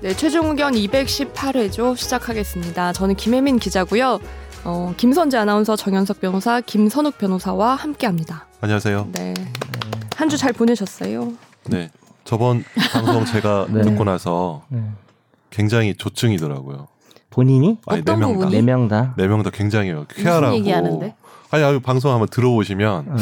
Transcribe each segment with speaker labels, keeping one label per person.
Speaker 1: 네, 최종 의견 218회죠. 시작하겠습니다. 저는 김혜민 기자고요. 어, 김선재 아나운서, 정현석 변호사, 김선욱 변호사와 함께합니다.
Speaker 2: 안녕하세요.
Speaker 1: 네. 한 주 잘 보내셨어요?
Speaker 2: 네. 저번 방송 제가
Speaker 3: 네.
Speaker 2: 듣고 나서
Speaker 3: 네.
Speaker 2: 굉장히 조증이더라고요.
Speaker 3: 본인이
Speaker 1: 어떤
Speaker 2: 네명 다.
Speaker 1: 부분이?
Speaker 3: 네 명 다.
Speaker 2: 네 명 다 굉장히 쾌활하고.
Speaker 4: 얘기하는데?
Speaker 2: 아니, 아니, 방송 한번 들어보시면
Speaker 3: 어,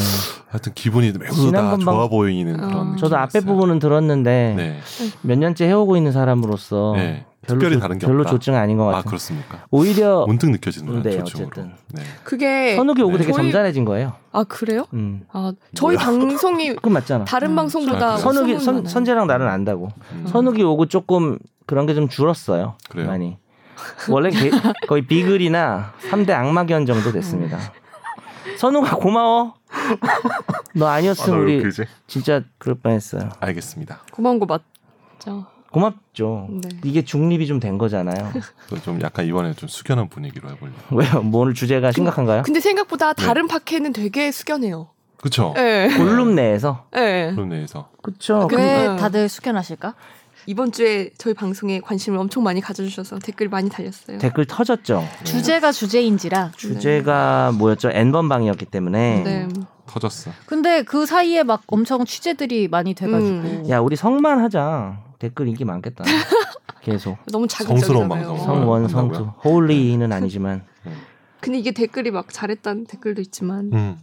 Speaker 2: 하여튼 기분이 매우 다
Speaker 3: 지난번
Speaker 2: 좋아
Speaker 3: 방-
Speaker 2: 보이는
Speaker 1: 어.
Speaker 2: 그런 느낌.
Speaker 3: 저도 앞에 부분은 들었는데
Speaker 2: 네.
Speaker 3: 몇 년째 해오고 있는 사람으로서
Speaker 2: 네.
Speaker 3: 어. 별로
Speaker 2: 특별히
Speaker 3: 조-
Speaker 2: 다른 게
Speaker 3: 별로
Speaker 2: 없다.
Speaker 3: 조증 아닌 것
Speaker 2: 아,
Speaker 3: 같아요.
Speaker 2: 그렇습니까? 어,
Speaker 3: 오히려
Speaker 2: 문득 느껴지는
Speaker 3: 네,
Speaker 2: 조증으로.
Speaker 3: 어쨌든.
Speaker 2: 네.
Speaker 1: 그게
Speaker 3: 선욱이 오고
Speaker 2: 네.
Speaker 3: 되게
Speaker 1: 저희-
Speaker 3: 점잖해진 거예요.
Speaker 1: 아 그래요?
Speaker 3: 음.
Speaker 1: 아 저희 방송이
Speaker 3: 그건 맞잖아.
Speaker 1: 다른
Speaker 4: 음,
Speaker 1: 방송보다
Speaker 2: 아,
Speaker 3: 선욱이
Speaker 1: 소문이
Speaker 3: 선,
Speaker 1: 많아요.
Speaker 3: 선재랑 나는 안다고.
Speaker 2: 음,
Speaker 3: 선욱이 오고 조금 그런 게 좀 줄었어요.
Speaker 2: 그래요?
Speaker 3: 많이. 원래 게- 거의 비글이나 3대 악마견 정도 됐습니다.
Speaker 1: 음.
Speaker 3: 선우가 고마워. 너 아니었으면 우리
Speaker 2: 그
Speaker 3: 진짜 그럴 뻔했어요.
Speaker 2: 알겠습니다.
Speaker 1: 고마운 거 맞죠?
Speaker 3: 고맙죠.
Speaker 1: 네.
Speaker 3: 이게 중립이 좀 된 거잖아요.
Speaker 2: 그래서 좀 약간 이번에 좀 숙연한 분위기로 해보려고.
Speaker 3: 왜요? 뭐 오늘 주제가 심각한가요?
Speaker 1: 근데 생각보다
Speaker 2: 네.
Speaker 1: 다른 팟캐는 되게 숙연해요.
Speaker 2: 그쵸?
Speaker 3: 네.
Speaker 2: 네.
Speaker 1: 예.
Speaker 3: 골룸 내에서.
Speaker 1: 예.
Speaker 2: 그런 내에서.
Speaker 3: 그렇죠.
Speaker 1: 그-
Speaker 4: 왜
Speaker 1: 음.
Speaker 4: 다들 숙연하실까?
Speaker 1: 이번 주에 저희 방송에 관심을 엄청 많이 가져주셔서 댓글 많이 달렸어요.
Speaker 3: 댓글 터졌죠.
Speaker 2: 네.
Speaker 4: 주제가 주제인지라.
Speaker 3: 주제가 뭐였죠? N번 방이었기 때문에.
Speaker 1: 네.
Speaker 2: 터졌어.
Speaker 4: 근데 그 사이에 막 엄청 취재들이 많이 돼가지고.
Speaker 1: 음.
Speaker 3: 야 우리 성만 하자. 댓글 인기 많겠다. 계속.
Speaker 1: 너무
Speaker 2: 성스러운
Speaker 1: 자극적이잖아요.
Speaker 2: 방송.
Speaker 1: 어.
Speaker 3: 성원,
Speaker 2: 한다고요?
Speaker 3: 성투. 홀리는 아니지만.
Speaker 1: 근데 이게 댓글이 막 잘했다는 댓글도 있지만
Speaker 2: 음.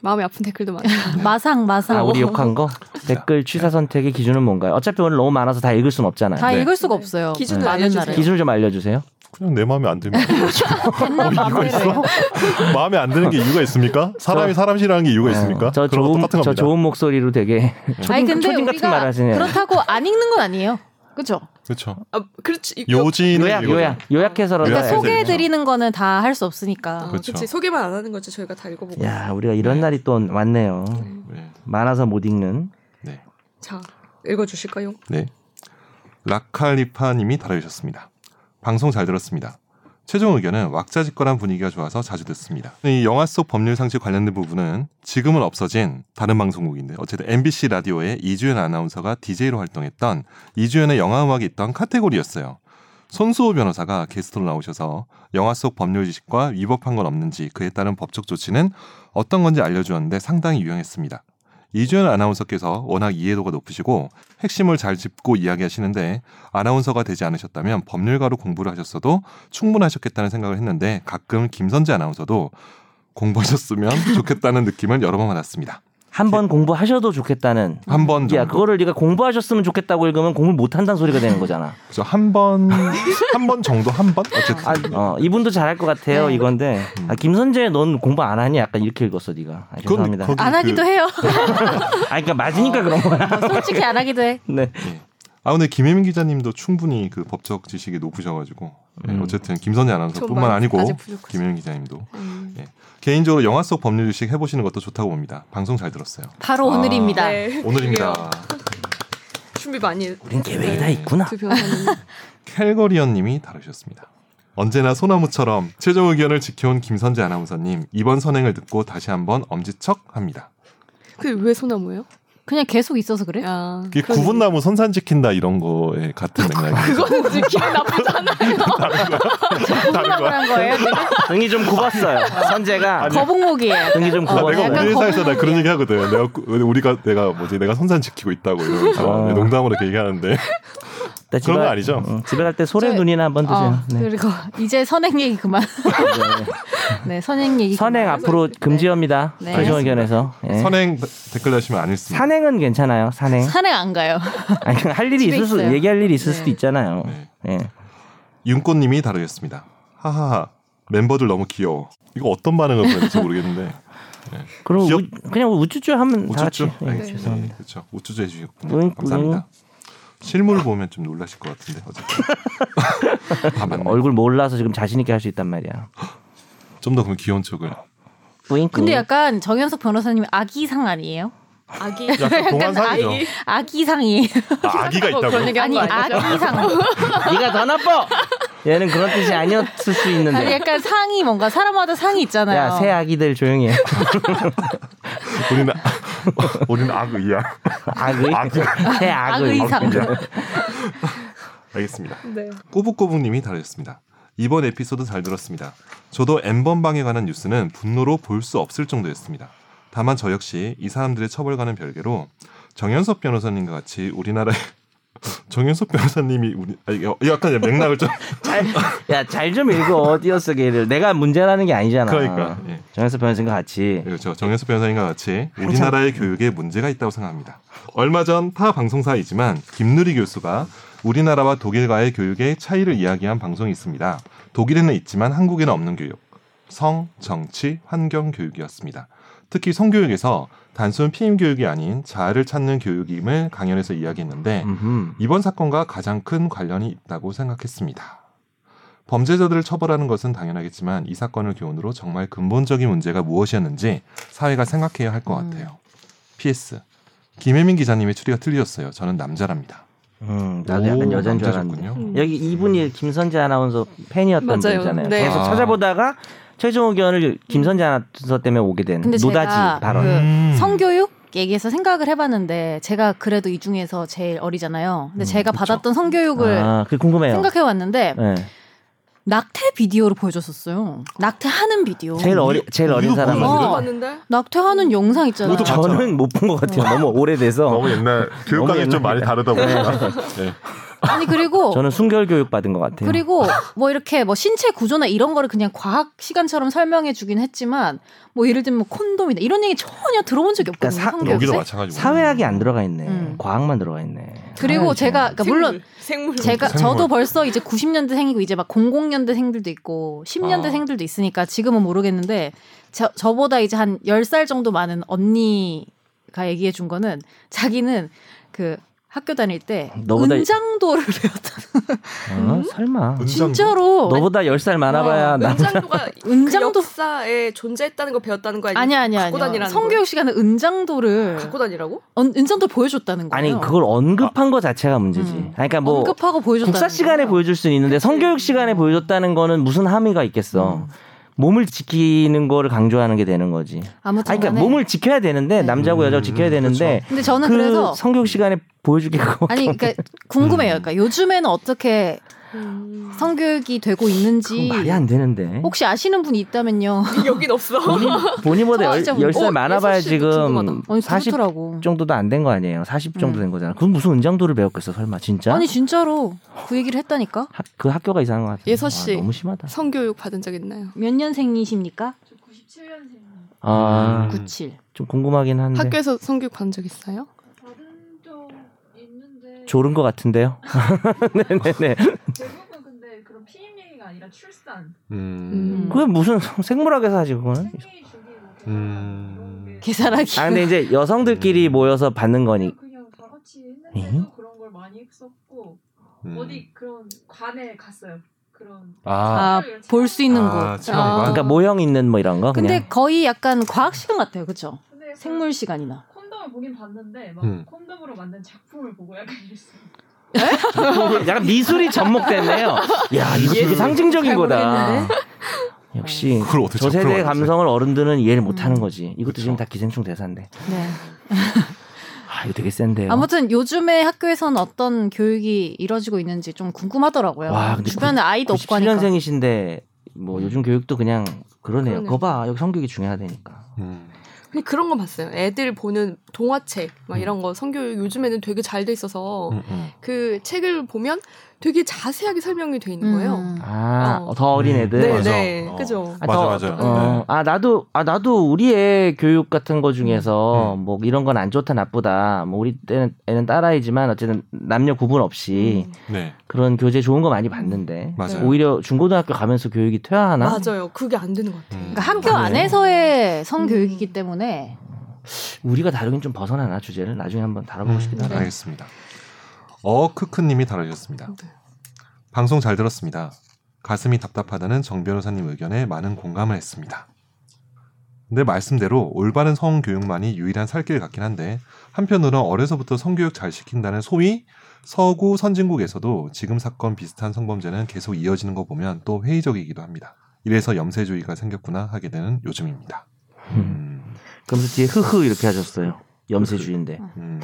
Speaker 1: 마음이 아픈 댓글도 많아요.
Speaker 4: 마상 마상.
Speaker 3: 아, 우리 욕한 거? 댓글 취사 선택의 기준은 뭔가요? 어차피 오늘 너무 많아서 다 읽을 순 없잖아요.
Speaker 4: 다
Speaker 2: 네.
Speaker 4: 읽을 수가
Speaker 1: 네.
Speaker 4: 없어요.
Speaker 1: 기준을
Speaker 4: 많은
Speaker 1: 알려주세요.
Speaker 4: 날에.
Speaker 3: 기준을 좀 알려주세요.
Speaker 2: 그냥 내 마음에 안 들면.
Speaker 4: 옛날
Speaker 2: 어, 이거
Speaker 4: 밤이래요.
Speaker 2: 있어? 마음에 안 드는 게 이유가 있습니까? 사람이 사람 싫어하는 게 이유가 있습니까?
Speaker 3: 네. 저
Speaker 2: 그런 거
Speaker 3: 좋은,
Speaker 2: 똑같은
Speaker 3: 저
Speaker 2: 겁니다.
Speaker 3: 좋은 목소리로 되게
Speaker 4: 아니
Speaker 3: 초딩-
Speaker 4: 근데
Speaker 3: 초딩 같은
Speaker 4: 우리가
Speaker 3: 말 하시네요.
Speaker 4: 그렇다고 안 읽는 건 아니에요. 그죠?
Speaker 2: 그렇죠.
Speaker 1: 아, 그렇지. 이거-
Speaker 2: 요지는
Speaker 3: 요약,
Speaker 2: 이거죠.
Speaker 3: 요약, 요약해서라도.
Speaker 2: 요약해서
Speaker 3: 해야
Speaker 4: 그러니까
Speaker 2: 소개-
Speaker 3: 돼요.
Speaker 4: 소개해드리는 거는 다 할 수 없으니까.
Speaker 1: 아,
Speaker 2: 그렇죠.
Speaker 1: 그치. 소개만 안 하는 거죠. 저희가 다 읽어보고.
Speaker 3: 야, 우리가 이런 날이 또 왔네요.
Speaker 2: 네.
Speaker 3: 많아서 못 읽는.
Speaker 2: 네.
Speaker 1: 자, 읽어주실까요?
Speaker 2: 네. 라칼리파님이 다루셨습니다. 방송 잘 들었습니다. 최종 의견은 왁자지껄한 분위기가 좋아서 자주 듣습니다. 이 영화 속 법률 상식 관련된 부분은 지금은 없어진 다른 방송국인데 어쨌든 MBC 라디오의 이주연 아나운서가 DJ로 활동했던 이주연의 영화 음악이 있던 카테고리였어요. 손수호 변호사가 게스트로 나오셔서 영화 속 법률 지식과 위법한 건 없는지 그에 따른 법적 조치는 어떤 건지 알려주었는데 상당히 유용했습니다. 이주연 아나운서께서 워낙 이해도가 높으시고 핵심을 잘 짚고 이야기하시는데 아나운서가 되지 않으셨다면 법률가로 공부를 하셨어도 충분하셨겠다는 생각을 했는데 가끔 김선재 아나운서도 공부하셨으면 좋겠다는 느낌을 여러 번 받았습니다.
Speaker 3: 한 번 공부하셔도 좋겠다는.
Speaker 2: 한 번
Speaker 3: 야,
Speaker 2: 정도.
Speaker 3: 그거를 네가 공부하셨으면 좋겠다고 읽으면 공부를 못한다는 소리가 되는 거잖아.
Speaker 2: 그래서 한 번, 한 번 정도 한 번? 어쨌든.
Speaker 3: 아, 어, 이분도 잘할 것 같아요.
Speaker 4: 네.
Speaker 3: 이건데. 아, 김선재, 넌 공부 안 하니? 약간 이렇게 읽었어, 네가. 아,
Speaker 2: 그건
Speaker 3: 죄송합니다.
Speaker 2: 거기
Speaker 4: 안
Speaker 2: 그-
Speaker 4: 하기도 해요.
Speaker 3: 아, 그러니까 맞으니까 그런 거야.
Speaker 4: 솔직히 안 하기도 해.
Speaker 3: 네.
Speaker 2: 아, 근데 김혜민 기자님도 충분히 그 법적 지식이 높으셔가지고 네,
Speaker 3: 음.
Speaker 2: 어쨌든 김선재 아나운서뿐만
Speaker 1: 좀
Speaker 2: 아니고
Speaker 1: 아직 부족하죠.
Speaker 2: 김혜민 기자님도 예.
Speaker 1: 음.
Speaker 2: 개인적으로 영화 속 법률 지식 해보시는 것도 좋다고 봅니다. 방송 잘 들었어요.
Speaker 4: 바로
Speaker 2: 아.
Speaker 4: 오늘입니다.
Speaker 1: 네.
Speaker 2: 오늘입니다.
Speaker 1: 준비 많이 했
Speaker 3: 우린 계획이 다
Speaker 2: 네.
Speaker 3: 있구나.
Speaker 1: 두 변호사님.
Speaker 2: 캘거리언님이 다루셨습니다. 언제나 소나무처럼 최종 의견을 지켜온 김선재 아나운서님 이번 선행을 듣고 다시 한번 엄지척합니다.
Speaker 1: 그게 왜 소나무예요?
Speaker 4: 그냥 계속 있어서 그래?
Speaker 1: 야.
Speaker 2: 이게 구분나무 선산 지킨다 이런 거에 같은 맥락이죠.
Speaker 1: 그거는 지금 기분 나쁘잖아요.
Speaker 2: 다른 거야?
Speaker 4: 그런 거예요?
Speaker 3: 등이 좀 굽었어요. 선재가
Speaker 4: 거북목이에요.
Speaker 3: 등이 좀
Speaker 2: 아,
Speaker 3: 굽었어요.
Speaker 2: 내가
Speaker 4: 약간
Speaker 2: 우리 회사에서 나
Speaker 4: 거북목이야.
Speaker 2: 그런 얘기 하거든. 내가 꾸- 우리가 내가 뭐지 내가 선산 지키고 있다고 이러면서
Speaker 3: 아.
Speaker 2: 내가 농담으로 이렇게 얘기하는데
Speaker 3: 나
Speaker 2: 그런 거 아니죠?
Speaker 3: 응, 집에 갈 때 소래
Speaker 4: 저-
Speaker 3: 눈이나 한번 드세요.
Speaker 4: 어,
Speaker 3: 네.
Speaker 4: 그리고 이제 선행 얘기 그만. 네, 선행 얘기.
Speaker 3: 선행 앞으로 금지합니다.
Speaker 4: 네.
Speaker 3: 최종 의견에서. 예.
Speaker 2: 선행 댓글 다시면 안 읽습니다.
Speaker 3: 산행은 괜찮아요. 산행.
Speaker 4: 그만. 산행 안 가요.
Speaker 3: 아니, 할 일이
Speaker 4: 집에
Speaker 3: 있을 수
Speaker 4: 있어요.
Speaker 3: 얘기할 일이 있을
Speaker 4: 네.
Speaker 3: 수도 있잖아요.
Speaker 2: 네.
Speaker 3: 예.
Speaker 2: 윤꽃님이 다루셨습니다. 하하하 멤버들 너무 귀여워. 이거 어떤 반응을 보냈는지 모르겠는데
Speaker 3: 그럼
Speaker 2: 기업-
Speaker 3: 우, 그냥 우쭈쭈 하면 다 같이.
Speaker 2: 우쭈쭈.
Speaker 3: 예,
Speaker 2: 알겠습니다.
Speaker 3: 죄송합니다.
Speaker 2: 그렇죠. 우쭈쭈 해주셨군요.
Speaker 3: 응,
Speaker 2: 감사합니다. 실물 보면 좀 놀라실 것 같은데 어쨌든. 아 맞네.
Speaker 3: 얼굴 몰라서 지금 자신 있게 할 수 있단 말이야.
Speaker 2: 좀더 그럼 귀여운 척을.
Speaker 3: 뿌잉.
Speaker 4: 근데 약간 정현석 변호사님 아기상 아니에요?
Speaker 1: 아기.
Speaker 2: 약간 동안상이죠.
Speaker 1: 아기.
Speaker 4: 아기상이
Speaker 2: 아, 아기가
Speaker 1: 뭐 그런
Speaker 2: 있다고.
Speaker 1: 얘기
Speaker 4: 아니
Speaker 1: 한거 아니죠?
Speaker 4: 아기상.
Speaker 3: 네가 더 나빠. 얘는 그런 뜻이 아니었을 수
Speaker 1: 네.
Speaker 4: 아니
Speaker 3: 있는데.
Speaker 4: 약간 상이 뭔가 사람마다 상이 있잖아요.
Speaker 3: 야, 새 아기들 조용히 해.
Speaker 2: 우리는 우리는 아기야. 그
Speaker 3: 악의.
Speaker 2: 아기.
Speaker 3: 새 악의.
Speaker 4: 악의상.
Speaker 2: 알겠습니다.
Speaker 1: 네.
Speaker 2: 꼬북꼬북님이 다루셨습니다. 이번 에피소드 잘 들었습니다. 저도 엠번방에 관한 뉴스는 분노로 볼 수 없을 정도였습니다. 다만 저 역시 이 사람들의 처벌과는 별개로 정현섭 변호사님과 같이 우리나라의 정현섭 변호사님이 우리 아, 이거 약간 맥락을 좀
Speaker 3: 야잘 좀 읽어 띄어쓰기를 내가 문제라는 게 아니잖아.
Speaker 2: 그러니까 예.
Speaker 3: 정현석 변호사님과 같이
Speaker 2: 그렇죠. 정현수 변호사님과 같이 우리나라의 교육에 문제가 있다고 생각합니다. 얼마 전 타 방송사이지만 김누리 교수가 우리나라와 독일과의 교육의 차이를 이야기한 방송이 있습니다. 독일에는 있지만 한국에는 없는 교육. 성, 정치, 환경 교육이었습니다. 특히 성교육에서 단순 피임 교육이 아닌 자아를 찾는 교육임을 강연에서 이야기했는데
Speaker 3: 음흠.
Speaker 2: 이번 사건과 가장 큰 관련이 있다고 생각했습니다. 범죄자들을 처벌하는 것은 당연하겠지만 이 사건을 교훈으로 정말 근본적인 문제가 무엇이었는지 사회가 생각해야 할 것
Speaker 4: 음.
Speaker 2: 같아요. PS. 김혜민 기자님의 추리가 틀리셨어요. 저는 남자랍니다.
Speaker 3: 음, 나도 약간
Speaker 2: 오,
Speaker 3: 여자인 줄 알았는데.
Speaker 2: 남자셨군요.
Speaker 1: 음.
Speaker 3: 여기 이분이 김선재 아나운서 팬이었던
Speaker 1: 맞아요.
Speaker 3: 분이잖아요.
Speaker 1: 네.
Speaker 3: 계속
Speaker 2: 아.
Speaker 3: 찾아보다가 최종 의견을 김선재 아나운서 때문에 오게 된
Speaker 4: 근데
Speaker 3: 노다지
Speaker 4: 제가
Speaker 3: 발언.
Speaker 4: 그
Speaker 2: 음.
Speaker 4: 성교육 얘기해서 생각을 해봤는데 제가 그래도 이 중에서 제일 어리잖아요. 근데
Speaker 2: 음,
Speaker 4: 제가
Speaker 2: 그쵸.
Speaker 4: 받았던 성교육을
Speaker 3: 아, 그 궁금해요.
Speaker 4: 생각해봤는데
Speaker 3: 예.
Speaker 4: 낙태 비디오를 보여줬었어요. 낙태하는 비디오.
Speaker 3: 제일 어리 제일 어린
Speaker 2: 이거
Speaker 3: 사람.
Speaker 2: 몰라.
Speaker 4: 어.
Speaker 1: 봤는데
Speaker 4: 낙태하는 영상 있잖아요.
Speaker 2: 모두 봤죠.
Speaker 3: 저는 못 본 것 같아요. 너무 오래돼서.
Speaker 5: 너무 옛날 교육관이
Speaker 3: 옛날이다.
Speaker 5: 좀 많이 다르다 보니까
Speaker 4: 아니 그리고
Speaker 3: 저는 순결 교육 받은 것 같아요.
Speaker 4: 그리고 뭐 이렇게 뭐 신체 구조나 이런 거를 그냥 과학 시간처럼 설명해 주긴 했지만 뭐 예를 들면 뭐 콘돔이다 이런 얘기 전혀 들어본 적이
Speaker 3: 그러니까
Speaker 4: 없거든요.
Speaker 3: 사-
Speaker 4: 성교육에.
Speaker 2: 여기도 마찬가지고
Speaker 3: 사회학이 안 들어가 있네.
Speaker 4: 음.
Speaker 3: 과학만 들어가 있네.
Speaker 4: 그리고 제가 그러니까 물론
Speaker 1: 아, 생물
Speaker 4: 제가
Speaker 2: 생물.
Speaker 4: 저도 벌써 이제 90년대생이고 이제 막 00년대생들도 있고
Speaker 1: 아.
Speaker 4: 10년대생들도 있으니까 지금은 모르겠는데 저, 저보다 이제 한 10살 정도 많은 언니가 얘기해 준 거는 자기는 그 학교 다닐 때
Speaker 3: 너보다 이-
Speaker 4: 은장도를 배웠다.
Speaker 3: 어?
Speaker 4: 음?
Speaker 3: 설마.
Speaker 4: 진짜로
Speaker 3: 너보다 10살
Speaker 4: 어,
Speaker 3: 많아봐야
Speaker 4: 네.
Speaker 3: 나
Speaker 1: 어. 은장도가 그
Speaker 4: 은장도
Speaker 1: 역사에 존재했다는 걸 배웠다는 거
Speaker 4: 아니야 아니야
Speaker 1: 갖고
Speaker 4: 아니야.
Speaker 1: 다니라는 아,
Speaker 4: 성교육 시간에 은장도를
Speaker 1: 갖고 다니라고?
Speaker 4: 은, 은장도 보여줬다는 거예요.
Speaker 3: 아니 그걸 언급한 거 자체가 문제지.
Speaker 4: 음.
Speaker 3: 아니, 그러니까 뭐
Speaker 4: 언급하고 보여줬다는
Speaker 3: 국사 시간에
Speaker 4: 거예요.
Speaker 3: 보여줄 수는 있는데 성교육 시간에 보여줬다는 거는 무슨 함의가 있겠어.
Speaker 4: 음.
Speaker 3: 몸을 지키는 거를 강조하는 게 되는 거지.
Speaker 4: 아무튼
Speaker 3: 아니, 그러니까
Speaker 4: 간에.
Speaker 3: 몸을 지켜야 되는데
Speaker 4: 네. 그렇죠.
Speaker 3: 남자고 여자고
Speaker 2: 음,
Speaker 3: 지켜야 되는데
Speaker 4: 근데 저는
Speaker 3: 그
Speaker 4: 그래서
Speaker 3: 성교육 시간에 보여주기 그거
Speaker 4: 아니 그러니까 궁금해요. 그러니까 요즘에는 어떻게
Speaker 1: 음.
Speaker 4: 성교육이 되고 있는지
Speaker 3: 말이 안 되는데.
Speaker 4: 혹시 아시는 분이 있다면요.
Speaker 1: 음. 여긴 없어.
Speaker 3: 본인 본인보다
Speaker 4: 저
Speaker 3: 열,
Speaker 4: 진짜
Speaker 3: 열
Speaker 1: 어,
Speaker 3: 살 많아봐야
Speaker 1: 예서 씨도
Speaker 3: 지금
Speaker 1: 궁금하다.
Speaker 4: 아니
Speaker 3: 40
Speaker 4: 그렇더라고.
Speaker 3: 정도도 안 된 거 아니에요. 40 정도
Speaker 4: 음.
Speaker 3: 된 거잖아. 그럼 무슨 은장도를 배웠겠어 설마 진짜?
Speaker 4: 아니 진짜로 그 얘기를 했다니까.
Speaker 3: 학- 그 학교가 이상한 것 같아.
Speaker 1: 예서 씨.
Speaker 3: 너무 심하다.
Speaker 1: 성교육 받은 적 있나요?
Speaker 4: 몇 년생이십니까?
Speaker 3: 아,
Speaker 4: 97.
Speaker 3: 좀 궁금하긴 한데.
Speaker 1: 학교에서 성교육 받은 적 있어요?
Speaker 6: 다른 쪽 있는데
Speaker 3: 졸은 것 같은데요. 네네네.
Speaker 6: 대부분 근데 그런 피임 얘기가 아니라 출산
Speaker 1: 음.
Speaker 3: 그게 무슨 생물학에서 하지 그거는?
Speaker 6: 생리 주기 뭐
Speaker 5: 음.
Speaker 6: 이런 게
Speaker 4: 계산하기.
Speaker 3: 아 근데 이제
Speaker 2: 음.
Speaker 3: 여성들끼리 모여서 받는 거니.
Speaker 6: 그냥 다 같이 했는데도
Speaker 4: 네.
Speaker 6: 그런 걸 많이 했었고
Speaker 4: 음.
Speaker 2: 음.
Speaker 6: 어디 그런 관에 갔어요 그런
Speaker 2: 아,
Speaker 4: 아, 볼 수 있는
Speaker 2: 아,
Speaker 4: 곳.
Speaker 2: 체험관?
Speaker 1: 아.
Speaker 3: 그러니까 모형 있는 뭐 이런 거
Speaker 4: 근데
Speaker 3: 그냥.
Speaker 4: 거의 약간 과학 시간 같아요, 그렇죠?
Speaker 6: 근데
Speaker 4: 생물 시간이나.
Speaker 6: 콘돔을 보긴 봤는데 막
Speaker 2: 음.
Speaker 6: 콘돔으로 만든 작품을 보고 약간 이랬어요
Speaker 3: 약간 미술이 접목됐네요. 야 이거 되게 상징적인
Speaker 1: 잘
Speaker 3: 거다.
Speaker 1: 모르겠는데.
Speaker 3: 역시
Speaker 2: 그렇죠, 그걸 어떻게
Speaker 3: 저
Speaker 2: 접근을
Speaker 3: 세대의
Speaker 2: 하지?
Speaker 3: 뭐 감성을 어른들은 이해를 못하는
Speaker 4: 음.
Speaker 3: 거지. 이것도 지금
Speaker 2: 그렇죠.
Speaker 3: 다 기생충 대사인데.
Speaker 4: 네.
Speaker 3: 아 이거 되게 센데요.
Speaker 4: 아무튼 요즘에 학교에서는 어떤 교육이 이루어지고 있는지 좀 궁금하더라고요.
Speaker 3: 와, 근데
Speaker 4: 주변에 아이도 없고 하니까.
Speaker 3: 97년생이신데
Speaker 2: 음.
Speaker 3: 뭐 요즘 교육도 그냥 그러네요.
Speaker 1: 그러네.
Speaker 3: 거 봐. 여기 성격이 중요하다니까.
Speaker 2: 음.
Speaker 1: 근데 그런 건 봤어요. 애들 보는 동화책 막 이런 거 성교육 요즘에는 되게 잘 돼 있어서
Speaker 2: 음, 음.
Speaker 1: 그 책을 보면 되게 자세하게 설명이 돼 있는 거예요.
Speaker 4: 음.
Speaker 3: 아,
Speaker 1: 어.
Speaker 3: 더 어린
Speaker 2: 음.
Speaker 3: 애들.
Speaker 1: 네,
Speaker 2: 맞아.
Speaker 1: 네,
Speaker 2: 어.
Speaker 1: 그죠.
Speaker 3: 아,
Speaker 2: 맞아
Speaker 3: 더-
Speaker 2: 맞아.
Speaker 3: 어, 아 나도 아 나도 우리 의 교육 같은 거 중에서
Speaker 2: 음.
Speaker 3: 뭐 이런 건 안 좋다 나쁘다 뭐 우리 때는 애는 딸아이지만 어쨌든 남녀 구분 없이
Speaker 2: 네.
Speaker 3: 그런 교재 좋은 거 많이 봤는데
Speaker 2: 맞아요.
Speaker 3: 오히려 중고등학교 가면서 교육이 퇴화하나
Speaker 1: 맞아요. 그게 안 되는 것 같아요.
Speaker 2: 음.
Speaker 4: 그러니까 학교
Speaker 3: 그러네.
Speaker 4: 안에서의 성교육이기
Speaker 1: 음.
Speaker 4: 때문에
Speaker 3: 우리가 다루긴 좀 벗어나나 주제를 나중에 한번 다뤄보고
Speaker 2: 음,
Speaker 3: 싶기도 하다.
Speaker 2: 알겠습니다. 어크크님이 다루셨습니다.
Speaker 1: 네.
Speaker 2: 방송 잘 들었습니다. 가슴이 답답하다는 정 변호사님 의견에 많은 공감을 했습니다. 내 말씀대로 올바른 성교육만이 유일한 살길 같긴 한데 한편으로는 어려서부터 성교육 잘 시킨다는 소위 서구 선진국에서도 지금 사건 비슷한 성범죄는 계속 이어지는 거 보면 또 회의적이기도 합니다. 이래서 염세주의가 생겼구나 하게 되는 요즘입니다.
Speaker 3: 음. 그러면서 뒤에 흐흐 이렇게 하셨어요. 염세주의인데.
Speaker 2: 음,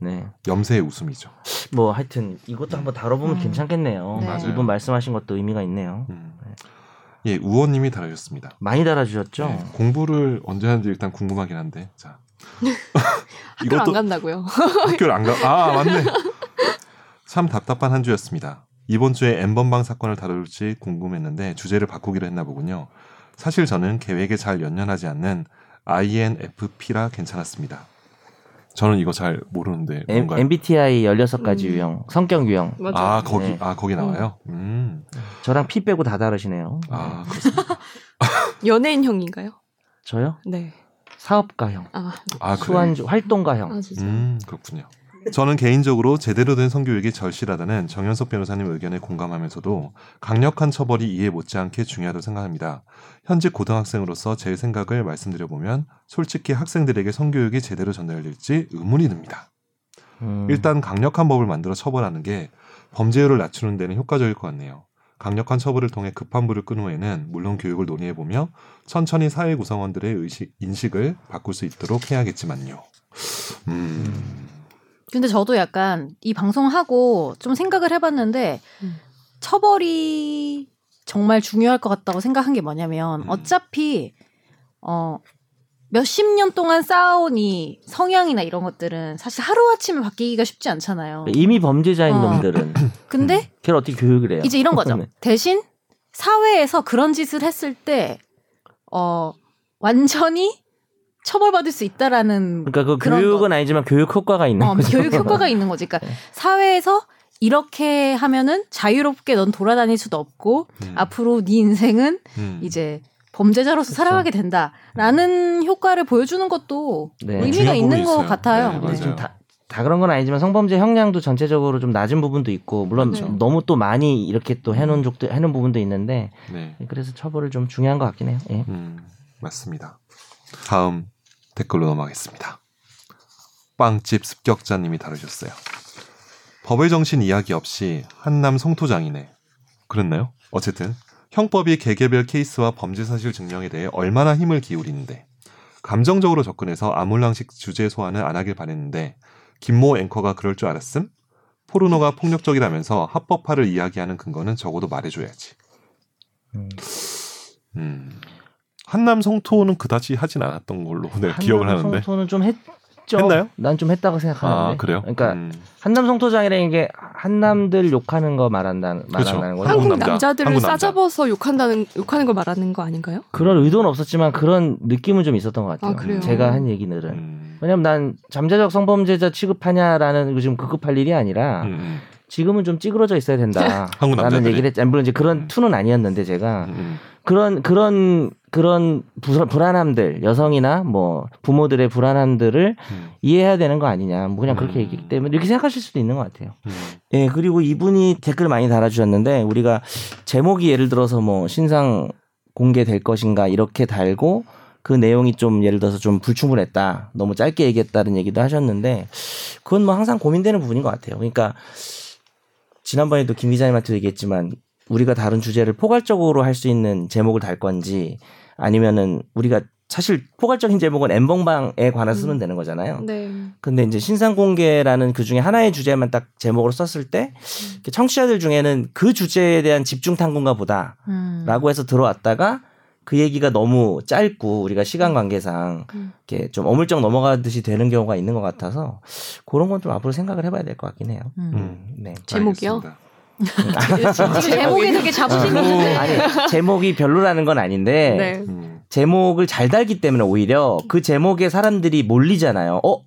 Speaker 3: 네.
Speaker 2: 염세의 웃음이죠.
Speaker 3: 뭐 하여튼 이것도 한번 다뤄보면
Speaker 4: 음.
Speaker 3: 괜찮겠네요.
Speaker 4: 네.
Speaker 2: 맞아요.
Speaker 3: 이분 말씀하신 것도 의미가 있네요.
Speaker 2: 음. 예, 우원님이 달아주셨습니다.
Speaker 3: 많이 달아주셨죠?
Speaker 2: 네, 공부를 언제 하는지 일단 궁금하긴 한데. 자.
Speaker 1: 학교 안 간다고요.
Speaker 2: 학교를 안 가. 아 맞네. 참 답답한 한 주였습니다. 이번 주에 엠번방 사건을 다룰지 궁금했는데 주제를 바꾸기로 했나 보군요. 사실 저는 계획에 잘 연연하지 않는 INFP라 괜찮았습니다. 저는 이거 잘 모르는데
Speaker 3: M-
Speaker 2: 뭔가요?
Speaker 3: MBTI
Speaker 1: 음.
Speaker 3: 16가지 유형, 성격 유형.
Speaker 1: 맞아.
Speaker 2: 아 거기
Speaker 3: 네.
Speaker 2: 아 거기 나와요. 음.
Speaker 3: 저랑 피 빼고 다 다르시네요.
Speaker 2: 아 그렇습니다.
Speaker 1: 연예인형인가요?
Speaker 3: 저요?
Speaker 1: 네.
Speaker 3: 사업가형,
Speaker 1: 아,
Speaker 2: 아 그래요.
Speaker 3: 수완주, 활동가형.
Speaker 1: 아 진짜.
Speaker 2: 음 그렇군요. 저는 개인적으로 제대로 된 성교육이 절실하다는 정현석 변호사님 의견에 공감하면서도 강력한 처벌이 이해 못지않게 중요하다고 생각합니다. 현직 고등학생으로서 제 생각을 말씀드려보면 솔직히 학생들에게 성교육이 제대로 전달될지 의문이 듭니다.
Speaker 3: 음.
Speaker 2: 일단 강력한 법을 만들어 처벌하는 게 범죄율을 낮추는 데는 효과적일 것 같네요. 강력한 처벌을 통해 급한 불을 끈 후에는 물론 교육을 논의해보며 천천히 사회 구성원들의 의식, 인식을 바꿀 수 있도록 해야겠지만요. 음.
Speaker 4: 근데 저도 약간 이 방송하고 좀 생각을 해봤는데
Speaker 1: 음.
Speaker 4: 처벌이 정말 중요할 것 같다고 생각한 게 뭐냐면
Speaker 2: 음.
Speaker 4: 어차피 어 몇십 년 동안 쌓아온 이 성향이나 이런 것들은 사실 하루아침에 바뀌기가 쉽지 않잖아요.
Speaker 3: 네, 이미 범죄자인
Speaker 4: 어.
Speaker 3: 놈들은
Speaker 4: 근데
Speaker 3: 걔를 어떻게 교육을 해요?
Speaker 4: 이제 이런 거죠.
Speaker 3: 네.
Speaker 4: 대신 사회에서 그런 짓을 했을 때 어, 완전히 처벌받을 수 있다라는
Speaker 3: 그러니까 그
Speaker 4: 그런
Speaker 3: 교육은 아니지만 교육 효과가 있는
Speaker 4: 어,
Speaker 3: 거죠.
Speaker 4: 교육 효과가 있는 거지. 그러니까
Speaker 3: 네.
Speaker 4: 사회에서 이렇게 하면은 자유롭게 넌 돌아다닐 수도 없고
Speaker 2: 음.
Speaker 4: 앞으로 네 인생은
Speaker 2: 음.
Speaker 4: 이제 범죄자로서 살아가게 된다라는 효과를 보여주는 것도
Speaker 3: 네.
Speaker 4: 의미가
Speaker 2: 중요한
Speaker 4: 있는
Speaker 2: 부분이
Speaker 4: 것
Speaker 2: 있어요.
Speaker 4: 같아요.
Speaker 2: 네,
Speaker 4: 네.
Speaker 2: 맞아요.
Speaker 3: 지금 다, 다 그런 건 아니지만 성범죄 형량도 전체적으로 좀 낮은 부분도 있고
Speaker 4: 네.
Speaker 3: 물론
Speaker 1: 그렇죠.
Speaker 3: 너무 또 많이 이렇게 또 해놓은 적도 해놓은 부분도 있는데
Speaker 2: 네.
Speaker 3: 그래서 처벌을 좀 중요한 것 같긴 해요. 예.
Speaker 2: 음, 맞습니다. 다음 댓글로 넘어가겠습니다. 빵집 습격자님이 다루셨어요. 법의 정신 이야기 없이 한남 성토장이네. 그랬나요? 어쨌든 형법이 개개별 케이스와 범죄 사실 증명에 대해 얼마나 힘을 기울이는데 감정적으로 접근해서 아몰랑식 주제 소환을 안 하길 바랬는데 김모 앵커가 그럴 줄 알았음? 포르노가 폭력적이라면서 합법화를 이야기하는 근거는 적어도 말해줘야지.
Speaker 3: 음.
Speaker 2: 네, 음. 한남 성토는 그다지 하진 않았던 걸로 내가 기억을
Speaker 3: 한남
Speaker 2: 하는데.
Speaker 3: 성토는 네. 좀 했죠.
Speaker 2: 했나요?
Speaker 3: 난 좀 했다고 생각하는데.
Speaker 2: 아 그래요?
Speaker 3: 러니까
Speaker 2: 음.
Speaker 3: 한남 성토장이라는 게 한남들 욕하는 거 말한다는 말한다는 거죠.
Speaker 2: 그렇죠. 한국
Speaker 1: 한국
Speaker 2: 남자,
Speaker 1: 남자들을
Speaker 2: 한국 남자.
Speaker 1: 싸잡아서 욕한다는 욕하는 걸 말하는 거 아닌가요?
Speaker 3: 그런 의도는 없었지만 그런 느낌은 좀 있었던 것 같아요.
Speaker 1: 아, 그래요?
Speaker 3: 제가 한 얘기들은.
Speaker 2: 음.
Speaker 3: 왜냐면 난 잠재적 성범죄자 취급하냐라는 거 지금 급급할 일이 아니라
Speaker 2: 음.
Speaker 3: 지금은 좀 찌그러져 있어야 된다.
Speaker 2: 한국
Speaker 3: 라는
Speaker 2: 남자들이.
Speaker 3: 얘기를 했 물론 이제
Speaker 2: 음.
Speaker 3: 그런 투는 아니었는데 제가
Speaker 2: 음.
Speaker 3: 그런 그런 그런 부- 불안함들 여성이나 뭐 부모들의 불안함들을
Speaker 2: 음.
Speaker 3: 이해해야 되는 거 아니냐. 뭐 그냥
Speaker 2: 음.
Speaker 3: 그렇게 얘기했기 때문에 이렇게 생각하실 수도 있는 것 같아요.
Speaker 2: 음.
Speaker 3: 예, 그리고 이분이 댓글 많이 달아주셨는데 우리가 제목이 예를 들어서 뭐 신상 공개될 것인가 이렇게 달고 그 내용이 좀 예를 들어서 좀 불충분했다 너무 짧게 얘기했다는 얘기도 하셨는데 그건 뭐 항상 고민되는 부분인 것 같아요. 그러니까 지난번에도 김 기자님한테 얘기했지만 우리가 다른 주제를 포괄적으로 할 수 있는 제목을 달 건지 아니면은 우리가 사실 포괄적인 제목은 엠벙방에 관해서 쓰면
Speaker 1: 음.
Speaker 3: 되는 거잖아요.
Speaker 1: 네.
Speaker 3: 근데 이제 신상 공개라는 그 중에 하나의 주제만 딱 제목으로 썼을 때 청취자들 중에는 그 주제에 대한 집중 탐구인가 보다라고
Speaker 4: 음.
Speaker 3: 해서 들어왔다가 그 얘기가 너무 짧고 우리가 시간 관계상
Speaker 1: 음.
Speaker 3: 이렇게 좀 어물쩍 넘어가듯이 되는 경우가 있는 것 같아서 그런 건 좀 앞으로 생각을 해봐야 될 것 같긴 해요.
Speaker 4: 음.
Speaker 3: 음, 네.
Speaker 1: 제목이요?
Speaker 2: 알겠습니다.
Speaker 1: 아,
Speaker 4: 지금
Speaker 1: 네.
Speaker 4: 제목에 되게 자부심 있는데.
Speaker 3: 아, 네. 아니 제목이 별로라는 건 아닌데
Speaker 1: 음. 네.
Speaker 2: 음.
Speaker 3: 제목을 잘 달기 때문에 오히려 그 제목에 사람들이 몰리잖아요. 어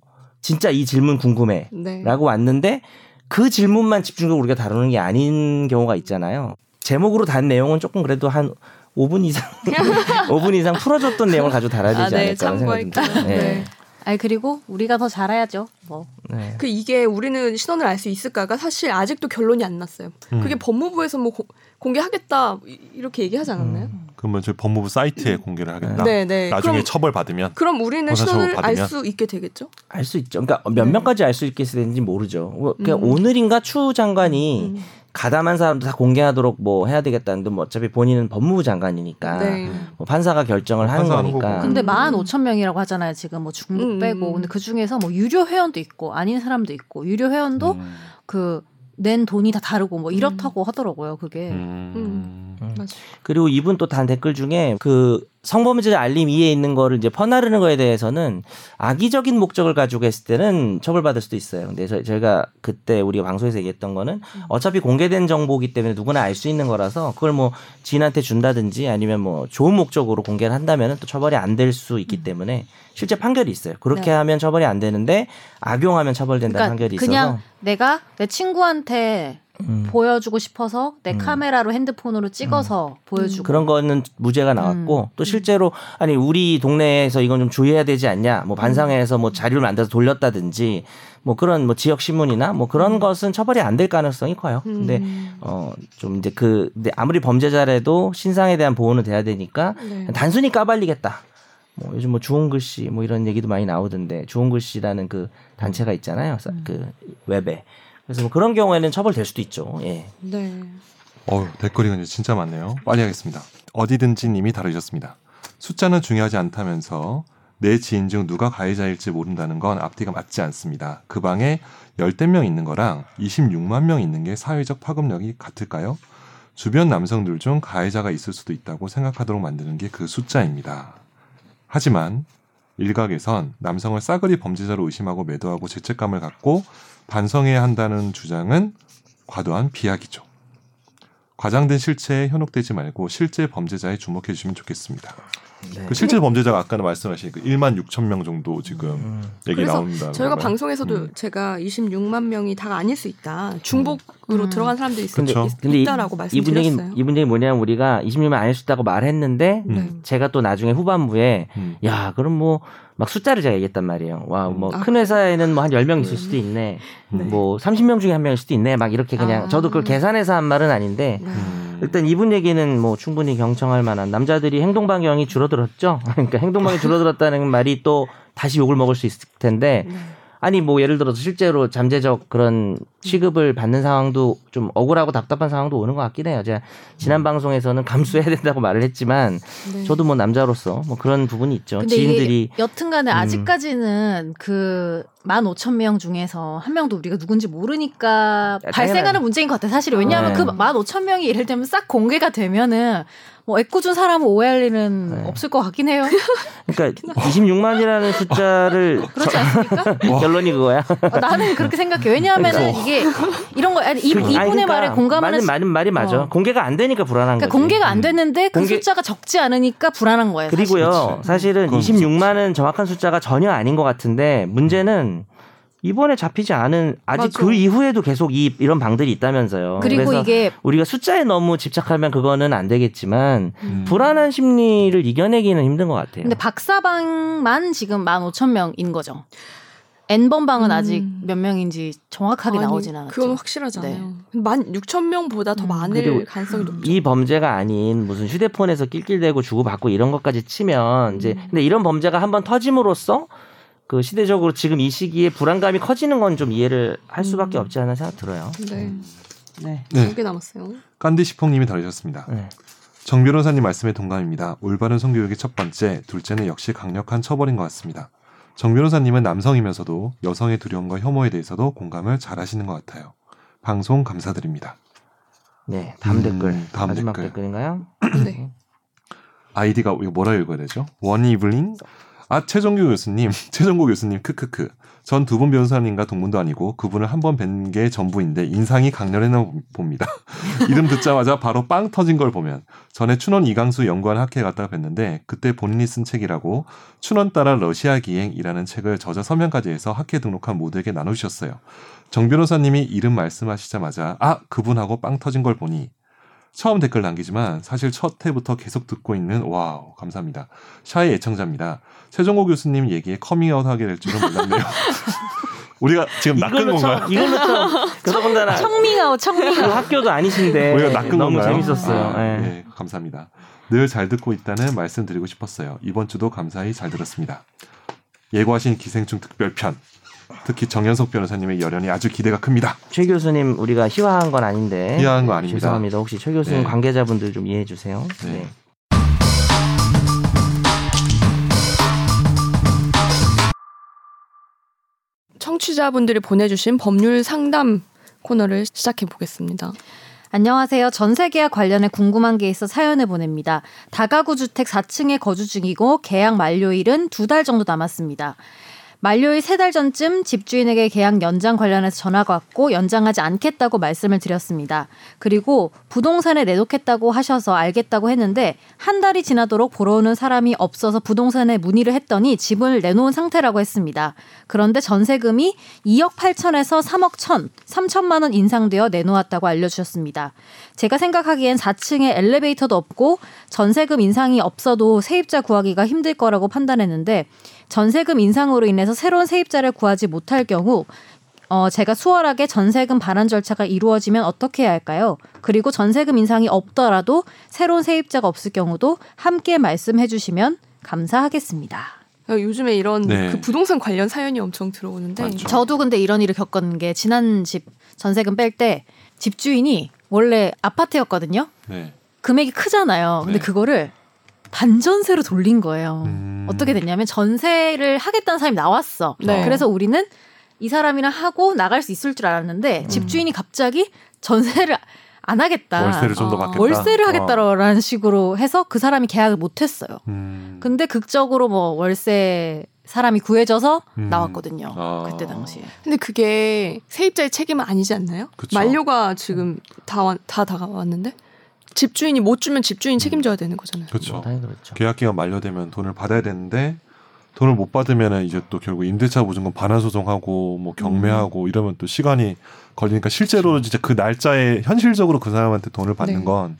Speaker 3: 진짜 이 질문 궁금해.
Speaker 1: 네.
Speaker 3: 라고 왔는데 그 질문만 집중적으로 우리가 다루는 게 아닌 경우가 있잖아요. 제목으로 단 내용은 조금 그래도 한 5분 이상 5분 이상 풀어줬던 내용을 가지고 달아야 되지
Speaker 1: 아, 네,
Speaker 3: 않을까 하는 생각이
Speaker 1: 참고할까?
Speaker 3: 듭니다. 네.
Speaker 1: 네.
Speaker 4: 아니 그리고 우리가 더 잘해야죠. 뭐
Speaker 3: 네.
Speaker 1: 그 이게 우리는 신원을 알 수 있을까가 사실 아직도 결론이 안 났어요.
Speaker 2: 음.
Speaker 1: 그게 법무부에서 뭐 고- 공개하겠다 이- 이렇게 얘기하지 않았나요?
Speaker 3: 음.
Speaker 2: 그러면 저희 법무부 사이트에 공개를 하겠다.
Speaker 1: 네, 네.
Speaker 2: 나중에
Speaker 1: 그럼
Speaker 2: 처벌 받으면.
Speaker 1: 그럼 우리는
Speaker 2: 고사 처분
Speaker 1: 신원을 알
Speaker 2: 받으면?
Speaker 1: 수 있게 되겠죠?
Speaker 3: 알수 있죠. 그러니까 몇
Speaker 1: 네.
Speaker 3: 명까지 알 수 있게 되는지 모르죠. 어, 그냥
Speaker 1: 음.
Speaker 3: 오늘인가 추 장관이
Speaker 1: 음.
Speaker 3: 가담한 사람도 다 공개하도록 뭐 해야 되겠다는데 뭐 어차피 본인은 법무부 장관이니까
Speaker 1: 네.
Speaker 3: 뭐 판사가 결정을 하는
Speaker 2: 판사하는
Speaker 3: 거니까
Speaker 2: 거고.
Speaker 4: 근데
Speaker 1: 음.
Speaker 4: 15,000명이라고 하잖아요. 지금 뭐 중국
Speaker 1: 음, 음.
Speaker 4: 빼고. 근데 그 중에서 뭐 유료 회원도 있고 아닌 사람도 있고 유료 회원도
Speaker 5: 음.
Speaker 4: 그 낸 돈이 다 다르고
Speaker 3: 음.
Speaker 4: 뭐 이렇다고 하더라고요.
Speaker 1: 네.
Speaker 4: 그게.
Speaker 5: 음.
Speaker 3: 그리고 이분 또 단 댓글 중에 그 성범죄 알림 이에 있는 거를 이제 퍼나르는 거에 대해서는 악의적인 목적을 가지고 했을 때는 처벌받을 수도 있어요. 근데 저, 저희가 그때 우리가 방송에서 얘기했던 거는
Speaker 4: 음.
Speaker 3: 어차피 공개된 정보기 때문에 누구나 알 수 있는 거라서 그걸 뭐 지인한테 준다든지 아니면 뭐 좋은 목적으로 공개를 한다면 또 처벌이 안 될 수 있기 때문에 실제 판결이 있어요. 그렇게
Speaker 4: 음. 네.
Speaker 3: 하면 처벌이 안 되는데 악용하면 처벌된다는
Speaker 4: 그러니까
Speaker 3: 판결이
Speaker 4: 그냥
Speaker 3: 있어서
Speaker 4: 내가 내 친구한테
Speaker 3: 음,
Speaker 4: 보여주고 싶어서 내
Speaker 3: 음.
Speaker 4: 카메라로 핸드폰으로 찍어서 보여주고
Speaker 3: 그런 거는 무죄가 나왔고 또 실제로 아니 우리 동네에서 이건 좀 주의해야 되지 않냐 뭐 반상회에서 뭐 자료를 만들어서 돌렸다든지 뭐 그런 뭐 지역 신문이나 뭐 그런 것은 처벌이 안 될 가능성이 커요.
Speaker 1: 음.
Speaker 3: 근데
Speaker 1: 네.
Speaker 3: 어 좀 이제 그 근데 아무리 범죄자라도 신상에 대한 보호는 돼야 되니까
Speaker 1: 네.
Speaker 3: 단순히 까발리겠다. 뭐 요즘 뭐 주홍 글씨 뭐 이런 얘기도 많이 나오던데 주홍 글씨라는 그 단체가 있잖아요. 사- 그 웹에. 그래서 뭐 그런 경우에는 처벌될 수도 있죠. 예.
Speaker 1: 네.
Speaker 2: 어우, 댓글이 이제 진짜 많네요. 빨리 하겠습니다. 어디든지 님이 다루셨습니다. 숫자는 중요하지 않다면서 내 지인 중 누가 가해자일지 모른다는 건 앞뒤가 맞지 않습니다. 그 방에 열댓 명 있는 거랑 26만 명 있는 게 사회적 파급력이 같을까요? 주변 남성들 중 가해자가 있을 수도 있다고 생각하도록 만드는 게 그 숫자입니다. 하지만 일각에선 남성을 싸그리 범죄자로 의심하고 매도하고 죄책감을 갖고 반성해야 한다는 주장은 과도한 비약이죠. 과장된 실체에 현혹되지 말고 실제 범죄자에 주목해 주시면 좋겠습니다.
Speaker 3: 네.
Speaker 2: 그 실제 범죄자가 아까 말씀하신 그 1만 6천 명 정도 지금
Speaker 3: 음.
Speaker 2: 얘기
Speaker 1: 그래서
Speaker 2: 나온다.
Speaker 1: 저희가 방송에서도
Speaker 2: 아, 음.
Speaker 1: 제가 26만 명이 다가 아닐 수 있다. 중복으로
Speaker 4: 음.
Speaker 1: 들어간 사람들이 있,
Speaker 2: 그쵸.
Speaker 1: 있-
Speaker 3: 근데 이-
Speaker 1: 있다라고
Speaker 3: 이 분쟁이
Speaker 1: 말씀드렸어요.
Speaker 3: 이 분쟁이 뭐냐면 우리가 20년 안할 수 있다고 말했는데
Speaker 1: 네.
Speaker 3: 제가 또 나중에 후반부에
Speaker 2: 음.
Speaker 3: 야 그럼 뭐 막 숫자를 제가 얘기했단 말이에요. 와 뭐
Speaker 1: 아.
Speaker 3: 큰 회사에는 뭐 한 10명 있을 수도 있네. 뭐 30명 중에 한 명일 수도 있네. 막 이렇게 그냥
Speaker 1: 아.
Speaker 3: 저도 그걸 계산해서 한 말은 아닌데
Speaker 1: 네.
Speaker 2: 음.
Speaker 3: 일단 이분 얘기는 뭐 충분히 경청할 만한 남자들이 행동 반경이 줄어들었죠. 그러니까 행동 반경이 줄어들었다는 말이 또 다시 욕을 먹을 수 있을 텐데
Speaker 1: 네.
Speaker 3: 아니 뭐 예를 들어서 실제로 잠재적 그런 취급을 받는 상황도 좀 억울하고 답답한 상황도 오는 것 같긴 해요. 제가 지난 방송에서는 감수해야 된다고 말을 했지만
Speaker 1: 네.
Speaker 3: 저도 뭐 남자로서 뭐 그런 부분이 있죠.
Speaker 4: 근데
Speaker 3: 지인들이
Speaker 4: 이게 여튼간에
Speaker 3: 음.
Speaker 4: 아직까지는 그 15,000명 중에서 한 명도 우리가 누군지 모르니까
Speaker 3: 음. 당연하죠.
Speaker 4: 발생하는 문제인 것 같아요. 사실 왜냐하면
Speaker 3: 네.
Speaker 4: 그 15,000명이 예를 들면 싹 공개가 되면은 뭐 애꿎은 사람을 오해할 일은
Speaker 3: 네.
Speaker 4: 없을 것 같긴 해요.
Speaker 3: 그러니까 26만이라는 숫자를
Speaker 4: 그렇지 않습니까?
Speaker 3: 결론이 그거야.
Speaker 4: 아, 나는 그렇게 생각해. 왜냐하면은
Speaker 3: 그러니까.
Speaker 4: 이게 이런 거 아니, 이,
Speaker 3: 아니,
Speaker 4: 이분의
Speaker 3: 그러니까
Speaker 4: 말에 공감하는
Speaker 3: 맞는,
Speaker 4: 수-
Speaker 3: 맞는 말이 맞아.
Speaker 4: 어.
Speaker 3: 공개가 안 되니까 불안한
Speaker 4: 그러니까
Speaker 3: 거지. 음.
Speaker 4: 공개가 안 됐는데 그
Speaker 3: 공개-
Speaker 4: 숫자가 적지 않으니까 불안한 거예요. 사실.
Speaker 3: 그리고요,
Speaker 2: 그치.
Speaker 3: 사실은
Speaker 2: 그건
Speaker 3: 26만은 정확한 숫자가 전혀 아닌 것 같은데 문제는 이번에 잡히지 않은 아직
Speaker 1: 맞아.
Speaker 3: 그 이후에도 계속 이, 이런 방들이 있다면서요.
Speaker 4: 그리고
Speaker 3: 그래서
Speaker 4: 이게
Speaker 3: 우리가 숫자에 너무 집착하면 그거는 안 되겠지만
Speaker 2: 음.
Speaker 3: 불안한 심리를 이겨내기는 힘든 것 같아요.
Speaker 4: 근데 박사방만 지금 15,000명인 거죠.
Speaker 1: 음.
Speaker 4: N번방은 아직 몇 명인지 정확하게
Speaker 1: 아니,
Speaker 4: 나오진 않았죠.
Speaker 1: 그건 확실하잖아요.
Speaker 3: 네.
Speaker 1: 만 6천 명보다 더
Speaker 4: 음,
Speaker 1: 많을
Speaker 3: 그리고
Speaker 1: 가능성이 높죠.
Speaker 3: 이 범죄가 아닌 무슨 휴대폰에서 낄낄대고 주고받고 이런 것까지 치면
Speaker 4: 음.
Speaker 3: 이제 근데 이런 범죄가 한번 터짐으로써 그 시대적으로 지금 이 시기에 불안감이 커지는 건 좀 이해를 할 수밖에
Speaker 1: 음.
Speaker 3: 없지 않나 생각 들어요.
Speaker 1: 네.
Speaker 3: 네.
Speaker 2: 네.
Speaker 1: 두개 남았어요.
Speaker 2: 깐디시퐁님이 다루셨습니다.
Speaker 3: 네.
Speaker 2: 정 변호사님 말씀에 동감입니다. 올바른 성교육의 첫 번째, 둘째는 역시 강력한 처벌인 것 같습니다. 정 변호사님은 남성이면서도 여성의 두려움과 혐오에 대해서도 공감을 잘 하시는 것 같아요. 방송 감사드립니다.
Speaker 3: 네. 다음
Speaker 2: 음,
Speaker 3: 댓글.
Speaker 2: 다음
Speaker 3: 마지막
Speaker 2: 댓글.
Speaker 3: 댓글. 인가요
Speaker 1: 네.
Speaker 2: 아이디가 이거 뭐라 읽어야 되죠? 원이블링? 아 최종규 교수님, 최종구 교수님 크크크. 전 두 분 변호사님과 동문도 아니고 그분을 한 번 뵌 게 전부인데 인상이 강렬해나 봅니다. 이름 듣자마자 바로 빵 터진 걸 보면 전에 춘원 이강수 연구원 학회에 갔다 뵀는데 그때 본인이 쓴 책이라고 춘원 따라 러시아 기행이라는 책을 저자 서명까지 해서 학회 등록한 모두에게 나누셨어요. 정 변호사님이 이름 말씀하시자마자 아 그분하고 빵 터진 걸 보니 처음 댓글 남기지만 사실 첫 회부터 계속 듣고 있는 와우 감사합니다. 샤의 애청자입니다. 최종호 교수님 얘기에 커밍아웃 하게 될 줄은 몰랐네요. 우리가 지금 낚은
Speaker 3: 이걸로
Speaker 2: 건가요?
Speaker 3: 처, 이걸로 처, 그러다보다
Speaker 4: 청밍아웃,
Speaker 3: 그
Speaker 4: 청밍아웃.
Speaker 3: 학교도 아니신데
Speaker 2: 우리가 낚은
Speaker 3: 네. 너무
Speaker 2: 건가요?
Speaker 3: 재밌었어요.
Speaker 2: 아,
Speaker 3: 예.
Speaker 2: 예, 감사합니다. 늘 잘 듣고 있다는 말씀드리고 싶었어요. 이번 주도 감사히 잘 들었습니다. 예고하신 기생충 특별편 특히 정현석 변호사님의 열연이 아주 기대가 큽니다.
Speaker 3: 최 교수님 우리가 희화한 건 아닌데
Speaker 2: 희화한 거 아닙니다.
Speaker 3: 네. 죄송합니다. 혹시 최 교수님
Speaker 2: 네.
Speaker 3: 관계자분들 좀 이해해 주세요.
Speaker 2: 네.
Speaker 3: 네.
Speaker 1: 청취자분들이 보내주신 법률 상담 코너를 시작해 보겠습니다.
Speaker 4: 안녕하세요. 전세계약 관련해 궁금한 게 있어 사연을 보냅니다. 다가구 주택 4층에 거주 중이고 계약 만료일은 두 달 정도 남았습니다. 만료일 세 달 전쯤 집주인에게 계약 연장 관련해서 전화가 왔고 연장하지 않겠다고 말씀을 드렸습니다. 그리고 부동산에 내놓겠다고 하셔서 알겠다고 했는데 한 달이 지나도록 보러 오는 사람이 없어서 부동산에 문의를 했더니 집을 내놓은 상태라고 했습니다. 그런데 전세금이 2억 8천에서 3억 1천, 3천만 원 인상되어 내놓았다고 알려주셨습니다. 제가 생각하기엔 4층에 엘리베이터도 없고 전세금 인상이 없어도 세입자 구하기가 힘들 거라고 판단했는데 전세금 인상으로 인해서 새로운 세입자를 구하지 못할 경우 어, 제가 수월하게 전세금 반환 절차가 이루어지면 어떻게 해야 할까요? 그리고 전세금 인상이 없더라도 새로운 세입자가 없을 경우도 함께 말씀해 주시면 감사하겠습니다.
Speaker 1: 어, 요즘에 이런
Speaker 2: 네.
Speaker 1: 그 부동산 관련 사연이 엄청 들어오는데
Speaker 2: 맞죠.
Speaker 4: 저도 근데 이런 일을 겪은 게 지난 집 전세금 뺄 때 집주인이 원래 아파트였거든요.
Speaker 2: 네.
Speaker 4: 금액이 크잖아요. 근데
Speaker 2: 네.
Speaker 4: 그거를 반전세로 돌린 거예요.
Speaker 2: 음.
Speaker 4: 어떻게 됐냐면 전세를 하겠다는 사람이 나왔어.
Speaker 1: 네.
Speaker 4: 그래서 우리는 이 사람이랑 하고 나갈 수 있을 줄 알았는데
Speaker 2: 음.
Speaker 4: 집주인이 갑자기 전세를 안 하겠다.
Speaker 2: 월세를 좀 더
Speaker 1: 아,
Speaker 2: 받겠다.
Speaker 4: 어, 월세를 하겠다라는 식으로 해서 그 사람이 계약을 못 했어요.
Speaker 2: 음.
Speaker 4: 근데 극적으로 뭐 월세 사람이 구해져서
Speaker 2: 음.
Speaker 4: 나왔거든요.
Speaker 2: 아.
Speaker 4: 그때 당시에.
Speaker 1: 근데 그게 세입자의 책임은 아니지 않나요?
Speaker 2: 그쵸.
Speaker 1: 만료가 지금 다, 와- 다 다가왔는데 집주인이 못 주면 집주인 책임져야 되는 거잖아요.
Speaker 2: 그렇죠.
Speaker 3: 당연히 그렇죠.
Speaker 2: 계약 기간 만료되면 돈을 받아야 되는데 돈을 못 받으면 이제 또 결국 임대차 보증금 반환 소송하고 뭐 경매하고 이러면 또 시간이 걸리니까 실제로 진짜 그 날짜에 현실적으로 그 사람한테 돈을 받는
Speaker 1: 네.
Speaker 2: 건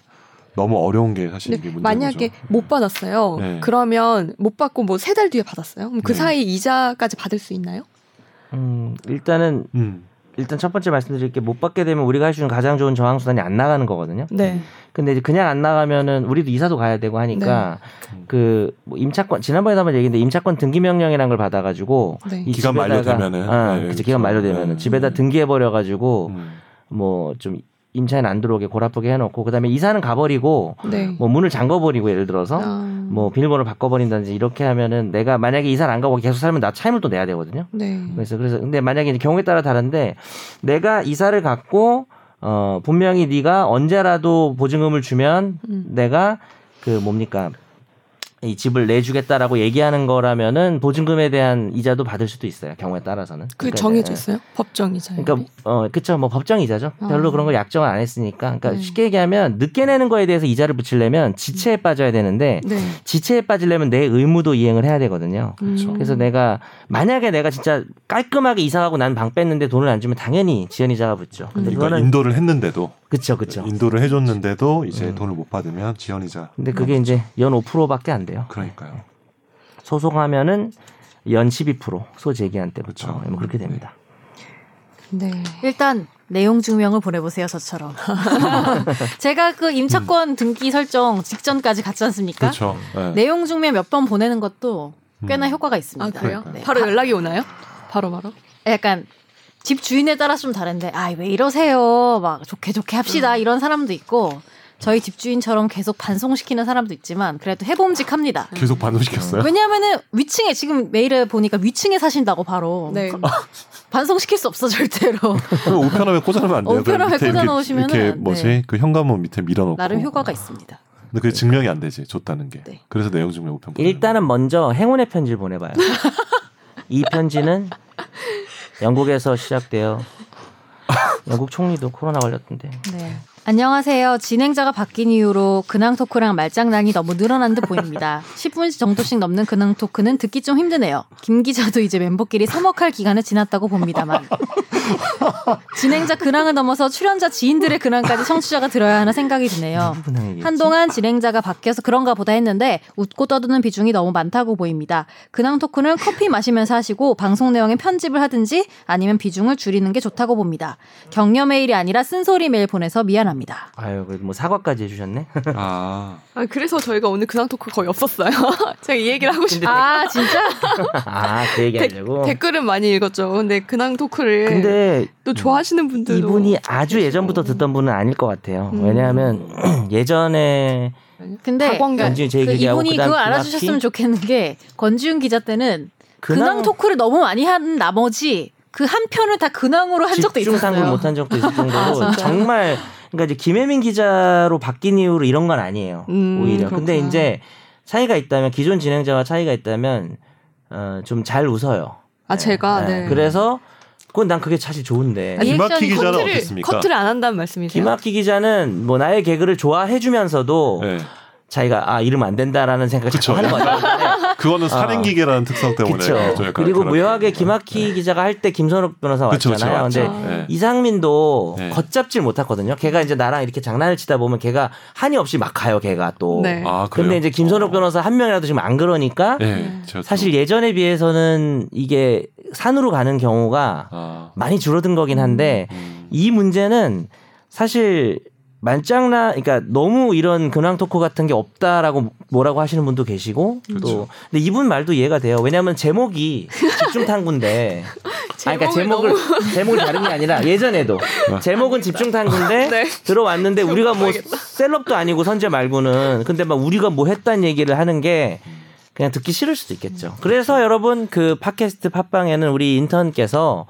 Speaker 2: 너무 어려운 게 사실
Speaker 1: 근데
Speaker 2: 이게 문제죠. 음.
Speaker 1: 만약에 못 받았어요.
Speaker 2: 네.
Speaker 1: 그러면 못 받고 뭐 세 달 뒤에 받았어요. 그럼 그
Speaker 2: 네.
Speaker 1: 사이 이자까지 받을 수 있나요?
Speaker 3: 음, 일단은
Speaker 2: 음.
Speaker 3: 일단 첫 번째 말씀드릴 게 못 받게 되면 우리가 할 수 있는 가장 좋은 저항 수단이 안 나가는 거거든요.
Speaker 1: 네.
Speaker 3: 근데 이제 그냥 안 나가면은 우리도 이사도 가야 되고 하니까
Speaker 2: 네.
Speaker 3: 그뭐 임차권 지난번에도 한번 얘기했는데 임차권 등기 명령이라는 걸 받아가지고
Speaker 1: 네.
Speaker 3: 이
Speaker 2: 기간
Speaker 3: 집에다가-
Speaker 2: 만료되면은.
Speaker 3: 아,
Speaker 2: 네,
Speaker 3: 그치,
Speaker 2: 그렇죠.
Speaker 3: 기간 만료되면은
Speaker 2: 네.
Speaker 3: 집에다 등기해 버려가지고
Speaker 2: 음.
Speaker 3: 뭐 좀 임차인 안 들어오게 고라프게 해놓고 그다음에 이사는 가버리고
Speaker 1: 네.
Speaker 3: 뭐 문을 잠궈버리고 예를 들어서
Speaker 1: 아,
Speaker 3: 뭐 비밀번호 바꿔버린다든지 이렇게 하면은 내가 만약에 이사를 안 가고 계속 살면 나 차임을 또 내야 되거든요.
Speaker 1: 네.
Speaker 3: 그래서 그래서 근데 만약에 이제 경우에 따라 다른데 내가 이사를 갔고 어 분명히 네가 언제라도 보증금을 주면
Speaker 1: 음.
Speaker 3: 내가 그 뭡니까 이 집을 내주겠다라고 얘기하는 거라면 보증금에 대한 이자도 받을 수도 있어요 경우에 따라서는
Speaker 1: 그
Speaker 3: 그러니까,
Speaker 1: 정해져
Speaker 3: 예.
Speaker 1: 있어요? 법정 이자율이.
Speaker 3: 그러니까 어 그쵸 뭐 법정 이자죠
Speaker 1: 아.
Speaker 3: 별로 그런 걸 약정을 안 했으니까 그러니까
Speaker 1: 네.
Speaker 3: 쉽게 얘기하면 늦게 내는 거에 대해서 이자를 붙이려면
Speaker 1: 음.
Speaker 3: 지체에 빠져야 되는데
Speaker 1: 네.
Speaker 3: 지체에 빠지려면 내 의무도 이행을 해야 되거든요 음.
Speaker 2: 그렇죠.
Speaker 3: 그래서 내가 만약에 내가 진짜 깔끔하게 이사하고 난 방 뺐는데 돈을 안 주면 당연히 지연 이자가 붙죠 근데
Speaker 2: 그러니까
Speaker 3: 그거는
Speaker 2: 인도를 했는데도
Speaker 3: 그쵸 그쵸
Speaker 2: 인도를 해줬는데도 이제
Speaker 3: 음.
Speaker 2: 돈을 못 받으면 지연이자.
Speaker 3: 근데 그게 이제 연 5%밖에 안 돼요
Speaker 2: 그러니까요.
Speaker 3: 소송하면은 연 12% 소재기한 때부터
Speaker 2: 그렇죠.
Speaker 3: 뭐 그렇게 됩니다.
Speaker 1: 네.
Speaker 4: 일단 내용 증명을 보내보세요 저처럼 제가 그 임차권 등기 설정 직전까지 갔지 않습니까
Speaker 2: 그렇죠. 네.
Speaker 4: 내용 증명 몇 번 보내는 것도 꽤나
Speaker 2: 음.
Speaker 4: 효과가 있습니다 네.
Speaker 1: 아 그래요?
Speaker 2: 그러니까요.
Speaker 1: 바로 연락이 오나요? 바로 바로.
Speaker 4: 약간 집 주인에 따라서 좀 다른데 아 왜 이러세요 막 좋게 좋게
Speaker 1: 음.
Speaker 4: 합시다 이런 사람도 있고 저희 집주인처럼 계속 반송시키는 사람도 있지만 그래도 해봄직합니다
Speaker 1: 네.
Speaker 2: 계속 반동시켰어요.
Speaker 4: 왜냐하면은 위층에 지금 메일을 보니까 위층에 사신다고 바로
Speaker 1: 네.
Speaker 4: 반송시킬 수 없어 절대로
Speaker 2: 그럼 우편함에 꽂아놓으면 안 돼요. 그냥
Speaker 4: 우편함에
Speaker 2: 밑에 이렇게-
Speaker 4: 꽂아놓으시면은
Speaker 2: 이렇게 뭐지?
Speaker 4: 네.
Speaker 2: 그 현관문 밑에 밀어놓고.
Speaker 4: 나름 효과가 있습니다
Speaker 2: 근데 그게 증명이 안 되지 줬다는 게.
Speaker 4: 네.
Speaker 2: 그래서 내용 증명 우편. 보내는
Speaker 3: 일단은 먼저 행운의 편지를 보내봐요. 이 편지는 영국에서 시작되어 영국 총리도 코로나 걸렸던데
Speaker 4: 네. 안녕하세요. 진행자가 바뀐 이후로 근황 토크랑 말장난이 너무 늘어난 듯 보입니다. 10분 정도씩 넘는 근황 토크는 듣기 좀 힘드네요. 김 기자도 이제 멤버끼리 서먹할 기간을 지났다고 봅니다만. 진행자 근황을 넘어서 출연자 지인들의 근황까지 청취자가 들어야 하나 생각이 드네요.
Speaker 3: 분명히
Speaker 4: 한동안 진행자가 바뀌어서 그런가 보다 했는데 웃고 떠드는 비중이 너무 많다고 보입니다. 근황 토크는 커피 마시면서 하시고 방송 내용의 편집을 하든지 아니면 비중을 줄이는 게 좋다고 봅니다. 격려 메일이 아니라 쓴소리 메일 보내서 감사합니다.
Speaker 3: 아유 그래도 뭐 사과까지 해주셨네.
Speaker 2: 아,
Speaker 1: 아, 그래서 저희가 오늘 근황 토크 거의 없었어요. 제가 이 얘기를 하고 싶.
Speaker 4: 아 진짜?
Speaker 3: 아 그 얘기하려고.
Speaker 1: 댓글은 많이 읽었죠. 근데 근황 토크를
Speaker 3: 근데
Speaker 1: 또 좋아하시는 분들도
Speaker 3: 이분이 아주 예전부터 듣던 분은 아닐 것 같아요.
Speaker 1: 음.
Speaker 3: 왜냐하면 예전에
Speaker 4: 근데
Speaker 1: 박원경
Speaker 3: 연준이 제
Speaker 4: 그
Speaker 3: 얘기하고
Speaker 4: 이분이
Speaker 3: 그러니까 그다음 김학휘,
Speaker 4: 그걸 알아주셨으면 좋겠는 게 권지윤 기자 때는 근황,
Speaker 3: 근황
Speaker 4: 토크를 너무 많이 한 나머지 그 한 편을 다 근황으로 한 적도
Speaker 3: 집중 상금
Speaker 4: 있었어요.
Speaker 3: 못한 적도 있을
Speaker 1: 아,
Speaker 3: 정도로
Speaker 1: 진짜요?
Speaker 3: 정말 그러니까 이제 김혜민 기자로 바뀐 이후로 이런 건 아니에요.
Speaker 1: 음,
Speaker 3: 오히려 근데
Speaker 1: 그렇구나.
Speaker 3: 이제 차이가 있다면 기존 진행자와 차이가 있다면 어, 좀 잘 웃어요.
Speaker 1: 아 제가
Speaker 3: 네.
Speaker 1: 네.
Speaker 3: 그래서 그건 난 그게 사실 좋은데
Speaker 1: 아니,
Speaker 5: 김학휘
Speaker 4: 리액션이
Speaker 5: 기자는
Speaker 1: 커트를
Speaker 5: 어땠습니까?
Speaker 1: 커트를 안 한다는 말씀이세요?
Speaker 3: 김학기 기자는 뭐 나의 개그를 좋아해주면서도
Speaker 2: 네.
Speaker 3: 자기가 아 이러면 안 된다라는 생각을
Speaker 5: 그쵸.
Speaker 3: 자꾸 하는 거 같아요.
Speaker 5: 그거는 살인기계라는 특성 때문에
Speaker 3: 그렇죠.
Speaker 5: 좀 약간
Speaker 3: 그리고
Speaker 5: 그런- 네.
Speaker 3: 묘하게 김학희 기자가 할 때 김선욱 변호사
Speaker 5: 그쵸, 그쵸,
Speaker 3: 왔잖아요.
Speaker 5: 맞죠.
Speaker 3: 근데
Speaker 5: 네.
Speaker 3: 이상민도
Speaker 5: 네.
Speaker 3: 걷잡질 못하거든요. 걔가 이제 나랑 이렇게 장난을 치다 보면 걔가 한이 없이 막 가요. 걔가 또.
Speaker 1: 네.
Speaker 2: 아, 그래요?
Speaker 3: 근데 이제 김선욱 변호사 한 명이라도 지금 안 그러니까
Speaker 2: 네, 제가 좀-
Speaker 3: 사실 예전에 비해서는 이게 산으로 가는 경우가
Speaker 2: 아,
Speaker 3: 많이 줄어든 거긴 한데
Speaker 2: 음,
Speaker 3: 이 문제는 사실 만장나 그러니까 너무 이런 근황 토크 같은 게 없다라고 뭐라고 하시는 분도 계시고 또
Speaker 2: 그렇죠.
Speaker 3: 근데 이분 말도 이해가 돼요. 왜냐하면 제목이 집중 탐구인데 아니, 그러니까 제목을
Speaker 1: 제목을 어.
Speaker 3: 제목을 다른 게 아니라 예전에도 제목은 집중 탐구인데
Speaker 1: 네.
Speaker 3: 들어왔는데 우리가 뭐
Speaker 1: 모르겠다.
Speaker 3: 셀럽도 아니고 선제 말고는 근데 막 우리가 뭐 했단 얘기를 하는 게 그냥 듣기 싫을 수도 있겠죠. 그래서 여러분 그 팟캐스트 팟빵에는 우리 인턴께서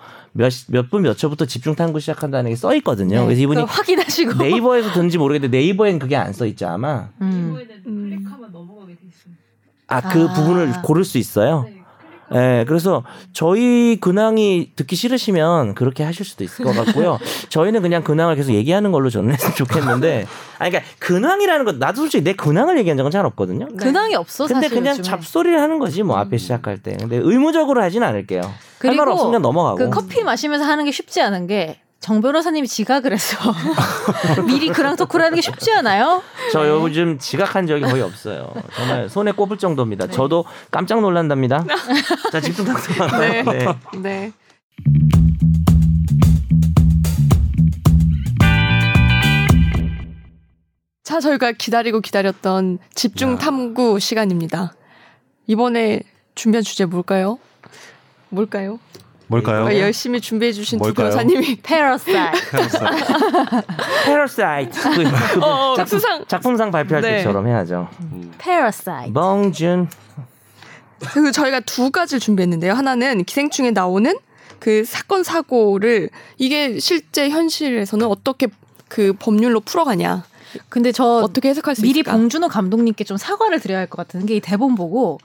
Speaker 3: 몇몇분 몇 초부터 집중 탐구 시작한다는 게 써 있거든요. 그래서
Speaker 4: 네, 그걸
Speaker 3: 이분이
Speaker 4: 확인하시고.
Speaker 3: 네이버에서 든지 모르겠는데 네이버엔 그게 안 써 있죠 아마.
Speaker 4: 음.
Speaker 6: 이거에는
Speaker 1: 음.
Speaker 6: 클릭하면 넘어가게 돼 있어요.
Speaker 3: 아 그
Speaker 4: 아.
Speaker 3: 부분을 고를 수 있어요.
Speaker 6: 네, 클릭하면
Speaker 3: 예, 그래서 저희 근황이 듣기 싫으시면 그렇게 하실 수도 있을 것 같고요. 저희는 그냥 근황을 계속 얘기하는 걸로 저는 했으면 좋겠는데, 아, 그러니까 근황이라는 건 나도 솔직히 내 근황을 얘기한 적은 잘 없거든요.
Speaker 4: 근황이 없어
Speaker 3: 근데
Speaker 4: 사실
Speaker 3: 그냥
Speaker 4: 요즘에. 음.
Speaker 3: 잡소리를 하는 거지 뭐 앞에 시작할 때. 근데 의무적으로 하진 않을게요. 할 말
Speaker 4: 그리고
Speaker 3: 없으면 넘어가고.
Speaker 4: 그 커피 마시면서 하는 게 쉽지 않은 게 정 변호사님이 지각을 해서 미리 그랑 토크를 하는 게 쉽지 않아요?
Speaker 1: 네.
Speaker 3: 저 요즘 지각한 적이 거의 없어요. 정말 손에 꼽을
Speaker 1: 네.
Speaker 3: 정도입니다. 저도 깜짝 놀란답니다. 자 집중 탁상.
Speaker 1: 네.
Speaker 3: 네. 네.
Speaker 1: 네. 자, 저희가 기다리고 기다렸던 집중
Speaker 2: 야.
Speaker 1: 탐구 시간입니다. 이번에 준비한 주제 뭘까요? 뭘까요?
Speaker 2: 뭘까요?
Speaker 1: 아, 열심히 준비해 주신 두
Speaker 2: 어? 뭘까요?
Speaker 1: 변호사님이
Speaker 4: 페러사이.
Speaker 2: 태어났어요.
Speaker 3: 패러사이트. 그
Speaker 1: 어, 어,
Speaker 3: 작품,
Speaker 1: 수상.
Speaker 3: 작품상 발표할
Speaker 1: 네.
Speaker 3: 때처럼 해야죠.
Speaker 2: 음,
Speaker 4: 페러사이.
Speaker 1: 뭐,
Speaker 3: 멍준.
Speaker 1: 그 저희가 두 가지를 준비했는데요. 하나는 기생충에 나오는 그 사건 사고를 이게 실제 현실에서는 어떻게 그 법률로 풀어가냐
Speaker 4: 근데 저
Speaker 1: 어떻게 해석할 수
Speaker 4: 미리
Speaker 1: 있을까?
Speaker 4: 봉준호 감독님께 좀 사과를 드려야 할 것 같은 게 이 대본 보고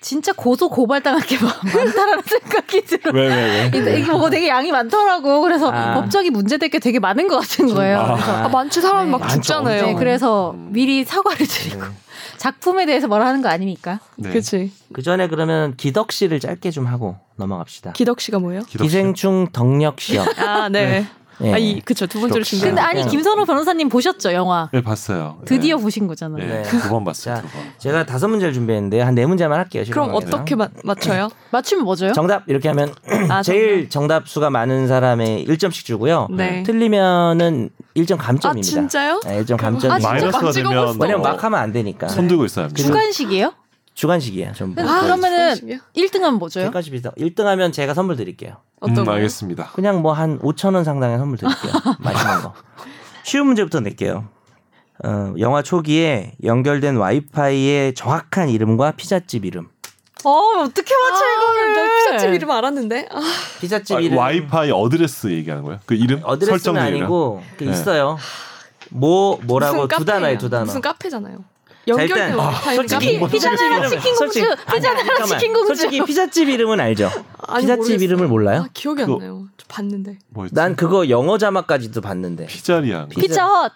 Speaker 4: 진짜 고소 고발당할 게 많- 많다라는 생각이 들어.
Speaker 5: 왜, 왜, 왜?
Speaker 4: 이게 이게 뭐 되게 양이 많더라고. 그래서
Speaker 3: 아.
Speaker 4: 법적이 문제될 게 되게 많은 것 같은 거예요. 그래서
Speaker 1: 아, 많지 사람
Speaker 4: 네.
Speaker 1: 막
Speaker 3: 많죠,
Speaker 1: 죽잖아요.
Speaker 4: 네,
Speaker 3: 그래요.
Speaker 4: 그래서
Speaker 2: 음.
Speaker 4: 미리 사과를 드리고
Speaker 1: 네.
Speaker 4: 작품에 대해서 뭐라 하는 거 아니니까.
Speaker 2: 네.
Speaker 1: 그치.
Speaker 3: 그 전에 그러면 기덕 씨를 짧게 좀 하고 넘어갑시다.
Speaker 1: 기덕 씨가 뭐예요?
Speaker 2: 기록-
Speaker 3: 기생충 덕력 시험.
Speaker 1: 아, 네.
Speaker 3: 예.
Speaker 1: 아, 이, 그쵸. 두 번째로
Speaker 2: 기덕 씨.
Speaker 1: 준비한.
Speaker 4: 근데 아니
Speaker 3: 그냥-
Speaker 4: 김선호 변호사님 보셨죠 영화?
Speaker 2: 네, 봤어요.
Speaker 4: 드디어 보신 거잖아요.
Speaker 2: 네.
Speaker 3: 네.
Speaker 2: 두번 봤어요.
Speaker 3: 자.
Speaker 2: 두 번.
Speaker 3: 제가 다섯 문제를 준비했는데 한 네 문제만 할게요.
Speaker 1: 그럼
Speaker 3: 실험하기는.
Speaker 1: 어떻게 마- 맞춰요?
Speaker 4: 맞추면 뭐죠?
Speaker 3: 정답 이렇게 하면
Speaker 1: 아,
Speaker 3: 제일 정답 수가 많은 사람의 1점씩 주고요.
Speaker 1: 네.
Speaker 3: 틀리면은 1점
Speaker 1: 정답. 아,
Speaker 3: 감점입니다.
Speaker 1: 진짜요?
Speaker 3: 네, 1점
Speaker 1: 아,
Speaker 3: 감점입니다.
Speaker 1: 진짜?
Speaker 5: 마이너스가
Speaker 1: 막 찍어
Speaker 5: 되면
Speaker 1: 먹었어.
Speaker 3: 왜냐면
Speaker 5: 어,
Speaker 3: 막 하면 안 되니까.
Speaker 2: 손 들고 있어야 합니다.
Speaker 4: 주간식이에요?
Speaker 3: 주간식이에요. 전부.
Speaker 1: 아,
Speaker 4: 근데 그러면은
Speaker 1: 주간식이요?
Speaker 4: 1등하면 뭐죠?
Speaker 3: 객관식 비슷 1등하면 제가 선물 드릴게요.
Speaker 1: 어떤
Speaker 2: 음,
Speaker 1: 거요?
Speaker 2: 알겠습니다.
Speaker 3: 그냥 뭐 한 5천 원 상당의 선물 드릴게요. 마지막 거. 쉬운 문제부터 낼게요. 어, 영화 초기에 연결된 와이파이의 정확한 이름과 피자집 이름.
Speaker 4: 어 어떻게 맞춰 이거를?
Speaker 1: 나 피자집 이름 알았는데. 아,
Speaker 3: 피자집
Speaker 2: 아,
Speaker 3: 이름
Speaker 2: 와이파이 어드레스 얘기하는 거예요? 그 이름 설정
Speaker 3: 어드레스는
Speaker 2: 이름.
Speaker 3: 아니고 그
Speaker 2: 네.
Speaker 3: 있어요. 뭐 뭐라고
Speaker 1: 무슨
Speaker 3: 두
Speaker 1: 카페예요?
Speaker 3: 단어에 두 단어.
Speaker 1: 무슨 카페잖아요.
Speaker 3: 자,
Speaker 1: 연결된
Speaker 3: 일단
Speaker 1: 와이파이는
Speaker 3: 솔직히
Speaker 1: 카페.
Speaker 4: 피자 나라 치킨
Speaker 3: 솔직히-
Speaker 4: 공주,
Speaker 3: 아니,
Speaker 4: 피자 나라
Speaker 3: 잠깐만.
Speaker 4: 치킨 공주.
Speaker 3: 솔직히 피자집 이름은 알죠.
Speaker 1: 아니,
Speaker 3: 피자집
Speaker 1: 모르겠어요.
Speaker 3: 이름을 몰라요?
Speaker 1: 아, 기억이
Speaker 2: 그거-
Speaker 1: 안 나요. 저 봤는데.
Speaker 2: 뭐였지?
Speaker 3: 난 그거 영어 자막까지도 봤는데.
Speaker 2: 피자리아.
Speaker 4: 피자헛.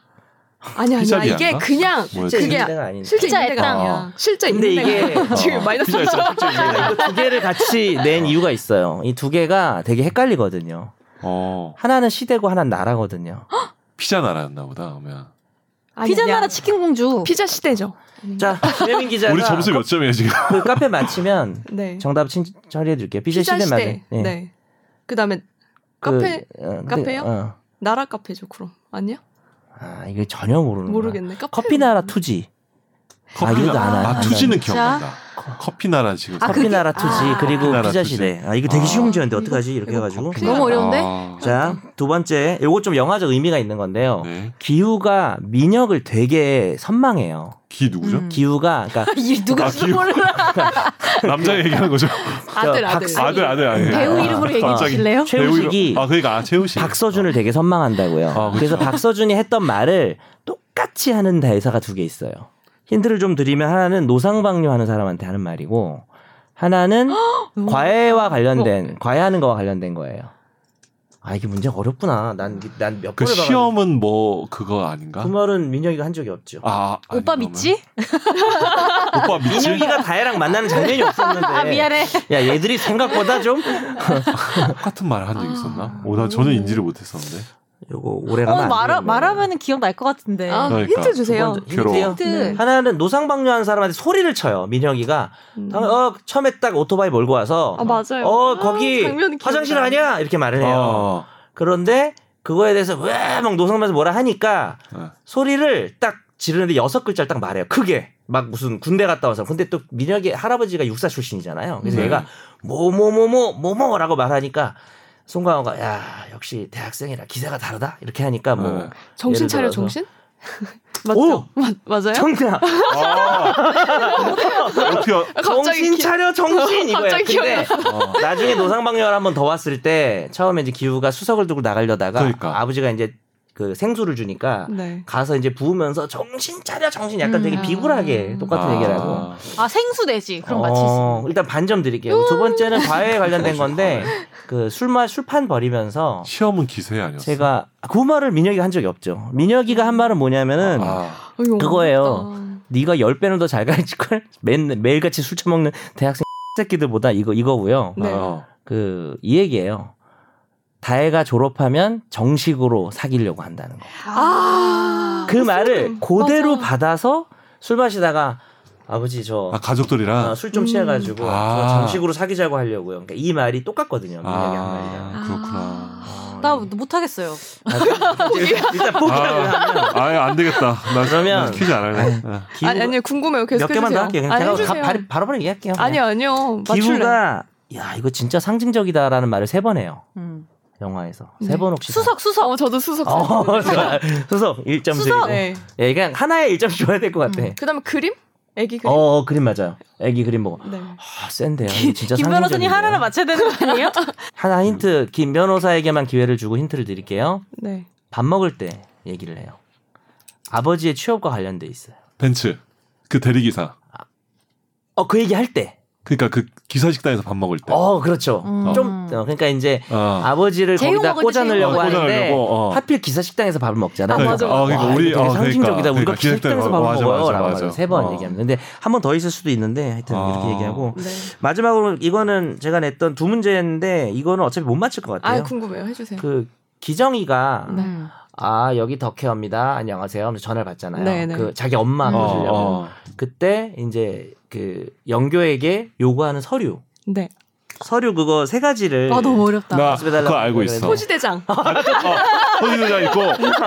Speaker 1: 아니 아니야.
Speaker 2: 피자리아
Speaker 1: 이게
Speaker 2: 인가?
Speaker 1: 그냥
Speaker 2: 뭐였지?
Speaker 1: 그게
Speaker 3: 인데가 아닌데.
Speaker 1: 실제
Speaker 4: 피자
Speaker 1: 인데가
Speaker 4: 했다.
Speaker 1: 아니야. 실제
Speaker 3: 근데
Speaker 1: 인데가
Speaker 3: 이게-
Speaker 1: 지금
Speaker 3: 어.
Speaker 1: 마이너스
Speaker 2: 피자였어,
Speaker 3: 제가 이거 두 개를 같이 낸 이유가 있어요. 이 두 개가 되게 헷갈리거든요.
Speaker 2: 어.
Speaker 3: 하나는 시대고 하나는 나라거든요.
Speaker 2: 피자 나라였나 보다. 그러면.
Speaker 1: 아니야.
Speaker 4: 피자 나라 치킨 공주.
Speaker 1: 피자 시대죠.
Speaker 3: 자, 김혜민 기자가
Speaker 2: 우리 점수 몇 점이에요 지금?
Speaker 3: 그 카페 맞히면
Speaker 1: 네.
Speaker 3: 정답 친, 처리해 드릴게요. 피자 시대 그 맞은. 예. 어,
Speaker 1: 네. 그다음에 카페- 카페요? 나라 카페죠, 그럼. 아니야?
Speaker 3: 아 이게 전혀 모르는
Speaker 1: 모르겠네. 카페
Speaker 3: 커피나라 투지
Speaker 2: 커피나
Speaker 3: 이것도 안 하-
Speaker 2: 아,
Speaker 3: 안
Speaker 2: 투지는
Speaker 4: 진짜?
Speaker 2: 기억난다. 커피나라 지금.
Speaker 4: 아, 그게-
Speaker 3: 커피나라 투지
Speaker 4: 아.
Speaker 3: 그리고
Speaker 2: 커피나라
Speaker 3: 피자
Speaker 2: 투지.
Speaker 3: 시대 아 이거 되게
Speaker 2: 아.
Speaker 3: 쉬운 문제였는데 어떡하지
Speaker 1: 이거-
Speaker 3: 이렇게
Speaker 1: 이거
Speaker 3: 해가지고
Speaker 1: 커피나-
Speaker 4: 너무 어려운데?
Speaker 7: 아,
Speaker 3: 자 두 번째 요거 좀 영화적 의미가 있는
Speaker 2: 아,
Speaker 3: 건데요
Speaker 7: 네.
Speaker 3: 기우가 민혁을 되게 선망해요
Speaker 2: 기 누구죠?
Speaker 4: 음.
Speaker 3: 기우가 그러니까
Speaker 4: 이 누군지도 몰라.
Speaker 2: 남자 얘기하는 거죠.
Speaker 1: 아들 아들.
Speaker 3: 박사-
Speaker 2: 아들 네, 아들 아들.
Speaker 4: 배우 이름으로 얘기해
Speaker 2: 갑자기.
Speaker 4: 주실래요?
Speaker 2: 배우
Speaker 3: 최우식이
Speaker 2: 이름- 아 그러니까 아, 최우식.
Speaker 3: 박서준을 되게 선망한다고요.
Speaker 2: 아, 그렇죠.
Speaker 3: 그래서 박서준이 했던 말을 똑같이 하는 대사가 두 개 있어요. 힌트를 좀 드리면 하나는 노상방뇨하는 사람한테 하는 말이고 하나는 과외와 관련된 과외하는 거와 관련된 거예요. 아 이게 문제가 어렵구나. 난난몇
Speaker 2: 그
Speaker 3: 번을
Speaker 2: 시험은 뭐 그거 아닌가?
Speaker 3: 그 말은 민혁이가 한 적이 없죠.
Speaker 2: 아 아니,
Speaker 4: 오빠
Speaker 2: 그러면.
Speaker 4: 믿지?
Speaker 2: 오빠 믿지?
Speaker 3: 민혁이가 다혜랑 만나는 장면이 없었는데.
Speaker 4: 아 미안해.
Speaker 3: 야 얘들이 생각보다 좀
Speaker 2: 똑같은 말 한 적 있었나?
Speaker 1: 아.
Speaker 2: 오나 저는 인지를 못했었는데.
Speaker 3: 요거 오래 가면
Speaker 4: 어
Speaker 3: 안
Speaker 4: 말하
Speaker 3: 되겠네.
Speaker 4: 말하면 기억날 것 같은데.
Speaker 1: 아,
Speaker 2: 그러니까.
Speaker 1: 힌트 주세요.
Speaker 3: 두 번째
Speaker 2: 괴로워.
Speaker 3: 힌트요.
Speaker 1: 네.
Speaker 4: 힌트.
Speaker 3: 하나는 노상방뇨하는 사람한테 소리를 쳐요. 민혁이가
Speaker 1: 음.
Speaker 3: 다음에 어 처음에 딱 오토바이 몰고 와서
Speaker 1: 아 맞아요.
Speaker 3: 어
Speaker 1: 아,
Speaker 3: 거기
Speaker 1: 장면이
Speaker 3: 화장실
Speaker 1: 기억나.
Speaker 3: 아니야 이렇게 말을 해요.
Speaker 2: 어.
Speaker 3: 그런데 그거에 대해서 왜 막 노상방에서 뭐라 하니까
Speaker 2: 네.
Speaker 3: 소리를 딱 지르는데 여섯 글자를 딱 말해요. 크게 막 무슨 군대 갔다 와서 근데 또 민혁이 할아버지가 육사 출신이잖아요. 그래서
Speaker 2: 네.
Speaker 3: 얘가 뭐뭐뭐뭐 뭐뭐라고 말하니까 송강호가 야 역시 대학생이라 기세가 다르다 이렇게 하니까 뭐
Speaker 2: 네.
Speaker 1: 정신
Speaker 3: 예를
Speaker 1: 차려
Speaker 3: 들어서.
Speaker 1: 정신?
Speaker 3: 오!
Speaker 1: 맞죠? 마,
Speaker 2: 네.
Speaker 1: 맞아요?
Speaker 3: 정답
Speaker 2: 아, 어떻게 알-
Speaker 1: 아, 갑자기
Speaker 3: 정신
Speaker 1: 기-
Speaker 3: 차려 정신 이거야.
Speaker 1: 갑자기
Speaker 3: 근데
Speaker 2: 어.
Speaker 3: 나중에 노상방뇨를 한번 더 왔을 때 처음에 이제 기우가 수석을 들고 나가려다가
Speaker 2: 그러니까.
Speaker 3: 아버지가 이제 그 생수를 주니까
Speaker 1: 네.
Speaker 3: 가서 이제 부으면서 정신 차려 정신 약간
Speaker 4: 음.
Speaker 3: 되게 비굴하게 똑같은
Speaker 2: 아.
Speaker 3: 얘기를 하고
Speaker 4: 아 생수 내지. 그럼 맞힐 수.
Speaker 3: 어, 일단 반점 드릴게요. 두 번째는 과외에 관련된 건데 그 술마 술판 버리면서
Speaker 2: 시험은 기세 아니었어.
Speaker 3: 제가 그 말을 민혁이가 한 적이 없죠. 민혁이가 한 말은 뭐냐면은
Speaker 2: 아,
Speaker 1: 어이,
Speaker 3: 그거예요.
Speaker 1: 어렵다.
Speaker 3: 네가 열 배는 더 잘 가르칠 걸 맨, 매일같이 술 처먹는 대학생 새끼들보다 이거 이거고요.
Speaker 1: 네.
Speaker 2: 어.
Speaker 3: 그 이 얘기예요. 다혜가 졸업하면 정식으로 사귀려고 한다는 거.
Speaker 1: 아.
Speaker 3: 그 말을 그대로
Speaker 1: 맞아.
Speaker 3: 받아서 술 마시다가 아버지
Speaker 2: 아
Speaker 3: 저
Speaker 2: 가족들이랑
Speaker 3: 어, 술 좀
Speaker 1: 음.
Speaker 3: 취해가지고
Speaker 2: 아.
Speaker 3: 저 정식으로 사귀자고 하려고요. 그러니까 이 말이 똑같거든요. 민혁이 한 말이랑.
Speaker 2: 아, 그렇구나.
Speaker 3: 어,
Speaker 4: 나
Speaker 3: 이게-
Speaker 4: 못하겠어요.
Speaker 3: 아, 일단, 일단 포기하고요. 하면.
Speaker 2: 아예 안 되겠다. 나
Speaker 3: 그러면-
Speaker 2: 나 퀴즈 안 할래.
Speaker 3: 기우가-
Speaker 1: 아니 아니요 궁금해요. 계속
Speaker 3: 몇 개만 더 할게요.
Speaker 1: 해주세요.
Speaker 3: 그냥
Speaker 1: 아니,
Speaker 3: 제가 가-
Speaker 1: 해주세요.
Speaker 3: 바로, 바로 바로 얘기할게요. 그냥.
Speaker 1: 아니요 아니요 맞출래.
Speaker 3: 기우가 야 이거 진짜 상징적이다라는 말을 세 번 해요.
Speaker 4: 음.
Speaker 3: 영화에서
Speaker 1: 네.
Speaker 3: 세 번 혹시
Speaker 4: 수석 수석.
Speaker 1: 어 저도 수석.
Speaker 3: 어, 좋아. 수석 1점 드리고.
Speaker 4: 수석!
Speaker 1: 네.
Speaker 3: 예, 그냥 하나에 1점 줘야 될 것 같아.
Speaker 4: 음.
Speaker 1: 그다음에 그림? 애기 그림.
Speaker 3: 네. 어, 어, 그림 맞아요. 애기 그림 보고.
Speaker 1: 네.
Speaker 3: 아, 센데요. 이거 진짜
Speaker 4: 김 변호사님
Speaker 3: 상징적인데요.
Speaker 4: 하나를 맞춰야 되는 거 아니에요?
Speaker 3: 하나 힌트. 김 변호사에게만 기회를 주고 힌트를 드릴게요.
Speaker 1: 네.
Speaker 3: 밥 먹을 때 얘기를 해요. 아버지의 취업과 관련돼 있어요.
Speaker 2: 벤츠 그 대리기사.
Speaker 3: 어, 그 얘기 할 때.
Speaker 2: 그러니까 그 기사 식당에서 밥 먹을 때.
Speaker 3: 어, 그렇죠.
Speaker 4: 음.
Speaker 3: 좀 어, 그러니까 이제
Speaker 2: 아.
Speaker 3: 아버지를
Speaker 4: 제육
Speaker 3: 거기다
Speaker 4: 먹을 때
Speaker 3: 꽂아넣으려고
Speaker 4: 제육 먹을 때.
Speaker 3: 하는데
Speaker 2: 꽂아넣으려고, 어.
Speaker 3: 하필 기사 식당에서 밥을 먹잖아.
Speaker 1: 아, 맞아, 맞아.
Speaker 2: 아, 그러니까
Speaker 3: 와,
Speaker 2: 우리-
Speaker 3: 이거 되게
Speaker 2: 어, 그러니까,
Speaker 3: 상징적이다. 우리가
Speaker 2: 그러니까
Speaker 3: 기사 식당에서 밥을
Speaker 2: 맞아,
Speaker 3: 먹어요.
Speaker 2: 맞아,
Speaker 3: 라고
Speaker 2: 맞아.
Speaker 3: 세번
Speaker 2: 어.
Speaker 3: 얘기하면 근데 한 번 더 있을 수도 있는데 하여튼
Speaker 2: 아.
Speaker 3: 이렇게 얘기하고
Speaker 1: 네.
Speaker 3: 마지막으로 이거는 제가 냈던 두 문제인데 이거는 어차피 못 맞출 것
Speaker 1: 아
Speaker 3: 같아요.
Speaker 1: 궁금해요. 해주세요.
Speaker 3: 그 기정이가
Speaker 1: 네.
Speaker 4: 음.
Speaker 3: 아 여기 덕혜입니다 안녕하세요 하면서 전화를 받잖아요.
Speaker 1: 네, 네.
Speaker 3: 그 자기 엄마
Speaker 1: 음.
Speaker 3: 거
Speaker 2: 어,
Speaker 3: 주려고
Speaker 2: 어.
Speaker 3: 그때 이제 그 영교에게 요구하는 서류
Speaker 1: 네.
Speaker 3: 서류 그거 세 가지를
Speaker 4: 아 너무 어렵다.
Speaker 2: 나
Speaker 3: 연습해달라고
Speaker 2: 그거 알고 있어.
Speaker 3: 그러는데.
Speaker 1: 포지대장.
Speaker 2: 혼인자 있고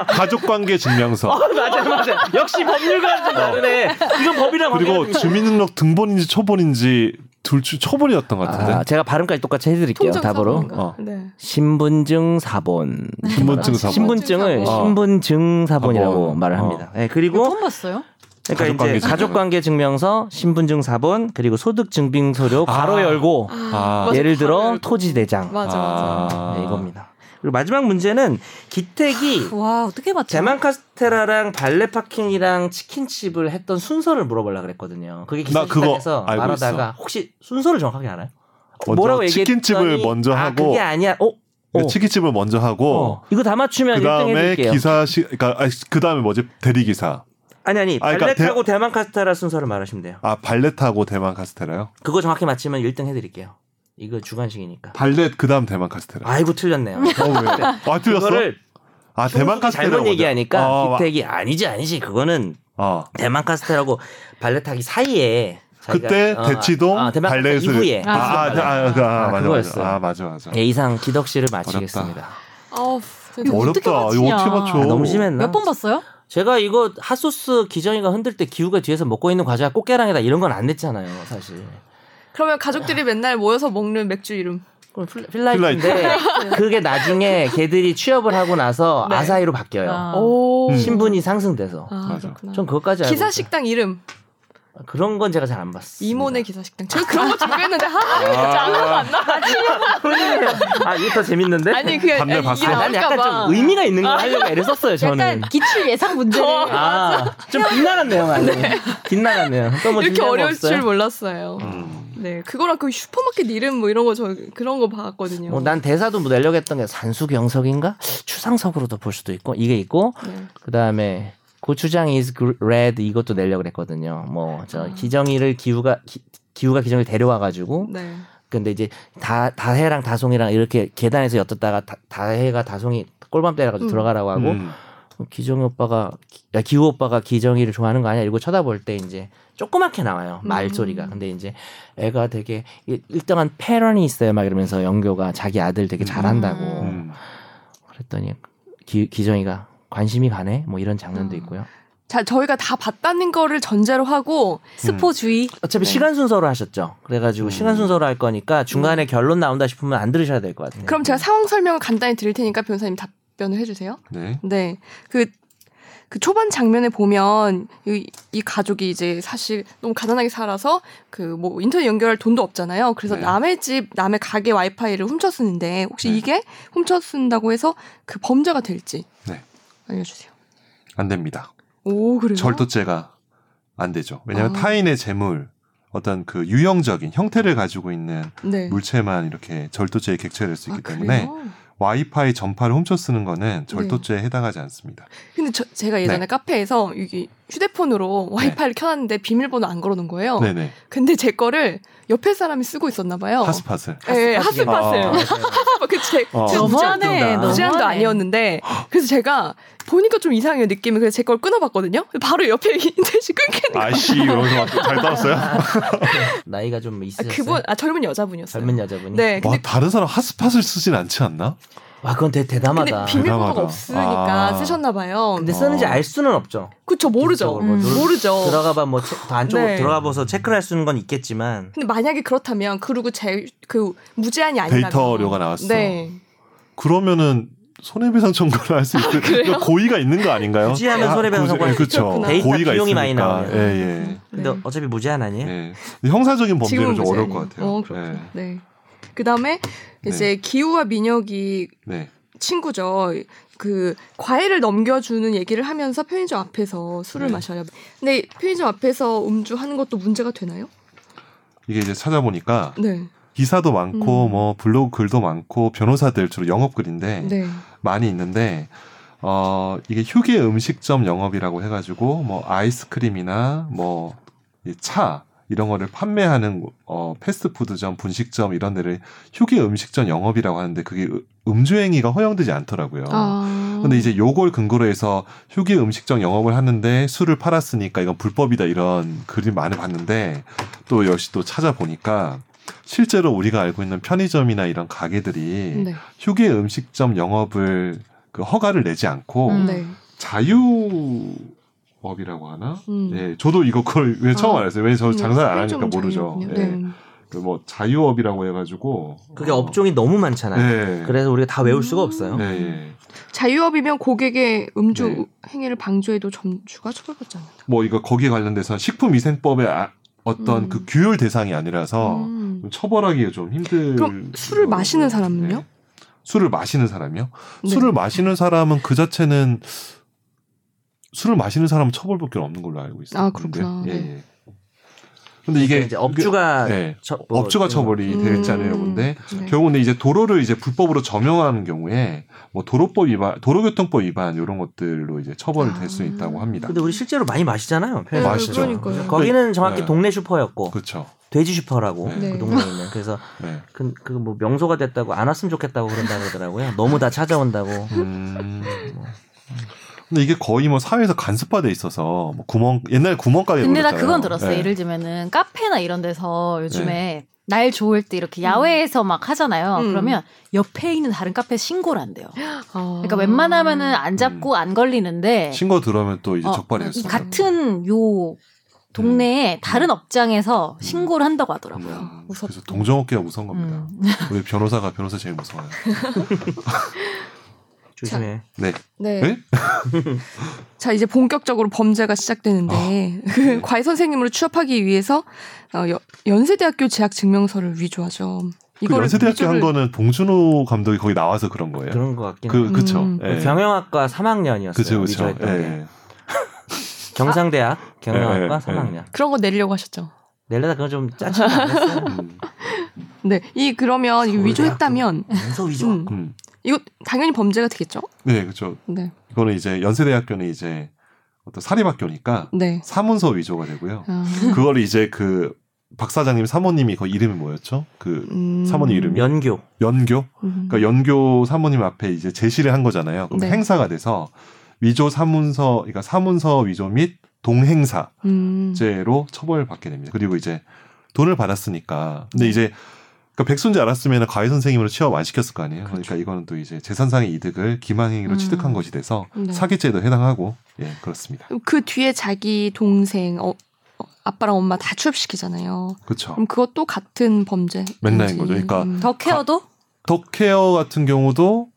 Speaker 2: 가족관계 증명서
Speaker 3: 어, 맞아 맞아 역시 법률과는 좀 다르네 이건 법이랑
Speaker 2: 어. 그리고
Speaker 3: 관계가 좀-
Speaker 2: 주민등록 등본인지 초본인지 둘 중 초본이었던 것
Speaker 3: 아,
Speaker 2: 어, 같은데.
Speaker 3: 제가 발음까지 똑같이 해드릴게요
Speaker 1: 통장
Speaker 3: 답으로
Speaker 1: 사본인가?
Speaker 2: 어.
Speaker 1: 네.
Speaker 3: 신분증 사본
Speaker 2: 신분증 사본.
Speaker 3: 신분증을
Speaker 1: 사본.
Speaker 3: 신분증 사본이라고
Speaker 2: 사본.
Speaker 3: 말을
Speaker 2: 어.
Speaker 3: 합니다 네,
Speaker 4: 이거
Speaker 3: 그리고
Speaker 4: 처음 봤어요?
Speaker 3: 그러니까
Speaker 2: 가족관계
Speaker 3: 이제
Speaker 2: 증명서.
Speaker 3: 가족관계 증명서 신분증 사본 그리고 소득증빙 서류
Speaker 2: 아.
Speaker 3: 괄호 열고
Speaker 2: 아.
Speaker 1: 맞아,
Speaker 3: 예를 들어
Speaker 1: 괄호
Speaker 3: 토지 대장
Speaker 1: 맞아 맞아.
Speaker 3: 네, 이겁니다 그리고 마지막 문제는 기택이
Speaker 4: 와 어떻게 맞지?
Speaker 3: 제만 카스테라랑 발레 파킹이랑 치킨집을 했던 순서를 물어보려 그랬거든요. 그게
Speaker 2: 나 그거
Speaker 3: 기사에서
Speaker 2: 알고
Speaker 3: 말하다가 혹시 순서를 정확하게 알아요?
Speaker 2: 먼저 치킨집을 먼저
Speaker 3: 아,
Speaker 2: 하고
Speaker 3: 그게 아니야. 어, 어,
Speaker 2: 치킨집을 먼저 하고
Speaker 3: 어. 이거 다 맞추면
Speaker 2: 그
Speaker 3: 1등
Speaker 2: 다음에
Speaker 3: 해줄게요.
Speaker 2: 기사시 그러니까 그 다음에 뭐지 대리기사
Speaker 3: 아니 아니
Speaker 2: 아, 그러니까
Speaker 3: 발레타고 대... 만 카스테라 순서를 말하시면 돼요.
Speaker 2: 아 발레타고 대만 카스테라요
Speaker 3: 그거 정확히 맞히면 1등 해드릴게요. 이거 주관식이니까.
Speaker 2: 발레 그 다음 대만 카스테라
Speaker 3: 아이고 틀렸네요.
Speaker 2: 어왜아 틀렸어
Speaker 3: 그거를
Speaker 2: 아 대만 카스테라
Speaker 3: 잘못 얘기하니까
Speaker 2: 어,
Speaker 3: 기택이 아니지 아니지 그거는
Speaker 2: 어.
Speaker 3: 대만 카스테라고 발레타기 사이에 자기가-
Speaker 2: 그때
Speaker 3: 어,
Speaker 2: 대치동
Speaker 3: 아, 대만 카스테라
Speaker 2: 발레에서
Speaker 3: 이후에
Speaker 2: 아, 아, 아, 아, 아,
Speaker 3: 아,
Speaker 2: 맞아, 맞아
Speaker 3: 그거였어요.
Speaker 2: 아 맞아 맞아
Speaker 3: 예, 이상 기덕 씨를 마치겠습니다.
Speaker 1: 아우
Speaker 4: 이거 어떻게
Speaker 5: 어렵다. 이거
Speaker 4: 맞추냐.
Speaker 5: 어떻게 맞춰?
Speaker 3: 아, 너무 심했나?
Speaker 4: 몇 번 봤어요?
Speaker 3: 제가 이거 핫소스 기정이가 흔들 때 기우가 뒤에서 먹고 있는 과자가 꽃게랑이다 이런 건 안 냈잖아요, 사실.
Speaker 1: 그러면 가족들이 맨날 모여서 먹는 맥주 이름.
Speaker 3: 그럼 필- 필라이트인데 그게 나중에 걔들이 취업을 하고 나서
Speaker 1: 네.
Speaker 3: 아사히로 바뀌어요.
Speaker 4: 아.
Speaker 1: 오.
Speaker 5: 음.
Speaker 3: 신분이 상승돼서.
Speaker 1: 아,
Speaker 5: 맞아.
Speaker 1: 그렇구나.
Speaker 3: 전 그것까지 알고
Speaker 1: 기사
Speaker 3: 있어요.
Speaker 1: 식당 이름
Speaker 3: 그런 건 제가 잘 안 봤어요.
Speaker 1: 이모네 기사 식당. 저 그런 거 준비했는데 하나도
Speaker 5: 아.
Speaker 1: 아무도 안 나.
Speaker 3: 아 이게 더 재밌는데?
Speaker 1: 아니 그게
Speaker 5: 반대
Speaker 1: 아니, 이게
Speaker 5: 봤어요.
Speaker 3: 아, 난 약간
Speaker 1: 나올까봐. 아.
Speaker 3: 좀 의미가 있는 걸 하려고 애를 썼어요 저는.
Speaker 4: 약간 기출 예상 문제. 아,
Speaker 3: 아좀 빗나갔네요, 많이. 빗나갔네요. 또뭐
Speaker 1: 이렇게
Speaker 3: 준비한 거
Speaker 1: 어려울
Speaker 3: 없어요?
Speaker 1: 줄 몰랐어요.
Speaker 5: 음.
Speaker 1: 네, 그거랑 그 슈퍼마켓 이름 뭐 이런 거 저 그런 거 봤거든요.
Speaker 3: 어, 난 대사도 뭐 내려고 했던 게 산수경석인가 추상석으로도 볼 수도 있고 이게 있고
Speaker 1: 네.
Speaker 3: 그 다음에 고추장 is gr- red 이것도 내려고 그랬거든요. 뭐
Speaker 1: 아.
Speaker 3: 저 기정이를 기우가 기, 기우가 기정이를 데려와가지고
Speaker 1: 네.
Speaker 3: 근데 이제 다 다해랑 다송이랑 이렇게 계단에서 엿듣다가 다, 다해가 다송이 꼴밤 때려가지고
Speaker 1: 음.
Speaker 3: 들어가라고 하고
Speaker 5: 음.
Speaker 3: 기정이 오빠가 야 기우 오빠가 기정이를 좋아하는 거 아니야? 이러고 쳐다볼 때 이제 조그맣게 나와요
Speaker 1: 음.
Speaker 3: 말소리가. 근데 이제 애가 되게 일- 일정한 패런이 있어요 막 이러면서 영교가 자기 아들 되게 잘한다고
Speaker 5: 음.
Speaker 3: 그랬더니 기, 기정이가 관심이 가네 뭐 이런 장면도
Speaker 1: 음.
Speaker 3: 있고요.
Speaker 1: 자, 저희가 다 봤다는 거를 전제로 하고
Speaker 4: 스포 주의.
Speaker 3: 어차피 시간 순서로 하셨죠. 그래가지고 시간 순서로 할 거니까 중간에 결론 나온다 싶으면 안 들으셔야 될 것 같아요.
Speaker 1: 음. 그럼 제가 상황 설명을 간단히 드릴 테니까 변호사님 답변을 해주세요.
Speaker 2: 네.
Speaker 1: 네. 그, 그 초반 장면에 보면 이, 이 가족이 이제 사실 너무 가난하게 살아서 그 뭐 인터넷 연결할 돈도 없잖아요. 그래서
Speaker 2: 네.
Speaker 1: 남의 집, 남의 가게 와이파이를 훔쳐 쓰는데 혹시
Speaker 2: 네.
Speaker 1: 이게 훔쳐 쓴다고 해서 그 범죄가 될지
Speaker 2: 네.
Speaker 1: 알려주세요.
Speaker 2: 안 됩니다.
Speaker 1: 오, 그래요?
Speaker 2: 절도죄가 안 되죠. 왜냐하면
Speaker 1: 아.
Speaker 2: 타인의 재물 어떤 그 유형적인
Speaker 3: 음.
Speaker 2: 형태를 가지고 있는
Speaker 1: 네.
Speaker 2: 물체만 이렇게 절도죄에 객체될 수 있기
Speaker 1: 아,
Speaker 2: 때문에
Speaker 1: 그래요?
Speaker 2: 와이파이 전파를 훔쳐 쓰는 거는
Speaker 1: 네.
Speaker 2: 절도죄에 해당하지 않습니다.
Speaker 1: 근데 저, 제가 예전에
Speaker 2: 네.
Speaker 1: 카페에서 이게 휴대폰으로 와이파이를 켜놨는데 비밀번호 안 걸어놓은 거예요.
Speaker 2: 네네.
Speaker 1: 근데 제 거를 옆에 사람이 쓰고 있었나 봐요.
Speaker 2: 핫스팟을.
Speaker 1: 예,
Speaker 3: 어,
Speaker 1: 핫스팟을.
Speaker 5: 아.
Speaker 1: 그제
Speaker 5: 어.
Speaker 4: 너무하네.
Speaker 3: 진짜
Speaker 1: 무제한도
Speaker 4: 너무하네.
Speaker 1: 아니었는데 그래서 제가 보니까 좀 이상해요 느낌이 그래서 제 걸 끊어봤거든요. 바로 옆에 인터넷이 끊기는 거예요.
Speaker 5: 아씨 이러면서 막잘 따랐어요.
Speaker 3: 네. 나이가 좀
Speaker 1: 아,
Speaker 3: 있으셨어요.
Speaker 1: 그분 아 젊은 여자분이었어요.
Speaker 3: 젊은 여자분이.
Speaker 1: 네,
Speaker 5: 와
Speaker 1: 근데,
Speaker 5: 다른 사람 핫스팟을 쓰진 않지 않나?
Speaker 3: 와 그건 되게
Speaker 1: 근데
Speaker 3: 대담하다. 근데,
Speaker 1: 비밀번호가
Speaker 5: 대단하다.
Speaker 1: 없으니까
Speaker 5: 아.
Speaker 1: 쓰셨나 봐요.
Speaker 3: 쓰는지 알 수는 없죠.
Speaker 1: 그쵸 모르죠.
Speaker 3: 기본적으로 뭐
Speaker 4: 음.
Speaker 3: 누르-
Speaker 1: 모르죠.
Speaker 3: 들어가봐 뭐 체- 더 안쪽으로
Speaker 1: 네.
Speaker 3: 들어가봐서 체크를 할 수는 건 있겠지만
Speaker 1: 근데 만약에 그렇다면 그리고 제 그 무제한이 아니라
Speaker 5: 데이터료가 나왔어.
Speaker 1: 네.
Speaker 5: 그러면은 손해배상 청구를 할 수
Speaker 1: 아,
Speaker 5: 있을 그러니까 고의가 있는 거 아닌가요?
Speaker 3: 굳이 하면 손해배상 청구할 수
Speaker 5: 그렇죠.
Speaker 1: 있겠구나.
Speaker 3: 데이터
Speaker 5: 고의가
Speaker 3: 비용이
Speaker 5: 있으니까.
Speaker 3: 많이 나오네요.
Speaker 5: 예, 예.
Speaker 3: 근데
Speaker 1: 네.
Speaker 3: 어차피 무제한 아니에요?
Speaker 2: 예. 형사적인 범죄는 좀
Speaker 1: 지금은 무제한이에요.
Speaker 2: 어려울 것 같아요. 예.
Speaker 1: 어, 그렇구나. 네. 그다음에
Speaker 5: 네.
Speaker 1: 이제 기우와 민혁이
Speaker 2: 네.
Speaker 1: 친구죠. 그 과일을 넘겨주는 얘기를 하면서 편의점 앞에서 술을
Speaker 2: 네.
Speaker 1: 마셔요. 근데 편의점 앞에서 음주하는 것도 문제가 되나요?
Speaker 2: 이게 이제 찾아보니까
Speaker 1: 네.
Speaker 2: 기사도 많고
Speaker 1: 음.
Speaker 2: 뭐 블로그 글도 많고 변호사들 주로 영업 글인데
Speaker 1: 네.
Speaker 2: 많이 있는데 어 이게 휴게 음식점 영업이라고 해가지고 뭐 아이스크림이나 뭐 차 이런 거를 판매하는 어 패스트푸드점 분식점 이런 데를 휴게 음식점 영업이라고 하는데 그게 으- 음주행위가 허용되지 않더라고요.
Speaker 1: 아.
Speaker 2: 근데 이제 요걸 근거로 해서 휴게 음식점 영업을 하는데 술을 팔았으니까 이건 불법이다 이런 글이 많이 봤는데 또 역시 또 찾아보니까 실제로 우리가 알고 있는 편의점이나 이런 가게들이
Speaker 1: 네.
Speaker 2: 휴게 음식점 영업을 그 허가를 내지 않고
Speaker 4: 음.
Speaker 1: 네.
Speaker 2: 자유업이라고 하나?
Speaker 1: 음.
Speaker 2: 예, 저도 이거 그걸 왜 처음
Speaker 1: 아.
Speaker 2: 알았어요. 왜 저 장사를 안 하니까
Speaker 1: 편의점은
Speaker 2: 모르죠.
Speaker 1: 자유군요.
Speaker 2: 예.
Speaker 1: 네.
Speaker 2: 그뭐 자유업이라고 해가지고
Speaker 3: 그게
Speaker 2: 어,
Speaker 3: 업종이 너무 많잖아요. 음.
Speaker 2: 예.
Speaker 3: 그래서 우리가 다 외울
Speaker 1: 음.
Speaker 3: 수가 없어요.
Speaker 2: 예, 예.
Speaker 1: 자유업이면 고객의 음주
Speaker 2: 네.
Speaker 1: 행위를 방조해도 점주가 처벌받지 않는다.
Speaker 2: 뭐 이거 거기에 관련돼서 식품위생법의 아- 어떤
Speaker 1: 음.
Speaker 2: 그 규율 대상이 아니라서
Speaker 1: 음.
Speaker 2: 좀 처벌하기가 좀 힘들.
Speaker 1: 그럼 술을 마시는 사람은요?
Speaker 2: 술을 마시는 사람이요?
Speaker 1: 네.
Speaker 2: 술을 마시는 사람은 그 자체는 술을 마시는 사람은 처벌밖에 없는 걸로 알고 있어요.
Speaker 1: 아, 그렇구나.
Speaker 2: 근데,
Speaker 1: 네.
Speaker 2: 예, 예. 근데 이게
Speaker 3: 그러니까 이제 업주가
Speaker 2: 그- 예.
Speaker 3: 처- 뭐-
Speaker 2: 업주가 처벌이
Speaker 1: 음.
Speaker 2: 되지 않으려고 근데
Speaker 1: 네.
Speaker 2: 결국은 이제 도로를 이제 불법으로 점용하는 경우에 뭐 도로법 위반, 도로교통법 위반 이런 것들로 이제 처벌이 될 수
Speaker 1: 아.
Speaker 2: 있다고 합니다.
Speaker 3: 근데 우리 실제로 많이 마시잖아요.
Speaker 1: 네,
Speaker 3: 편의점에서.
Speaker 2: 마시죠.
Speaker 1: 그러니까요.
Speaker 3: 거기는 정확히
Speaker 2: 네.
Speaker 3: 동네 슈퍼였고
Speaker 2: 그렇죠.
Speaker 3: 돼지 슈퍼라고
Speaker 2: 네.
Speaker 3: 그 동네에 있는 그래서
Speaker 2: 네.
Speaker 3: 그 그 뭐 명소가 됐다고 안 왔으면 좋겠다고 그런다 그러더라고요. 너무 다 찾아온다고.
Speaker 2: 음. 근데 이게 거의 뭐 사회에서 간섭화돼 있어서 뭐 구멍 옛날 구멍가게
Speaker 4: 근데 나
Speaker 2: 불렀잖아요.
Speaker 4: 그건 들었어. 요
Speaker 2: 네.
Speaker 3: 네.
Speaker 4: 예를 들면은 카페나 이런 데서 요즘에 날 좋을 때 이렇게 야외에서 막 하잖아요.
Speaker 1: 음.
Speaker 4: 그러면 옆에 있는 다른 카페 신고를 한대요.
Speaker 1: 네.
Speaker 4: 그러니까
Speaker 3: 아.
Speaker 4: 웬만하면은 안
Speaker 3: 음.
Speaker 4: 잡고 안 걸리는데
Speaker 2: 신고 들어오면 또 이제
Speaker 4: 어, 이
Speaker 2: 적발이었어.
Speaker 4: 같은 요 동네에
Speaker 3: 음.
Speaker 4: 다른 업장에서 신고를 한다고 하더라고요.
Speaker 2: 음,
Speaker 1: 무섭다.
Speaker 2: 그래서 동정업계가 무서운 겁니다.
Speaker 4: 음.
Speaker 2: 우리 변호사가 변호사 제일 무서워요.
Speaker 3: 조심해.
Speaker 2: 네.
Speaker 1: 네.
Speaker 2: 네?
Speaker 1: 자 이제 본격적으로 범죄가 시작되는데
Speaker 2: 아, 네.
Speaker 1: 그 과외 선생님으로 취업하기 위해서 어, 여- 연세대학교 재학 증명서를 위조하죠.
Speaker 5: 그
Speaker 1: 이거를
Speaker 5: 연세대학교 한
Speaker 1: 위조를-
Speaker 5: 거는 봉준호 감독이 거기 나와서 그런
Speaker 2: 네.
Speaker 5: 거예요.
Speaker 3: 그런 것 같긴 해.
Speaker 5: 그 그쵸.
Speaker 1: 음.
Speaker 5: 예.
Speaker 3: 경영학과 3학년이었어요.
Speaker 5: 그쵸 그쵸.
Speaker 2: 네.
Speaker 3: 위조했던 게.
Speaker 5: 예.
Speaker 3: 경상대학
Speaker 5: 예, 예,
Speaker 2: 네.
Speaker 3: 경영학과
Speaker 5: 예.
Speaker 3: 3학년.
Speaker 1: 그런 거 내려고 하셨죠.
Speaker 3: 낼래다 그건 좀 짜증 났어요.
Speaker 5: 음.
Speaker 1: 네, 이 그러면 이거
Speaker 3: 서울대학교.
Speaker 1: 위조했다면
Speaker 3: 연서
Speaker 2: 아,
Speaker 3: 위조.
Speaker 1: 음,
Speaker 5: 음.
Speaker 1: 이거 당연히 범죄가 되겠죠.
Speaker 2: 네, 그렇죠.
Speaker 1: 네,
Speaker 2: 이거는 이제 연세대학교는 이제 어떤 사립학교니까
Speaker 1: 네.
Speaker 2: 사문서 위조가 되고요.
Speaker 1: 아,
Speaker 2: 그걸 이제 그 박사장님 사모님이 그 이름이 뭐였죠? 그
Speaker 1: 음,
Speaker 2: 사모님 이름이
Speaker 3: 연교.
Speaker 2: 연교.
Speaker 1: 음.
Speaker 2: 그러니까 연교 사모님 앞에 이제 제시를 한 거잖아요. 그럼
Speaker 1: 네.
Speaker 2: 행사가 돼서 위조 사문서, 그러니까 사문서 위조 및 동행사
Speaker 1: 음.
Speaker 2: 죄로 처벌받게 됩니다. 그리고 이제 돈을 받았으니까. 근데 이제 그러니까 백수인지 알았으면 과외 선생님으로 취업 안 시켰을 거 아니에요. 그러니까 이거는 또 이제 재산상의 이득을 기만행위로
Speaker 4: 음.
Speaker 2: 취득한 것이 돼서
Speaker 1: 네.
Speaker 2: 사기죄도 해당하고 예 그렇습니다.
Speaker 1: 그 뒤에 자기 동생 어, 어, 아빠랑 엄마 다 취업시키잖아요.
Speaker 2: 그렇죠.
Speaker 1: 그럼 그것도 같은 범죄. 음.
Speaker 2: 맨날인 거죠. 그러니까
Speaker 4: 더 케어도
Speaker 2: 덕케어 같은 경우도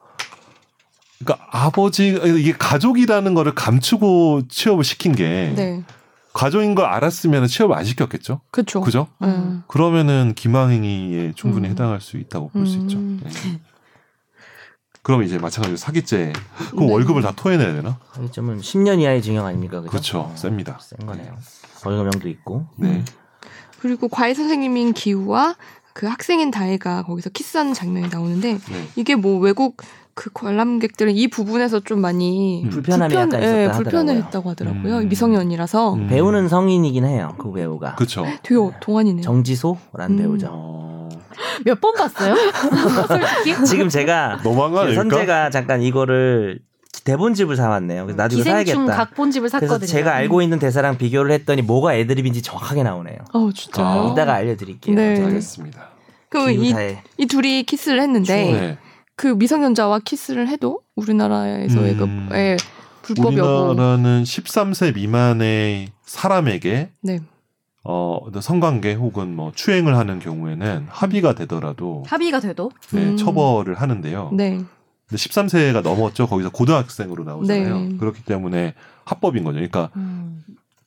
Speaker 2: 그러니까 아버지 이게 가족이라는 거를 감추고 취업을 시킨 게
Speaker 1: 네,
Speaker 2: 가족인 걸 알았으면 취업 안 시켰겠죠.
Speaker 1: 그렇죠.
Speaker 2: 그죠?
Speaker 1: 음.
Speaker 2: 그러면은 기망행위에 충분히
Speaker 1: 음.
Speaker 2: 해당할 수 있다고 볼 수
Speaker 1: 음.
Speaker 2: 있죠. 예. 그럼 이제 마찬가지로 사기죄. 그럼
Speaker 1: 네.
Speaker 2: 월급을 다 토해내야 되나?
Speaker 3: 사기점은 10년 이하의 징역 아닙니까? 그죠?
Speaker 2: 그렇죠.
Speaker 3: 어,
Speaker 2: 셉니다.
Speaker 3: 센 거네요. 벌금형도 있고.
Speaker 2: 네.
Speaker 1: 그리고 과외 선생님인 기우와 그 학생인 다혜가 거기서 키스하는 장면이 나오는데
Speaker 2: 네.
Speaker 1: 이게 뭐 외국 그 관람객들은 이 부분에서 좀 많이
Speaker 2: 음.
Speaker 3: 불편함이 약간 있었다
Speaker 1: 예,
Speaker 3: 하더라고요.
Speaker 1: 불편을 했다고 하더라고요.
Speaker 2: 음.
Speaker 1: 미성년이라서
Speaker 2: 음.
Speaker 3: 배우는 성인이긴 해요. 그 배우가.
Speaker 2: 그렇죠.
Speaker 1: 되게 동안이네요.
Speaker 3: 정지소라는
Speaker 1: 음.
Speaker 3: 배우죠.
Speaker 2: 어...
Speaker 4: 몇 번 봤어요? 솔직히
Speaker 3: 지금 제가
Speaker 2: 너무한 거 어. 아닐까?
Speaker 3: 선재가 잠깐 이거를 대본집을 사왔네요. 그래서 나중에
Speaker 4: 기생충
Speaker 3: 사야겠다.
Speaker 4: 각본집을 샀거든요. 음.
Speaker 3: 그래서 제가 알고 있는 대사랑 비교를 했더니 뭐가 애드립인지 정확하게 나오네요.
Speaker 1: 어 진짜요?
Speaker 2: 아.
Speaker 3: 이따가 알려드릴게요.
Speaker 1: 네.
Speaker 2: 알겠습니다.
Speaker 1: 그럼 이,
Speaker 3: 기우다의
Speaker 1: 이 둘이 키스를 했는데
Speaker 2: 네.
Speaker 1: 그 미성년자와 키스를 해도 우리나라에서의
Speaker 2: 음.
Speaker 1: 그 예, 불법 여부
Speaker 2: 우리나라는 13세 미만의 사람에게
Speaker 1: 네.
Speaker 2: 어, 어떤 성관계 혹은 뭐 추행을 하는 경우에는 합의가 되더라도
Speaker 4: 합의가 돼도
Speaker 2: 네,
Speaker 1: 음.
Speaker 2: 처벌을 하는데요.
Speaker 1: 네.
Speaker 2: 근데 13세가 넘었죠. 거기서 고등학생으로 나오잖아요.
Speaker 1: 네.
Speaker 2: 그렇기 때문에 합법인 거죠. 그러니까
Speaker 3: 음.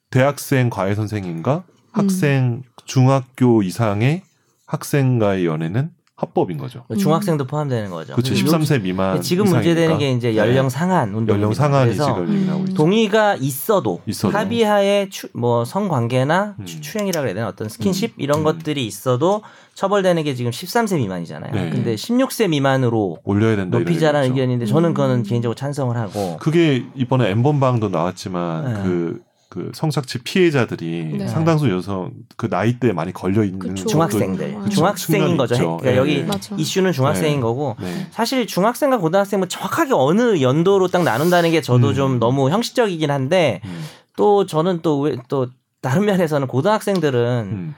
Speaker 2: 대학생 과외 선생님과
Speaker 1: 음.
Speaker 2: 학생 중학교 이상의 학생과의 연애는 합법인 거죠.
Speaker 3: 중학생도 포함되는 거죠.
Speaker 2: 그렇죠.
Speaker 1: 음.
Speaker 2: 13세 미만
Speaker 3: 네, 지금 문제되는 게 이제 연령 상한 운동.
Speaker 2: 네. 연령 상한이
Speaker 3: 그래서
Speaker 2: 지금 얘기 나오고 있죠.
Speaker 3: 음. 동의가 있어도,
Speaker 2: 있어도.
Speaker 3: 합의하에 추, 뭐 성관계나
Speaker 2: 음.
Speaker 3: 추- 추행이라고 해야 되나 어떤 스킨십 이런
Speaker 2: 음.
Speaker 3: 것들이 있어도 처벌되는 게 지금 13세 미만이잖아요.
Speaker 2: 네.
Speaker 3: 근데 16세 미만으로
Speaker 2: 올려야 된다 이런
Speaker 3: 높이자라는
Speaker 2: 얘기죠.
Speaker 3: 의견인데 저는 그거는 개인적으로 찬성을 하고
Speaker 2: 그게 이번에 엠번방도 나왔지만
Speaker 3: 네.
Speaker 2: 그, 그 성착취 피해자들이
Speaker 1: 네.
Speaker 2: 상당수 여성 그 나이대에 많이 걸려 있는
Speaker 1: 그쵸.
Speaker 3: 중학생들
Speaker 1: 그쵸.
Speaker 3: 중학생인
Speaker 2: 측면이
Speaker 3: 거죠.
Speaker 2: 있죠.
Speaker 3: 그러니까
Speaker 2: 예.
Speaker 3: 여기
Speaker 1: 맞아.
Speaker 3: 이슈는 중학생인
Speaker 2: 네.
Speaker 3: 거고
Speaker 2: 네.
Speaker 3: 사실 중학생과 고등학생 뭐 정확하게 어느 연도로 딱 나눈다는 게 저도
Speaker 2: 음.
Speaker 3: 좀 너무 형식적이긴 한데
Speaker 2: 음.
Speaker 3: 또 저는 또 왜 또 다른 면에서는 고등학생들은
Speaker 2: 음.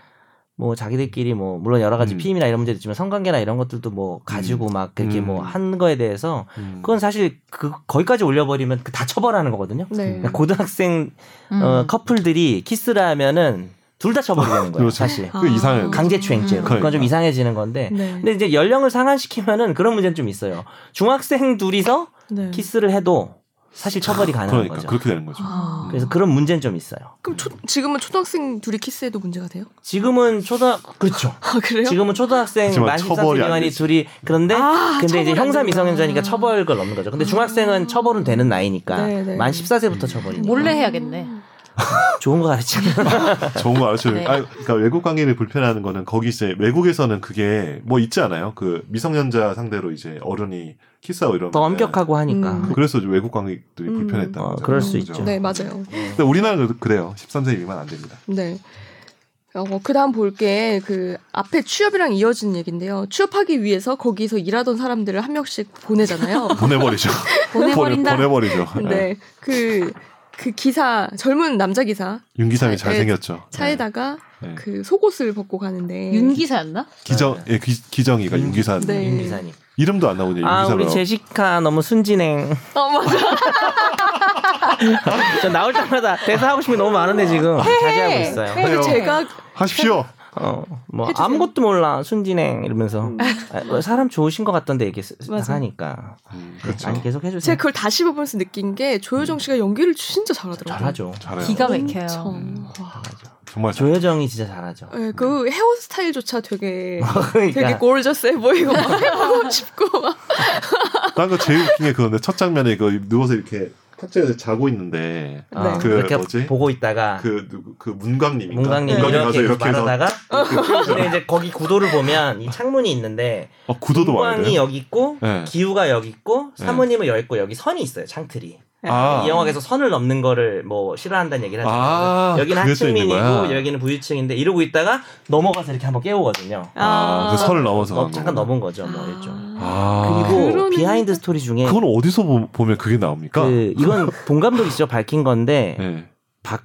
Speaker 3: 뭐 자기들끼리 뭐 물론 여러 가지
Speaker 2: 음.
Speaker 3: 피임이나 이런 문제도 있지만 성관계나 이런 것들도 뭐 가지고 막 그렇게
Speaker 2: 음.
Speaker 3: 뭐 한 거에 대해서
Speaker 2: 음.
Speaker 3: 그건 사실 그 거기까지 올려버리면 그 다 처벌하는
Speaker 2: 음.
Speaker 3: 거거든요.
Speaker 1: 네.
Speaker 3: 그러니까 고등학생
Speaker 4: 음.
Speaker 3: 어, 커플들이 키스를 하면은 둘 다 처벌이 되는 거예요.
Speaker 2: 그렇죠.
Speaker 3: 사실
Speaker 2: 그
Speaker 3: 음.
Speaker 2: 이상해요.
Speaker 3: 강제추행죄로 그건 좀
Speaker 2: 그러니까.
Speaker 3: 이상해지는 건데
Speaker 1: 아. 네.
Speaker 3: 근데 이제 연령을 상한시키면은 그런 문제는 좀 있어요. 중학생 둘이서
Speaker 1: 네.
Speaker 3: 키스를 해도 사실 처벌이 가능한
Speaker 2: 그러니까
Speaker 3: 거죠.
Speaker 2: 그렇게 되는 거죠.
Speaker 1: 아.
Speaker 3: 그래서 그런 문제는 좀 있어요.
Speaker 1: 그럼 초, 지금은 초등학생 둘이 키스해도 문제가 돼요?
Speaker 3: 지금은 초등 그렇죠.
Speaker 1: 아 그래요?
Speaker 3: 지금은 초등학생
Speaker 2: 하지만
Speaker 3: 만
Speaker 2: 처벌이
Speaker 3: 13세
Speaker 2: 안
Speaker 3: 미만이
Speaker 2: 되지.
Speaker 3: 둘이 그런데
Speaker 1: 아,
Speaker 3: 근데 이제
Speaker 1: 처벌 안
Speaker 3: 형사
Speaker 1: 되는구나. 음.
Speaker 3: 미성년자니까 처벌을 넘는 거죠. 근데 중학생은 처벌은 되는 나이니까
Speaker 1: 네, 뭐? 네.
Speaker 3: 만 14세부터 처벌이니까
Speaker 4: 몰래 해야겠네.
Speaker 1: 음.
Speaker 3: 좋은 거 가르치는
Speaker 2: 좋은 거 알죠.
Speaker 4: 네.
Speaker 2: 아, 그러니까 외국 관계를 불편하는 거는 거기 이제 외국에서는 그게 뭐 있지 않아요? 그 미성년자 상대로 이제 어른이 키스하고 이러면
Speaker 3: 더 엄격하고 하니까
Speaker 1: 음.
Speaker 2: 그래서 이제 외국 관객들이
Speaker 1: 음.
Speaker 2: 불편했다는
Speaker 3: 어,
Speaker 2: 거죠.
Speaker 3: 그럴 수
Speaker 2: 그죠?
Speaker 3: 있죠.
Speaker 1: 네 맞아요.
Speaker 2: 근데 우리나라는 그래도 그래요. 13세 미만 안 됩니다.
Speaker 1: 네. 어, 그 다음 볼 게 그 앞에 취업이랑 이어진 얘기인데요. 취업하기 위해서 거기서 일하던 사람들을 한 명씩 보내잖아요.
Speaker 2: 보내버리죠. 네.
Speaker 4: 보내버린다.
Speaker 1: 네.
Speaker 2: 보내버리죠.
Speaker 1: 근데 그 그 기사 젊은 남자 기사
Speaker 2: 윤기삼이
Speaker 1: 자,
Speaker 2: 잘생겼죠.
Speaker 1: 차에다가
Speaker 2: 네. 네.
Speaker 1: 그 속옷을 벗고 가는데
Speaker 4: 윤기사였나?
Speaker 3: 어,
Speaker 2: 기정
Speaker 3: 네.
Speaker 2: 예 기, 기정이가
Speaker 3: 윤-
Speaker 2: 윤기산
Speaker 1: 네.
Speaker 3: 윤기사님.
Speaker 2: 이름도 안 나오냐
Speaker 3: 아
Speaker 2: 윤기사로.
Speaker 3: 우리 제시카 너무 순진해.
Speaker 1: 어 맞아
Speaker 3: 저 나올 때마다 대사 하고 싶은 게 너무 많은데 지금 자제하고 있어요.
Speaker 1: 그래서
Speaker 2: 해요.
Speaker 1: 제가
Speaker 2: 하십시오.
Speaker 3: 어뭐
Speaker 1: 해주세요. 음.
Speaker 3: 아무것도 몰라 순진해 이러면서 아, 사람 좋으신 것 같던데 이렇게 쓰-
Speaker 1: 맞아요.
Speaker 3: 하니까
Speaker 2: 그렇죠.
Speaker 3: 아니 계속 해주세요.
Speaker 1: 제가 그 그걸 다시 보면서 느낀 게 조효정 씨가 연기를 진짜 잘하더라고요.
Speaker 3: 잘하죠.
Speaker 2: 잘해요.
Speaker 4: 기가 막혀요.
Speaker 1: 엄청. 와.
Speaker 2: 정말 잘.
Speaker 3: 조여정이 진짜 잘하죠.
Speaker 1: 네, 그 헤어스타일조차 되게 되게
Speaker 3: 그러니까
Speaker 1: 골저스해 보이고 막 해보고 싶고 막.
Speaker 2: 난그 제일 웃긴 게 그건데 첫 장면에 그 누워서 이렇게 탁자에서 자고 있는데
Speaker 3: 아,
Speaker 1: 네.
Speaker 2: 그
Speaker 3: 이렇게
Speaker 2: 뭐지?
Speaker 3: 보고 있다가
Speaker 2: 그 누구 그 문강님인가?
Speaker 3: 아. 문강님이
Speaker 2: 문강이
Speaker 3: 이렇게,
Speaker 2: 가서 이렇게 해서
Speaker 3: 예, 말하다가 근데 이제 거기 구도를 보면 이 창문이 있는데
Speaker 2: 어, 구도도 와야
Speaker 3: 문광이
Speaker 2: 돼요.
Speaker 3: 여기 있고
Speaker 2: 네.
Speaker 3: 기우가 여기 있고
Speaker 2: 네.
Speaker 3: 사모님은 여기 있고 여기 선이 있어요 창틀이
Speaker 2: 아,
Speaker 3: 이 영화에서 선을 넘는 거를 뭐 싫어한다는 얘기를 하죠
Speaker 2: 아,
Speaker 3: 여기는
Speaker 2: 그게 또 있는
Speaker 3: 하층민이고
Speaker 2: 거야.
Speaker 3: 여기는 부유층인데 이러고 있다가 넘어가서 이렇게 한번 깨우거든요
Speaker 2: 아, 그 선을 넘어서
Speaker 3: 넘-
Speaker 2: 간
Speaker 3: 잠깐
Speaker 2: 거구나.
Speaker 3: 넘은 거죠 뭐 일종
Speaker 2: 아,
Speaker 3: 그리고
Speaker 1: 그런 의미가-
Speaker 3: 비하인드 스토리 중에
Speaker 2: 그건 어디서 보, 보면 그게 나옵니까?
Speaker 3: 그 이건 본 감독이 직접 밝힌 건데
Speaker 2: 네.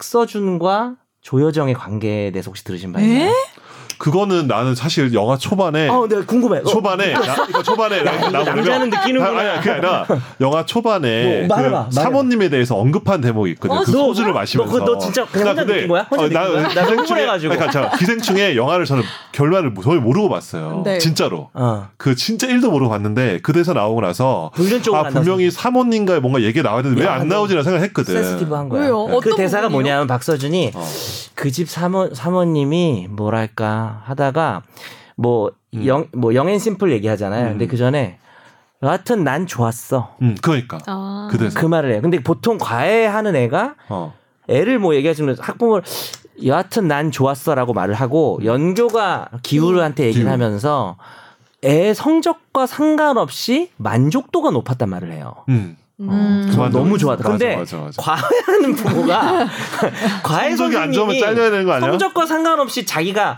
Speaker 3: 박서준과 조여정의 관계에 대해서 혹시 들으신 바 있나요?
Speaker 2: 그거는 나는 사실 영화 초반에
Speaker 3: 어, 내가 궁금해. 어,
Speaker 2: 네. 초반에 나, 이거 초반에 나, 나
Speaker 3: 남자는 느끼는구나.
Speaker 2: 아니야 그게 아니라 영화 초반에
Speaker 3: 뭐,
Speaker 2: 그
Speaker 3: 말해봐, 말해봐.
Speaker 2: 사모님에 대해서 언급한 대목이 있거든.
Speaker 3: 어,
Speaker 2: 그
Speaker 3: 너-
Speaker 2: 소주를
Speaker 3: 너
Speaker 2: 마시면서.
Speaker 3: 그거 너 진짜 그냥
Speaker 2: 나 어,
Speaker 3: 혼자 느낀 거야? 혼자
Speaker 2: 나
Speaker 3: 느낀 거야? 나
Speaker 2: 기생충에-
Speaker 3: 흥분해가지고.
Speaker 2: 그러니까 저 기생충의 영화를 저는 결말을 모- 전혀 모르고 봤어요.
Speaker 1: 네.
Speaker 2: 진짜로.
Speaker 3: 어.
Speaker 2: 그 진짜 1도 모르고 봤는데 그 대사 나오고 나서
Speaker 3: 불륜 쪽으로
Speaker 2: 아
Speaker 3: 안 네,
Speaker 2: 분명히 사모님과 뭔가 얘기 나와야 되는데 왜
Speaker 3: 야,
Speaker 2: 안
Speaker 3: 너
Speaker 2: 나오지라 생각했거든.
Speaker 3: 그 센스티브 한 거야.
Speaker 1: 왜요?
Speaker 3: 그
Speaker 1: 어떤
Speaker 3: 대사가
Speaker 1: 부분이요?
Speaker 3: 뭐냐면 박서준이
Speaker 2: 어.
Speaker 3: 그 집 사모 사모님이 뭐랄까 하다가 뭐영뭐 영앤 심플 얘기하잖아요. 근데
Speaker 2: 음.
Speaker 3: 그 전에 여하튼 난 좋았어.
Speaker 2: 음 그러니까
Speaker 1: 아.
Speaker 2: 그 대사.
Speaker 3: 그 말을 해요. 근데 보통 과외하는 애가
Speaker 2: 어.
Speaker 3: 애를 뭐 얘기하시면 학부모를 여하튼 난 좋았어라고 말을 하고 연교가 기우한테 얘기를
Speaker 2: 기우.
Speaker 3: 하면서 애 성적과 상관없이 만족도가 높았단 말을 해요.
Speaker 2: 음.
Speaker 1: 음.
Speaker 2: 그 말
Speaker 3: 너무 좋아하다.
Speaker 2: 맞아,
Speaker 3: 근데
Speaker 2: 맞아, 맞아.
Speaker 3: 과외하는 부모가 과외
Speaker 2: 성적이 안 좋으면
Speaker 3: 선생님이
Speaker 2: 잘려야 되는 거 아니야? 어?
Speaker 3: 성적과 상관없이 자기가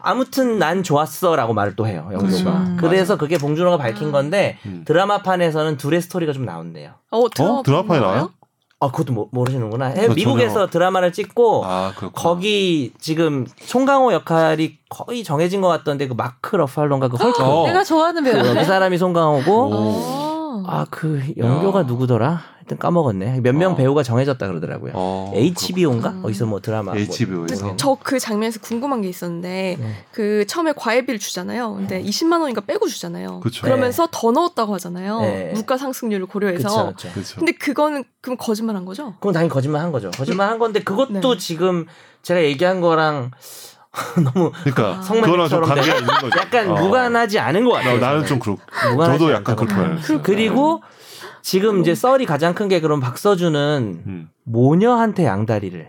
Speaker 3: 아무튼 난 좋았어라고 말을 또 해요 영도가.
Speaker 4: 그렇죠.
Speaker 3: 그래서 그게 봉준호가 밝힌 건데
Speaker 2: 음.
Speaker 3: 드라마판에서는 둘의 스토리가 좀 나온대요.
Speaker 1: 어, 드라마
Speaker 2: 어? 드라마에 나와요?
Speaker 3: 아 그것도 모, 모르시는구나. 해-
Speaker 2: 어,
Speaker 3: 미국에서
Speaker 2: 전혀.
Speaker 3: 드라마를 찍고
Speaker 2: 아 그렇고.
Speaker 3: 어. 거기 지금 송강호 역할이 거의 정해진 것 같던데 그 마크 러팔론가 그 헐크
Speaker 2: 어.
Speaker 4: 내가 좋아하는 배우.
Speaker 3: 그 사람이 송강호고
Speaker 1: 어.
Speaker 3: 아 그 연교가
Speaker 2: 야.
Speaker 3: 누구더라? 하여튼 까먹었네. 몇 명
Speaker 2: 어.
Speaker 3: 배우가 정해졌다 그러더라고요.
Speaker 2: 어,
Speaker 3: HBO인가?
Speaker 1: 그렇구나.
Speaker 3: 어디서 뭐 드라마 뭐
Speaker 2: HBO에서
Speaker 1: 저 그 장면에서 궁금한 게 있었는데
Speaker 3: 네.
Speaker 1: 그 처음에 과외비를 주잖아요. 근데 20만 원인가 빼고 주잖아요.
Speaker 2: 그쵸. 네.
Speaker 1: 러면서더 넣었다고 하잖아요.
Speaker 3: 네.
Speaker 1: 물가 상승률을 고려해서.
Speaker 3: 그쵸, 그쵸.
Speaker 2: 그렇죠.
Speaker 1: 근데 그거는 그럼 거짓말한 거죠?
Speaker 3: 그건 당연히 거짓말 한 거죠. 거짓말 한 건데 그것도
Speaker 1: 네.
Speaker 3: 지금 제가 얘기한 거랑 너무
Speaker 2: 그러니까
Speaker 1: 아.
Speaker 2: 그거랑 좀
Speaker 3: 성매매처럼
Speaker 2: 관계가 있는 거죠.
Speaker 3: 약간
Speaker 2: 어.
Speaker 3: 무관하지 않은 것
Speaker 2: 나,
Speaker 3: 같아요.
Speaker 2: 나는
Speaker 3: 저는.
Speaker 2: 좀 그렇고
Speaker 3: 무관하지
Speaker 2: 저도 약간
Speaker 3: 않다고.
Speaker 2: 그렇게 말했어요.
Speaker 3: 그리고 지금 이제 썰이 가장 큰 게 그럼 박서준은
Speaker 2: 음.
Speaker 3: 모녀한테 양다리를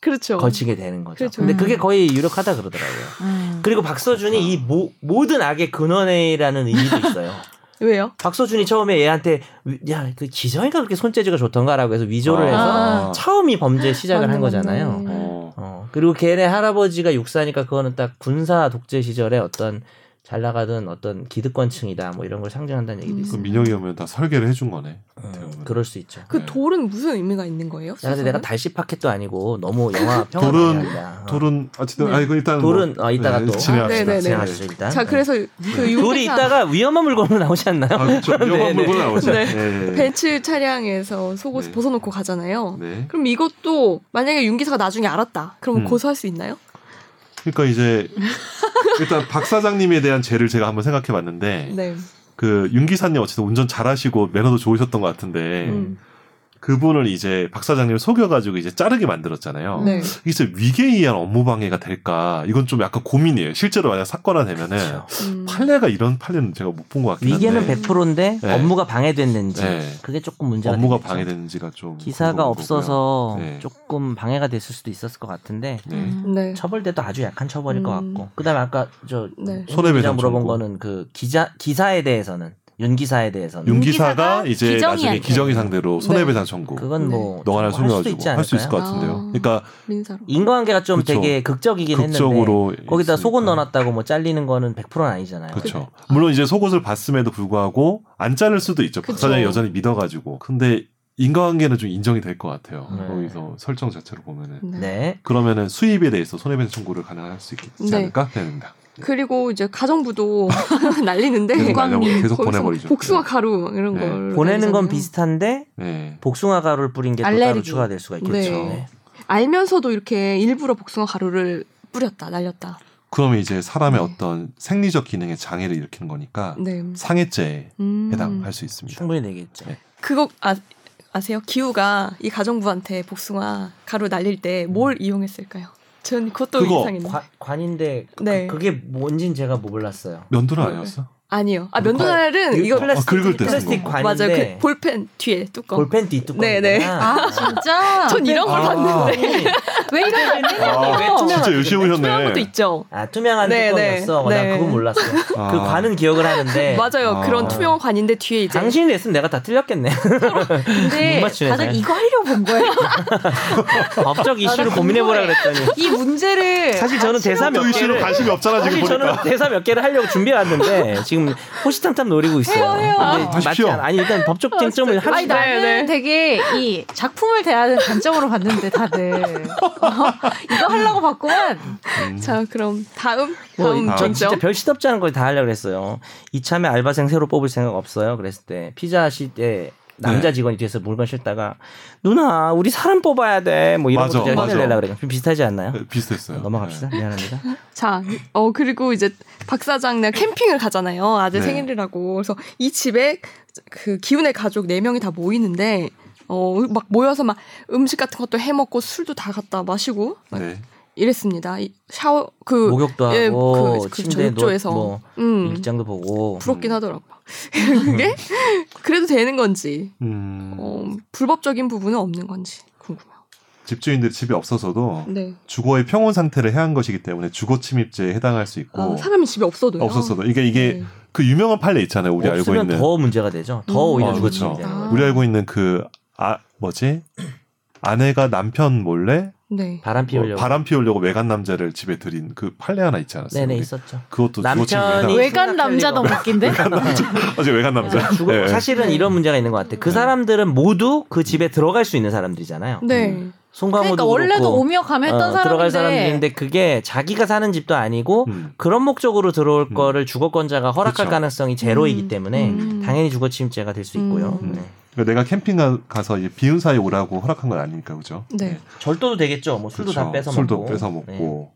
Speaker 1: 그렇죠.
Speaker 3: 거치게 되는 거죠.
Speaker 1: 그렇죠.
Speaker 3: 근데
Speaker 4: 음.
Speaker 3: 그게 거의 유력하다 그러더라고요.
Speaker 4: 음.
Speaker 3: 그리고 박서준이 이 모, 모든 악의 근원이라는 의미도 있어요.
Speaker 1: 왜요?
Speaker 3: 박서준이 처음에 얘한테 야 그 기정이가 그렇게 손재주가 좋던가라고 해서 위조를 해서
Speaker 4: 아.
Speaker 3: 처음 이 범죄 시작을 한
Speaker 1: 맞네,
Speaker 3: 거잖아요.
Speaker 1: 맞네.
Speaker 2: 어.
Speaker 3: 어, 그리고 걔네 할아버지가 육사니까 그거는 딱 군사 독재 시절에 어떤 잘 나가던 어떤 기득권층이다 뭐 이런 걸 상징한다는 얘기도
Speaker 1: 음.
Speaker 2: 그
Speaker 3: 있어요.
Speaker 2: 민영이 오면 다 설계를 해준 거네.
Speaker 3: 음, 그럴 수 있죠.
Speaker 1: 그
Speaker 2: 네.
Speaker 1: 돌은 무슨 의미가 있는 거예요?
Speaker 3: 야, 근데 내가 달시 파켓도 아니고 너무 영화 평화
Speaker 2: 돌은-
Speaker 3: 많이 한다. 어.
Speaker 2: 돌은 어쨌든
Speaker 1: 네.
Speaker 2: 아 이거 일단
Speaker 3: 돌은 어, 이따가
Speaker 2: 네,
Speaker 3: 또
Speaker 2: 진행합시다.
Speaker 1: 아, 네네네.
Speaker 3: 진행하시죠 일단.
Speaker 1: 자, 그래서 그
Speaker 3: 네. 돌이
Speaker 1: 유리사
Speaker 3: 이따가 위험한 물건으로 나오지 않나요?
Speaker 2: 아, 그렇죠.
Speaker 3: 네,
Speaker 2: 위험한
Speaker 3: 네.
Speaker 2: 물건 나오죠.
Speaker 1: 네.
Speaker 2: 네. 네.
Speaker 1: 벤츠 차량에서 속옷을
Speaker 2: 네.
Speaker 1: 벗어놓고 가잖아요.
Speaker 2: 네.
Speaker 1: 그럼 이것도 만약에 윤기사가 나중에 알았다. 그럼
Speaker 2: 음.
Speaker 1: 고소할 수 있나요?
Speaker 2: 그러니까 이제 일단 박 사장님에 대한 죄를 제가 한번 생각해봤는데
Speaker 1: 네.
Speaker 2: 그 윤기사님 어쨌든 운전 잘하시고 매너도 좋으셨던 것 같은데
Speaker 1: 음.
Speaker 2: 그분을 이제 박 사장님 을 속여가지고 이제 자르게 만들었잖아요.
Speaker 1: 네.
Speaker 2: 이게 위계에 의한 업무 방해가 될까? 이건 좀 약간 고민이에요. 실제로 만약 사건화 되면은
Speaker 3: 그렇죠.
Speaker 1: 음.
Speaker 2: 판례가 이런 판례는 제가 못 본 것 같긴 한데
Speaker 3: 위계는 100%인데
Speaker 2: 네.
Speaker 3: 네. 업무가 방해됐는지
Speaker 2: 네.
Speaker 3: 그게 조금 문제가
Speaker 2: 업무가
Speaker 3: 되겠죠.
Speaker 2: 방해되는지가 좀
Speaker 3: 기사가
Speaker 2: 궁금한
Speaker 3: 없어서
Speaker 2: 거고요. 네.
Speaker 3: 조금 방해가 됐을 수도 있었을 것 같은데
Speaker 2: 거고요. 네.
Speaker 4: 음.
Speaker 1: 네.
Speaker 3: 처벌돼도 아주 약한 처벌일 것
Speaker 1: 음.
Speaker 3: 같고 그다음에 아까 저
Speaker 1: 네.
Speaker 3: 기자
Speaker 2: 손해배상
Speaker 3: 물어본
Speaker 2: 청구.
Speaker 3: 거는 그 기자 기사에 대해서는 윤 기사에 대해서는
Speaker 2: 윤
Speaker 4: 윤기사가
Speaker 2: 기사가 이제 나중에
Speaker 4: 기정이한테.
Speaker 2: 기정이 상대로
Speaker 1: 네.
Speaker 2: 손해배상 청구.
Speaker 3: 그건 뭐
Speaker 2: 네. 너가 날
Speaker 3: 할 수도 있지
Speaker 2: 속여가지고 할 수 있을 것
Speaker 3: 않을까요?
Speaker 2: 같은데요.
Speaker 1: 아.
Speaker 2: 그러니까
Speaker 1: 민사로.
Speaker 3: 인과관계가 좀
Speaker 2: 그쵸.
Speaker 3: 되게 극적이긴 했는데
Speaker 2: 극적으로
Speaker 3: 거기다 속옷
Speaker 2: 있으니까.
Speaker 3: 넣어놨다고 뭐 잘리는 거는 100%는 아니잖아요.
Speaker 2: 그렇죠. 물론 이제 속옷을 봤음에도 불구하고 안 자를 수도 있죠.
Speaker 1: 그쵸.
Speaker 2: 박사장이 여전히 믿어가지고. 근데 인과관계는 좀 인정이 될 것 같아요.
Speaker 3: 네.
Speaker 2: 거기서 설정 자체로 보면은
Speaker 3: 네.
Speaker 2: 그러면은 수입에 대해서 손해배상 청구를 가능할 수 있지
Speaker 1: 네.
Speaker 2: 않을까 됩니다.
Speaker 1: 그리고 이제 가정부도 날리는데
Speaker 2: 계속 날려버리, 계속
Speaker 1: 네, 거기서
Speaker 2: 보내버리죠.
Speaker 1: 복숭아 가루 이런
Speaker 2: 네.
Speaker 1: 걸
Speaker 3: 보내는 건
Speaker 1: 날리잖아요.
Speaker 3: 비슷한데
Speaker 2: 네.
Speaker 3: 복숭아 가루를 뿌린 게 또 따로
Speaker 4: 알레르기.
Speaker 3: 추가될 수가 있겠죠.
Speaker 1: 네.
Speaker 3: 네.
Speaker 1: 알면서도 이렇게 일부러 복숭아 가루를 뿌렸다 날렸다.
Speaker 2: 그러면 이제 사람의
Speaker 1: 네.
Speaker 2: 어떤 생리적 기능에 장애를 일으키는 거니까
Speaker 1: 네.
Speaker 2: 상해죄에
Speaker 1: 음.
Speaker 2: 해당할 수 있습니다.
Speaker 3: 충분히 되겠죠.
Speaker 2: 네.
Speaker 1: 그거 아, 아세요? 기우가 이 가정부한테 복숭아 가루 날릴 때 뭘 이용했을까요? 전 그것도
Speaker 2: 음. 그거,
Speaker 1: 이상했는데.
Speaker 3: 관- 관인데 그-
Speaker 1: 네.
Speaker 3: 그게 뭔진 제가 뭐 몰랐어요.
Speaker 2: 면도는
Speaker 1: 네.
Speaker 2: 아니었어?
Speaker 1: 아니요. 아 면도날은
Speaker 3: 어,
Speaker 1: 이거
Speaker 2: 플라스틱 긁을 때 쓰는
Speaker 3: 플라스틱
Speaker 2: 거.
Speaker 3: 관인데
Speaker 1: 맞아요. 그 볼펜 뒤에 뚜껑.
Speaker 3: 볼펜 아, 뒤뚜껑.
Speaker 1: 네, 네.
Speaker 4: 아 진짜?
Speaker 1: 전 이런 걸 봤는데
Speaker 4: 왜 이런 걸
Speaker 2: 아,
Speaker 4: 했냐고.
Speaker 2: 진짜 열심히
Speaker 1: 투명한 것도
Speaker 2: 보셨네.
Speaker 1: 있죠.
Speaker 3: 아 투명한
Speaker 1: 네,
Speaker 3: 뚜껑이었어.
Speaker 1: 네.
Speaker 3: 난
Speaker 1: 네.
Speaker 3: 그건 몰랐어.
Speaker 2: 아.
Speaker 3: 그 관은 기억을 하는데
Speaker 1: 맞아요.
Speaker 2: 아.
Speaker 1: 그런 투명한 관인데 뒤에 이제
Speaker 3: 네. 당신이 냈으면 내가 다 틀렸겠네.
Speaker 4: 근데
Speaker 3: 음, 못 맞추네,
Speaker 4: 다들
Speaker 3: 잘.
Speaker 4: 이거 하려고 본 거예요.
Speaker 3: 법적 이슈를 고민해보라 그랬더니
Speaker 4: 이 문제를
Speaker 3: 사실 저는 대사 몇
Speaker 2: 또 이슈로
Speaker 3: 개를
Speaker 2: 관심이 없잖아 지금
Speaker 3: 사실
Speaker 2: 보니까.
Speaker 3: 저는 대사 몇 개를 하려고 준비해왔는데 지금 호시탐탐 노리고 있어요.
Speaker 4: 해요, 해요.
Speaker 3: 근데 맞지
Speaker 2: 하십시오.
Speaker 3: 않아. 아니 일단 법적 쟁점을 합시다.
Speaker 4: 아니 나는
Speaker 1: 네, 네.
Speaker 4: 되게 이 작품을 대하는 관점으로 봤는데 다들 어, 이거 하려고
Speaker 3: 음.
Speaker 4: 봤구만.
Speaker 1: 자 그럼 다음
Speaker 3: 뭐,
Speaker 1: 다음
Speaker 3: 전
Speaker 1: 문제죠.
Speaker 3: 진짜 별짓 없지 않은 걸 다 하려고 그랬어요. 이참에 알바생 새로 뽑을 생각 없어요. 그랬을 때 피자 시때 남자
Speaker 2: 네.
Speaker 3: 직원이 뒤에서 물건 싣다가 누나 우리 사람 뽑아야 돼. 뭐 이런
Speaker 2: 맞아,
Speaker 3: 것도
Speaker 2: 맞아.
Speaker 3: 화내려고 그래요. 좀 비슷하지 않나요?
Speaker 2: 네, 비슷했어요.
Speaker 3: 넘어갑시다. 미안합니다.
Speaker 1: 자, 어 그리고 이제 박 사장 내 캠핑을 가잖아요. 아들
Speaker 2: 네.
Speaker 1: 생일이라고. 그래서 이 집에 그 기운의 가족 네 명이 다 모이는데 어 막 모여서 막 음식 같은 것도 해 먹고 술도 다 갖다 마시고
Speaker 2: 네. 네.
Speaker 1: 이랬습니다. 이 샤워 그
Speaker 3: 목욕도
Speaker 1: 예,
Speaker 3: 하고
Speaker 1: 그- 그렇죠.
Speaker 3: 침대
Speaker 1: 욕조에서.
Speaker 3: 뭐
Speaker 1: 음.
Speaker 3: 일장도 보고
Speaker 1: 부럽긴
Speaker 2: 음.
Speaker 1: 하더라고. 그게 그래도 되는 건지
Speaker 2: 음,
Speaker 1: 어, 불법적인 부분은 없는 건지 궁금해요.
Speaker 2: 집주인들 집이 없어서도
Speaker 1: 네.
Speaker 2: 주거의 평온 상태를 해한 것이기 때문에 주거 침입죄에 해당할 수 있고
Speaker 1: 아, 사람이 집에 없어도요.
Speaker 2: 어. 없었어도 이게 이게
Speaker 1: 네.
Speaker 2: 그 유명한 판례 있잖아요. 우리 알고
Speaker 3: 없으면
Speaker 2: 있는
Speaker 3: 더 문제가 되죠. 더
Speaker 1: 음.
Speaker 3: 오히려
Speaker 2: 아,
Speaker 3: 죽어
Speaker 2: 그렇죠.
Speaker 3: 침이 되는
Speaker 1: 아.
Speaker 3: 거죠.
Speaker 2: 우리 알고 있는 그 아 뭐지 아내가 남편 몰래
Speaker 1: 네.
Speaker 3: 바람
Speaker 2: 뭐
Speaker 3: 피우려고.
Speaker 2: 바람 피우려고 외간 남자를 집에 들인 그 판례 하나 있지 않았어요?
Speaker 3: 네네
Speaker 2: 우리?
Speaker 3: 있었죠.
Speaker 2: 그것도
Speaker 3: 남편이-
Speaker 2: 남편이
Speaker 3: 왜-
Speaker 4: 외간 남자 너무 웃긴데?
Speaker 2: 아직 외간 남자
Speaker 3: 죽어-
Speaker 2: 네.
Speaker 3: 사실은 이런 문제가 있는 것 같아. 요그 사람들은 모두 그 집에 들어갈 수 있는 사람들이잖아요.
Speaker 1: 네.
Speaker 3: 송강호도
Speaker 4: 그러니까 원래도
Speaker 3: 그렇고,
Speaker 4: 오며 가며 했던
Speaker 3: 어, 들어갈
Speaker 4: 사람인데
Speaker 3: 사람들인데 그게 자기가 사는 집도
Speaker 1: 네.
Speaker 3: 아니고
Speaker 2: 음.
Speaker 3: 그런 목적으로 들어올
Speaker 2: 음. 그렇죠.
Speaker 3: 거를 주거권자가 허락할
Speaker 2: 그쵸.
Speaker 3: 가능성이 제로이기
Speaker 1: 음.
Speaker 3: 때문에
Speaker 1: 음.
Speaker 3: 당연히 주거침입죄가 될 수
Speaker 1: 음.
Speaker 3: 있고요.
Speaker 1: 음.
Speaker 3: 네.
Speaker 2: 그러니까 내가 캠핑 가- 가서 이제 비운 사이 오라고 허락한 건 아니니까 그죠?
Speaker 1: 네.
Speaker 3: 절도도 되겠죠. 뭐 술도 다
Speaker 2: 그렇죠.
Speaker 3: 뺏어
Speaker 2: 술도
Speaker 3: 먹고.
Speaker 2: 뺏어
Speaker 3: 네.
Speaker 2: 먹고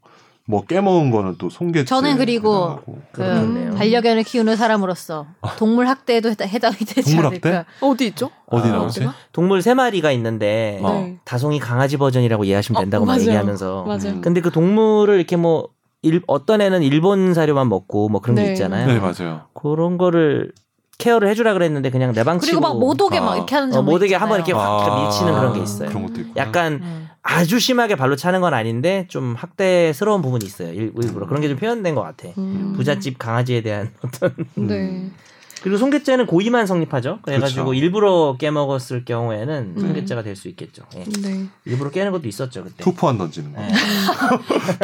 Speaker 2: 뭐 깨먹은 거는 또 송괴죄
Speaker 4: 저는 그리고
Speaker 2: 해당하고.
Speaker 4: 그
Speaker 3: 그렇겠네요.
Speaker 4: 반려견을 키우는 사람으로서
Speaker 3: 어.
Speaker 4: 동물 학대에도 해당- 해당이 되지
Speaker 2: 동물 학대?
Speaker 4: 않을까?
Speaker 1: 어디 있죠?
Speaker 2: 어디
Speaker 3: 아,
Speaker 2: 나오지?
Speaker 1: 어디가?
Speaker 3: 동물 세 마리가 있는데
Speaker 2: 어.
Speaker 1: 네.
Speaker 3: 다송이 강아지 버전이라고 이해하시면
Speaker 1: 어,
Speaker 3: 된다고 막
Speaker 1: 맞아요.
Speaker 3: 얘기하면서
Speaker 1: 맞아요.
Speaker 2: 음.
Speaker 3: 근데 그 동물을 이렇게 뭐 일, 어떤 애는 일본 사료만 먹고 뭐 그런
Speaker 1: 네.
Speaker 3: 게 있잖아요.
Speaker 2: 네 맞아요.
Speaker 3: 그런 거를 케어를 해주라 그랬는데 그냥 내방 치고
Speaker 4: 그리고 막 모독에 막
Speaker 2: 아.
Speaker 4: 이렇게 하는
Speaker 3: 어,
Speaker 4: 장면
Speaker 3: 모독에
Speaker 4: 있잖아요.
Speaker 3: 한번 이렇게 확 밀치는 그런 게 있어요.
Speaker 2: 그런 것도 있고
Speaker 3: 약간
Speaker 4: 음.
Speaker 3: 아주 심하게 발로 차는 건 아닌데 좀 학대스러운 부분이 있어요. 일- 일부러 그런 게 좀 표현된 것 같아.
Speaker 1: 음.
Speaker 3: 부잣집 강아지에 대한 어떤
Speaker 4: 음.
Speaker 1: 네.
Speaker 2: 음.
Speaker 3: 그리고 송괴죄는 고의만 성립하죠. 그래가지고
Speaker 2: 그렇죠.
Speaker 3: 일부러 깨먹었을 경우에는
Speaker 1: 음.
Speaker 3: 송괴죄가 될 수 있겠죠. 예.
Speaker 1: 네.
Speaker 3: 일부러 깨는 것도 있었죠 그때.
Speaker 2: 투포한 던지는 거.
Speaker 3: 예.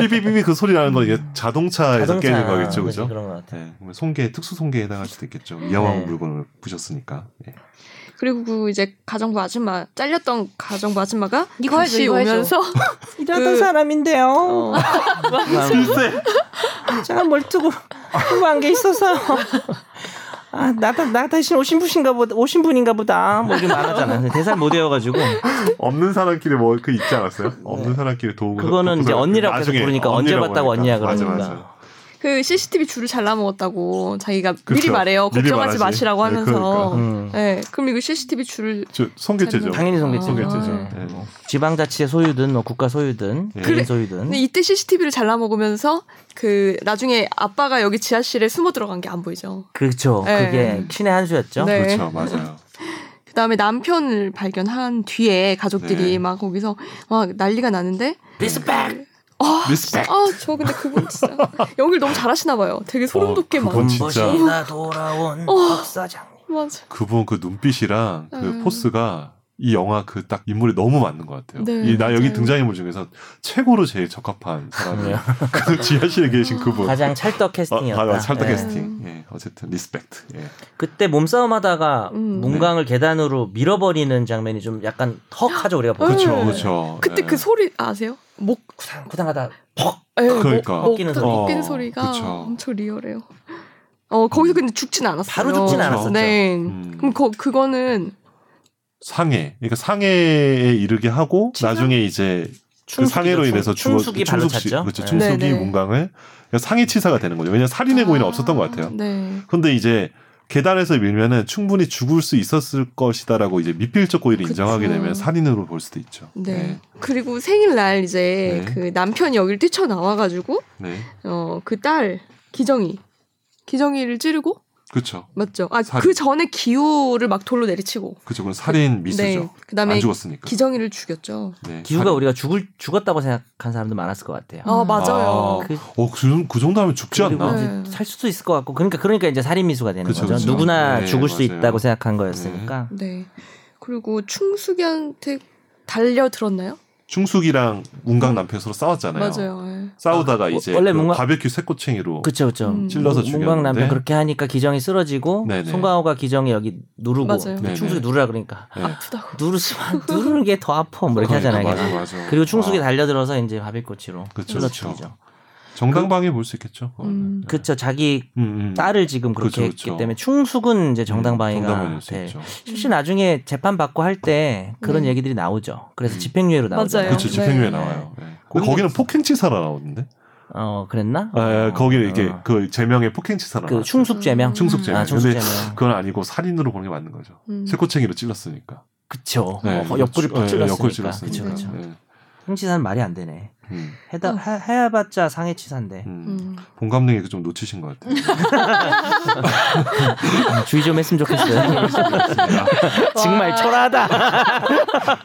Speaker 2: 삐삐삐삐 그 소리 나는 건 이게 자동차에서
Speaker 3: 자동차,
Speaker 2: 깨는 거겠죠,
Speaker 3: 그치,
Speaker 2: 그죠?
Speaker 3: 그런 것 같아. 요
Speaker 2: 네, 그러면 손괴 특수 손괴에 해당할 수도 있겠죠. 위험한
Speaker 3: 네.
Speaker 2: 물건을 부셨으니까. 예.
Speaker 1: 그리고 그 이제 가정부 아줌마 잘렸던 가정부 아줌마가
Speaker 4: 이거 해줘,
Speaker 1: 다시
Speaker 4: 이거 해줘.
Speaker 1: 오면서
Speaker 3: 이러던
Speaker 1: 그-
Speaker 3: 사람인데요.
Speaker 1: 어,
Speaker 3: 제가 멀투고 투구한 게 있어서 아나 나 대신 오신 분인가 보다 오신 분인가 보다 뭐 이런 말 하잖아 대사 못 외워가지고
Speaker 2: 없는 사람끼리 뭐 그 있지 않았어요? 없는 사람끼리 도움.
Speaker 3: 네. 그거는 이제 언니라고 계속 부르니까 언제 봤다고 언니야
Speaker 2: 맞아
Speaker 3: 그러니까.
Speaker 2: 맞아.
Speaker 1: 그 CCTV 줄을 잘라 먹었다고 자기가 미리
Speaker 2: 그쵸.
Speaker 1: 말해요.
Speaker 2: 그렇죠. 미리
Speaker 1: 걱정하지
Speaker 2: 말하지.
Speaker 1: 마시라고
Speaker 2: 네,
Speaker 1: 하면서.
Speaker 2: 그러니까.
Speaker 3: 음.
Speaker 1: 네, 그럼 이거 CCTV 줄을
Speaker 2: 저 손괴죄죠.
Speaker 3: 당연히 성계체 아.
Speaker 2: 성계체죠. 예.
Speaker 3: 지방자치의 소유든 뭐 국가 소유든
Speaker 2: 예.
Speaker 3: 개인
Speaker 1: 그래-
Speaker 3: 소유든
Speaker 1: 근데 이때 CCTV를 잘라 먹으면서 그 나중에 아빠가 여기 지하실에 숨어 들어간 게 안 보이죠.
Speaker 3: 그렇죠
Speaker 1: 예.
Speaker 3: 그게 신의 한 수였죠
Speaker 1: 네.
Speaker 2: 그렇죠, 맞아요.
Speaker 1: 그다음에 남편을 발견한 뒤에 가족들이
Speaker 2: 네.
Speaker 1: 막 거기서 막 난리가 나는데
Speaker 3: 리스펙
Speaker 2: 리스펙.
Speaker 1: 아 저 근데 그분 진짜 연기를 너무 잘하시나 봐요. 되게 소름
Speaker 2: 어,
Speaker 1: 돋게 막
Speaker 2: 그분 진짜.
Speaker 1: 어.
Speaker 3: 돈보시나 돌아온 박사장
Speaker 1: 맞아.
Speaker 2: 그분 그 눈빛이랑 그
Speaker 1: 음.
Speaker 2: 포스가 이 영화 그 딱 인물이 너무 맞는 것 같아요.
Speaker 1: 네,
Speaker 2: 이, 나 여기
Speaker 1: 맞아요.
Speaker 2: 등장인물 중에서 최고로 제일 적합한 사람이에요. 그 지하실에 계신
Speaker 1: 아.
Speaker 2: 그분.
Speaker 3: 네.
Speaker 2: 어,
Speaker 3: 가장 찰떡 캐스팅이었다.
Speaker 2: 아, 아, 찰떡
Speaker 3: 예.
Speaker 2: 캐스팅. 예, 어쨌든 리스펙트.
Speaker 1: 네.
Speaker 2: 예.
Speaker 3: 그때 몸싸움하다가
Speaker 1: 음.
Speaker 3: 문강을 계단으로 밀어버리는 장면이 좀 약간 턱하죠 우리가 보면.
Speaker 2: 그렇죠,
Speaker 1: 네.
Speaker 2: 그렇죠.
Speaker 1: 그때
Speaker 2: 예.
Speaker 1: 그 소리 아세요? 예, 목
Speaker 3: 구상 구상하다 퍽.
Speaker 1: 에,
Speaker 2: 그러니까.
Speaker 1: 목,
Speaker 3: 꺾이는
Speaker 1: 목,
Speaker 3: 소리.
Speaker 1: 꺾이는
Speaker 2: 어,
Speaker 1: 소리가
Speaker 2: 그쵸.
Speaker 1: 엄청 리얼해요. 어 거기서 근데 죽진 않았어요.
Speaker 3: 바로 죽진
Speaker 2: 그렇죠. 않았었죠.
Speaker 1: 네.
Speaker 2: 음.
Speaker 1: 그럼 거, 그거는
Speaker 2: 상해. 그러니까 상해에 이르게 하고
Speaker 3: 치명?
Speaker 2: 나중에 이제 그 상해로 인해서 죽어
Speaker 3: 충숙이 발로
Speaker 2: 씨-
Speaker 3: 찼죠.
Speaker 2: 그렇죠.
Speaker 3: 예.
Speaker 1: 충숙.
Speaker 2: 충숙이
Speaker 1: 네네.
Speaker 2: 문강을 그러니까 상해 치사가 되는 거죠. 왜냐면 살인의 고의는 없었던 것 같아요.
Speaker 1: 네.
Speaker 2: 근데 이제 계단에서 밀면은 충분히 죽을 수 있었을 것이다라고 이제 미필적 고의를
Speaker 1: 그쵸.
Speaker 2: 인정하게 되면 살인으로 볼 수도 있죠.
Speaker 1: 네. 그리고 생일날 이제
Speaker 2: 네.
Speaker 1: 그 남편이 여기를 뛰쳐나와가지고
Speaker 2: 네.
Speaker 1: 어 그 딸 기정이 기정이를 찌르고
Speaker 2: 그렇죠.
Speaker 1: 맞죠? 아
Speaker 2: 살인.
Speaker 1: 그 전에 기우를 막 돌로 내리치고
Speaker 2: 그렇죠. 그건 살인
Speaker 1: 네.
Speaker 2: 미수죠.
Speaker 1: 그다음에
Speaker 2: 안 죽었으니까.
Speaker 1: 기정이를 죽였죠.
Speaker 2: 네.
Speaker 3: 기우가
Speaker 2: 살인.
Speaker 3: 우리가 죽을 죽었다고 생각한 사람도 많았을 것 같아요.
Speaker 1: 아
Speaker 4: 음.
Speaker 1: 맞아요.
Speaker 2: 아,
Speaker 3: 그,
Speaker 2: 어, 그, 그 정도 하면 죽지
Speaker 3: 그리고
Speaker 2: 않나?
Speaker 1: 네.
Speaker 3: 이제 살 수도 있을 것 같고 그러니까 그러니까 이제 살인 미수가 되는
Speaker 2: 그쵸,
Speaker 3: 거죠.
Speaker 2: 그쵸.
Speaker 3: 누구나
Speaker 2: 네, 음.
Speaker 3: 죽을 수
Speaker 2: 맞아요.
Speaker 3: 있다고 생각한 거였으니까.
Speaker 1: 네. 그리고 충숙이한테 달려 들었나요?
Speaker 2: 충숙이랑 문강 남편 서로 싸웠잖아요.
Speaker 1: 맞아요. 예.
Speaker 2: 싸우다가
Speaker 3: 아,
Speaker 2: 이제
Speaker 3: 원래
Speaker 2: 그
Speaker 3: 문강-
Speaker 2: 바베큐 쇠꼬챙이로
Speaker 3: 그렇죠, 그렇죠.
Speaker 1: 음.
Speaker 2: 찔러서
Speaker 3: 문광 남편
Speaker 2: 죽였는데.
Speaker 3: 그렇게 하니까 기정이 쓰러지고
Speaker 2: 네네.
Speaker 3: 송강호가 기정이 여기 누르고 그
Speaker 1: 맞아요.
Speaker 2: 네네.
Speaker 3: 충숙이 누르라 그러니까
Speaker 2: 네.
Speaker 1: 아프다고.
Speaker 3: 누르지만 누르는 게 더 아파 뭐 이렇게 하잖아요.
Speaker 2: 그러니까 맞아,
Speaker 3: 걔가.
Speaker 2: 맞아.
Speaker 3: 그리고 충숙이
Speaker 2: 아,
Speaker 3: 달려들어서 이제 바비꼬치로
Speaker 2: 그쵸,
Speaker 3: 찔러
Speaker 2: 그쵸.
Speaker 3: 죽이죠.
Speaker 2: 아, 정당방위 볼 수 있겠죠. 그거는.
Speaker 1: 음.
Speaker 2: 네.
Speaker 3: 그렇죠. 자기
Speaker 2: 음, 음.
Speaker 3: 딸을 지금 그렇게
Speaker 2: 그쵸,
Speaker 3: 했기
Speaker 2: 그쵸. 음,
Speaker 3: 때문에 충숙은 이제 정당방위가 네.
Speaker 2: 정당방위일 수
Speaker 3: 돼.
Speaker 2: 있죠.
Speaker 3: 실시 나중에 재판 받고 할 때 그런
Speaker 1: 네.
Speaker 3: 얘기들이 나오죠. 그래서 집행유예로 나오죠.
Speaker 1: 맞아요.
Speaker 2: 음. 그렇죠. 집행유예
Speaker 1: 네.
Speaker 2: 나와요. 네.
Speaker 3: 근데-
Speaker 2: 근데 거기는 폭행치사라 나오는데.
Speaker 3: 어 그랬나?
Speaker 2: 아,
Speaker 3: 어,
Speaker 2: 거기는 이렇게
Speaker 3: 어.
Speaker 2: 그 제명에 폭행치사라.
Speaker 3: 그 충숙 죄명.
Speaker 2: 음. 충숙 죄명.
Speaker 3: 아 충숙
Speaker 2: 근데
Speaker 3: 죄명.
Speaker 2: 그건 아니고 살인으로 보는 게 맞는 거죠.
Speaker 1: 음.
Speaker 2: 쇠꼬챙이로 찔렀으니까.
Speaker 3: 그쵸.
Speaker 2: 네,
Speaker 3: 어, 옆구리
Speaker 2: 예,
Speaker 3: 푹
Speaker 2: 예,
Speaker 3: 찔렀으니까.
Speaker 2: 옆구리 찔렀으니까.
Speaker 3: 그쵸 그쵸.
Speaker 2: 예.
Speaker 3: 행치사는 말이 안 되네.
Speaker 2: 음,
Speaker 3: 해다
Speaker 1: 어.
Speaker 3: 해- 해야봤자 상해치사인데
Speaker 2: 음.
Speaker 1: 음.
Speaker 2: 공감능이 좀 놓치신 것 같아요.
Speaker 3: 아, 주의 좀 했으면 좋겠어요. 정말 초라하다.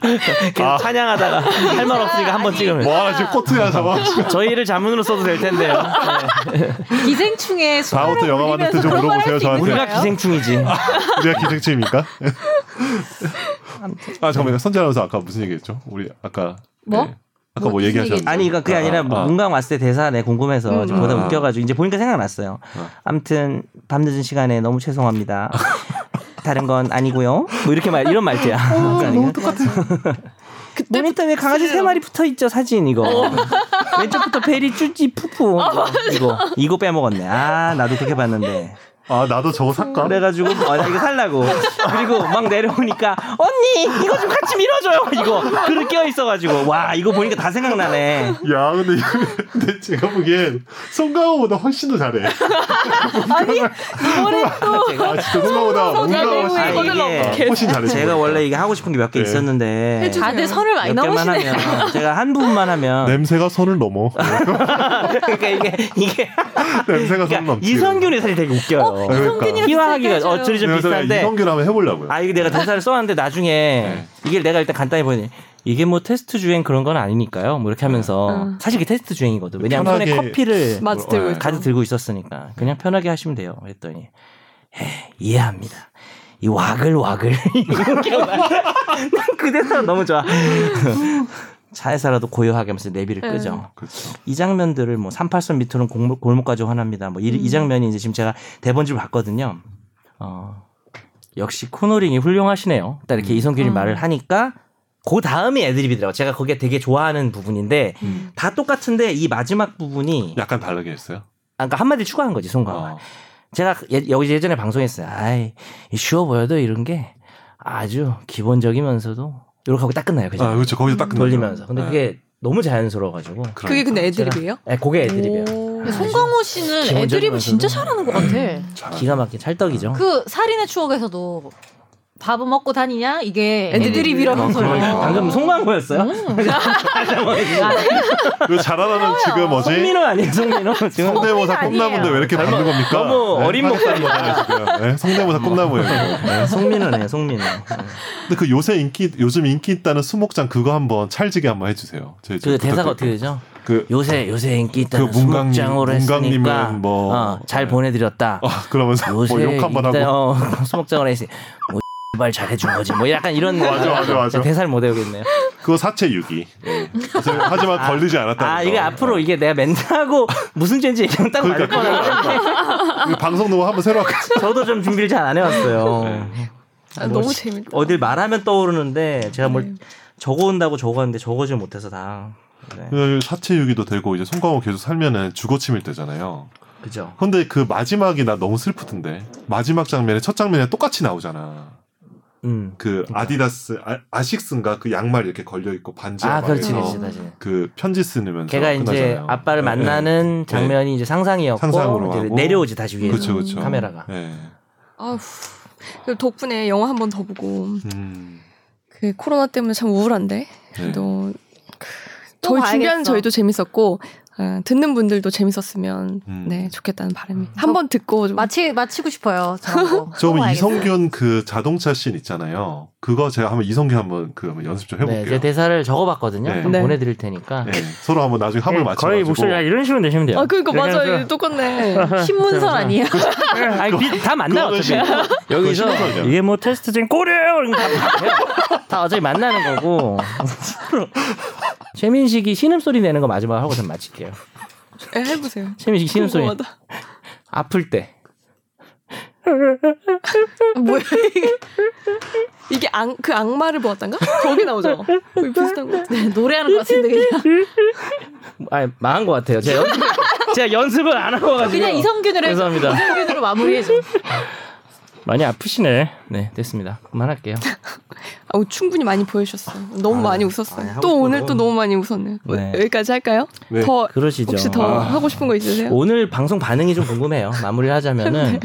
Speaker 3: 그냥
Speaker 2: 아.
Speaker 3: 찬양하다가 할 말 없으니까 한 번 찍으면
Speaker 2: 와, 뭐 지금
Speaker 3: 아,
Speaker 2: 코트야, 저거.
Speaker 3: 저희를 자문으로 써도 될 텐데요.
Speaker 2: 아,
Speaker 4: 기생충의
Speaker 2: 다음부터 영화 만들
Speaker 1: 그러니까
Speaker 2: 때좀 물어보세요, 저한테.
Speaker 3: 우리가 기생충이지.
Speaker 2: 우리가 기생충입니까? 아, 잠깐만요. 선재아나운서 아까 무슨 얘기 했죠? 우리 아까.
Speaker 1: 뭐?
Speaker 2: 네. 아까 뭐
Speaker 1: 무슨
Speaker 2: 얘기하셨는데.
Speaker 1: 얘기했죠?
Speaker 3: 아니 그러니까 그게 아니라
Speaker 2: 아, 아.
Speaker 3: 문강 왔을 때 대사 내 궁금해서 좀
Speaker 1: 음.
Speaker 3: 보다
Speaker 2: 아.
Speaker 3: 웃겨가지고 이제 보니까 생각났어요.
Speaker 2: 아.
Speaker 3: 아무튼 밤늦은 시간에 너무 죄송합니다. 다른 건 아니고요. 뭐 이렇게 말 이런 말투야. 그러니까
Speaker 1: 그때
Speaker 3: 모니터 에 강아지 세 마리 붙어 있죠 사진 이거 왼쪽부터 베리 쭈지 푸푸 이거 이거 빼먹었네 아 나도 그렇게 봤는데
Speaker 2: 아, 나도 저거 살까?
Speaker 3: 그래가지고 아, 나 이거 살라고 그리고 막 내려오니까 언니 이거 좀 같이 밀어줘요 이거 그릇 껴 있어가지고 와 이거 보니까 다 생각나네
Speaker 2: 야, 근데, 이거- 근데 제가 보기엔 송강호보다 훨씬 더 잘해.
Speaker 3: 제가
Speaker 2: 아, 진짜 송강호보다 뭔가 훨씬,
Speaker 3: 아, 이게
Speaker 2: 훨씬 잘해.
Speaker 3: 제가 원래 이게 하고 싶은 게 몇 개
Speaker 2: 네.
Speaker 3: 있었는데
Speaker 1: 해주세요.
Speaker 4: 다들 선을 많이
Speaker 3: 네. 몇 개만
Speaker 4: 넘으시네.
Speaker 3: 하면 제가 한 부분만
Speaker 2: 아.
Speaker 3: 하면
Speaker 2: 냄새가 선을 넘어.
Speaker 3: 그러니까 이게 이게
Speaker 2: 냄새가 선
Speaker 3: 그러니까
Speaker 2: 어, 넘지.
Speaker 3: 이선균이 사실 되게 웃겨요.
Speaker 2: 그러니까.
Speaker 3: 희화하기가 어 저리 좀
Speaker 2: 그래서 그냥
Speaker 3: 비슷한데
Speaker 2: 네, 이성균 네. 한번 해보려고요.
Speaker 3: 아 이게 내가 대사를 써왔는데 나중에 이게 내가 일단 간단히 보니 이게 뭐 테스트 주행 그런 건 아니니까요. 뭐 이렇게 하면서
Speaker 1: 음.
Speaker 3: 사실 이게 테스트 주행이거든. 왜냐면
Speaker 2: 편하게-
Speaker 3: 손에 커피를
Speaker 1: 맞아 들고
Speaker 2: 네.
Speaker 1: 있죠.
Speaker 3: 가득 들고 있었으니까 그냥 편하게 하시면 돼요. 그랬더니 에, 이해합니다. 이 와글와글 난그 대사 너무 좋아. 차에서라도 고요하게 하면서 내비를 끄죠.
Speaker 2: 그렇죠.
Speaker 3: 이 장면들을 뭐 38선 밑으로는 골목, 골목까지 환합니다. 뭐 이 장면이 이제 지금 제가 대본집을 봤거든요. 어, 역시 코너링이 훌륭하시네요. 딱 이렇게 이성균이 말을 하니까 그 다음이 애드립이더라고. 요 제가 그게 되게 좋아하는 부분인데 다 똑같은데 이 마지막 부분이
Speaker 2: 약간 다르게 했어요.
Speaker 3: 아까 한마디 추가한 거지 송강호가.
Speaker 2: 어.
Speaker 3: 제가 예, 여기 예전에 방송했어요. 아이 이 쉬워 보여도 이런 게 아주 기본적이면서도 이렇게 하고 딱 끝나요. 그죠?
Speaker 2: 아, 그렇죠. 거기서 딱 끝나죠.
Speaker 3: 돌리면서. 근데
Speaker 2: 네.
Speaker 3: 그게 너무 자연스러워가지고.
Speaker 1: 그게 근데 애드립이에요?
Speaker 3: 예, 그게 애드립이에요.
Speaker 1: 오.
Speaker 4: 송강호 씨는
Speaker 3: 기본적인
Speaker 4: 애드립을 진짜 잘하는 것 같아.
Speaker 2: 잘하네.
Speaker 3: 기가 막힌 찰떡이죠.
Speaker 4: 그 살인의 추억에서도 밥은 먹고 다니냐 이게
Speaker 1: 애드립.
Speaker 4: 애드립이라면서요.
Speaker 2: 아, 그러니까.
Speaker 3: 방금 송광호였어요?
Speaker 4: 음. 아, 네.
Speaker 2: 네. 이거 잘하라는 지금 어제
Speaker 3: 송민호 아니에요? 송민호 지금
Speaker 2: 성대모사
Speaker 4: 아니에요.
Speaker 2: 꿈나무인데 왜 이렇게 받는 겁니까?
Speaker 3: 너무 어린
Speaker 2: 먹다는 거잖아요 지금. 네, 성대모사 꿈나무예요. 이거.
Speaker 3: 네, 송민호네요. 송민호.
Speaker 2: 근데 그 요새 인기 요즘 인기 있다는 수목장 그거 한번 찰지게 한번 해주세요. 제, 제
Speaker 3: 그 대사가
Speaker 2: 부탁드릴게요.
Speaker 3: 어떻게 되죠?
Speaker 2: 그
Speaker 3: 요새 요새 인기
Speaker 2: 그
Speaker 3: 있다는
Speaker 2: 문강님,
Speaker 3: 수목장으로 했으니까
Speaker 2: 문강님은 뭐-
Speaker 3: 어, 잘 보내드렸다.
Speaker 5: 뭐
Speaker 2: 아, 그러면서
Speaker 3: 요새
Speaker 2: 뭐욕 한번 하고
Speaker 3: 어, 수목장으로 했으니 뭐 말 잘해준 거지 뭐 약간 이런
Speaker 5: 맞아, 맞아, 맞아.
Speaker 3: 대사를 못 외우겠네요.
Speaker 5: 그거 사체 유기. 예. 그래서 하지만 걸리지 않았다.
Speaker 3: 아 이게 앞으로 이게 내가 멘트하고 무슨 죄인지 얘기하면 딱 말릴
Speaker 5: 그러니까
Speaker 3: 거예요.
Speaker 5: 그거 이거 방송 녹음 한번 새로 할까?
Speaker 3: 저도 좀 준비를 잘 안 해왔어요.
Speaker 5: 네.
Speaker 1: 아,
Speaker 3: 뭐
Speaker 1: 너무
Speaker 3: 시-
Speaker 1: 재밌다.
Speaker 3: 어딜 말하면 떠오르는데 제가
Speaker 1: 네.
Speaker 3: 뭘 적어온다고 적어왔는데 적어지 못해서 다. 네.
Speaker 5: 그 사체 유기도 되고 이제 송강호 계속 살면은 주거침일 되잖아요.
Speaker 3: 그죠.
Speaker 5: 근데 그 마지막이 나 너무 슬프던데 마지막 장면에 첫 장면에 똑같이 나오잖아.
Speaker 3: 음.
Speaker 5: 그 아디다스 아, 식스인가그 양말 이렇게 걸려 있고 반지
Speaker 3: 아
Speaker 5: 가방
Speaker 3: 그렇지
Speaker 5: 해서
Speaker 3: 그렇지 그렇지.
Speaker 5: 그 편지 쓰면서
Speaker 3: 걔가 이제
Speaker 5: 끝나잖아요.
Speaker 3: 아빠를
Speaker 5: 예,
Speaker 3: 만나는 장면이 이제 상상이었고
Speaker 5: 상상으로
Speaker 3: 이제
Speaker 5: 하고.
Speaker 3: 내려오지 다시
Speaker 5: 예.
Speaker 3: 위에서
Speaker 5: 그쵸 그쵸
Speaker 3: 카메라가.
Speaker 5: 예.
Speaker 1: 아우. 그 덕분에 영화 한 번 더 보고
Speaker 5: 음.
Speaker 1: 그 코로나 때문에 참 우울한데
Speaker 5: 네.
Speaker 1: 또
Speaker 4: 또
Speaker 1: 저희 준비하는
Speaker 4: 봐야겠어.
Speaker 1: 저희도 재밌었고 아, 듣는 분들도 재밌었으면
Speaker 5: 음.
Speaker 1: 네 좋겠다는 바람이
Speaker 5: 음.
Speaker 1: 한 번 듣고 좀
Speaker 4: 마치 마치고 싶어요. 저런 거.
Speaker 2: 뭐
Speaker 5: 저
Speaker 4: 꼭
Speaker 5: 그럼
Speaker 4: 봐야겠어요.
Speaker 5: 이성균 그 자동차 씬 있잖아요. 그거 제가 한번 이성균 한번 그 한번 연습 좀
Speaker 3: 네,
Speaker 5: 해볼게요.
Speaker 3: 제 대사를 적어봤거든요.
Speaker 5: 네.
Speaker 3: 한번
Speaker 1: 네.
Speaker 3: 보내드릴 테니까.
Speaker 5: 예, 서로 한번 나중에 합을
Speaker 3: 네,
Speaker 5: 맞춰가지고.
Speaker 3: 거의 목소리 아, 이런 식으로 내시면 돼요.
Speaker 1: 아 그러니까 맞아요
Speaker 3: 그래서-
Speaker 1: 똑같네
Speaker 4: 신문선 아니에요?
Speaker 3: 아니, 비- 다 만나
Speaker 5: 그거는
Speaker 3: 어차피.
Speaker 5: 신-
Speaker 3: 여기서
Speaker 5: 그거 신문선이야.
Speaker 3: 이게 뭐 테스트 중꼬리요 다 어차피 만나는 거고. 최민식이 신음소리 내는 거 마지막 하고 전 마칠게요.
Speaker 1: 예, 해보세요
Speaker 3: 최민식 신음소리.
Speaker 1: 궁금하다
Speaker 3: 아플 때.
Speaker 1: 뭐야 이게 악, 그 악마를 보았단가 거기 나오죠 거의 비슷한 거 같은데
Speaker 4: 네, 노래하는 것 같은데 그냥.
Speaker 3: 아 망한 것 같아요. 제가, 연습, 제가 연습을 안 하고 가지고.
Speaker 4: 그냥 이성균으로 해줘.
Speaker 3: 죄송합니다.
Speaker 4: 이성균으로 마무리해줘.
Speaker 3: 많이 아프시네. 네, 됐습니다. 그만할게요.
Speaker 1: 아우 충분히 많이 보여주셨어요 너무
Speaker 3: 아유,
Speaker 1: 많이
Speaker 3: 아니,
Speaker 1: 웃었어요
Speaker 3: 하고
Speaker 1: 또
Speaker 3: 싶어도.
Speaker 1: 오늘 또 너무 많이 웃었네요 뭐,
Speaker 3: 네.
Speaker 1: 여기까지 할까요
Speaker 2: 네.
Speaker 1: 더
Speaker 3: 그러시죠.
Speaker 1: 혹시 더
Speaker 2: 아.
Speaker 1: 하고 싶은 거
Speaker 4: 그렇죠?
Speaker 1: 있으세요
Speaker 3: 오늘 방송 반응이 좀 궁금해요. 마무리를
Speaker 4: 네.
Speaker 3: 하자면은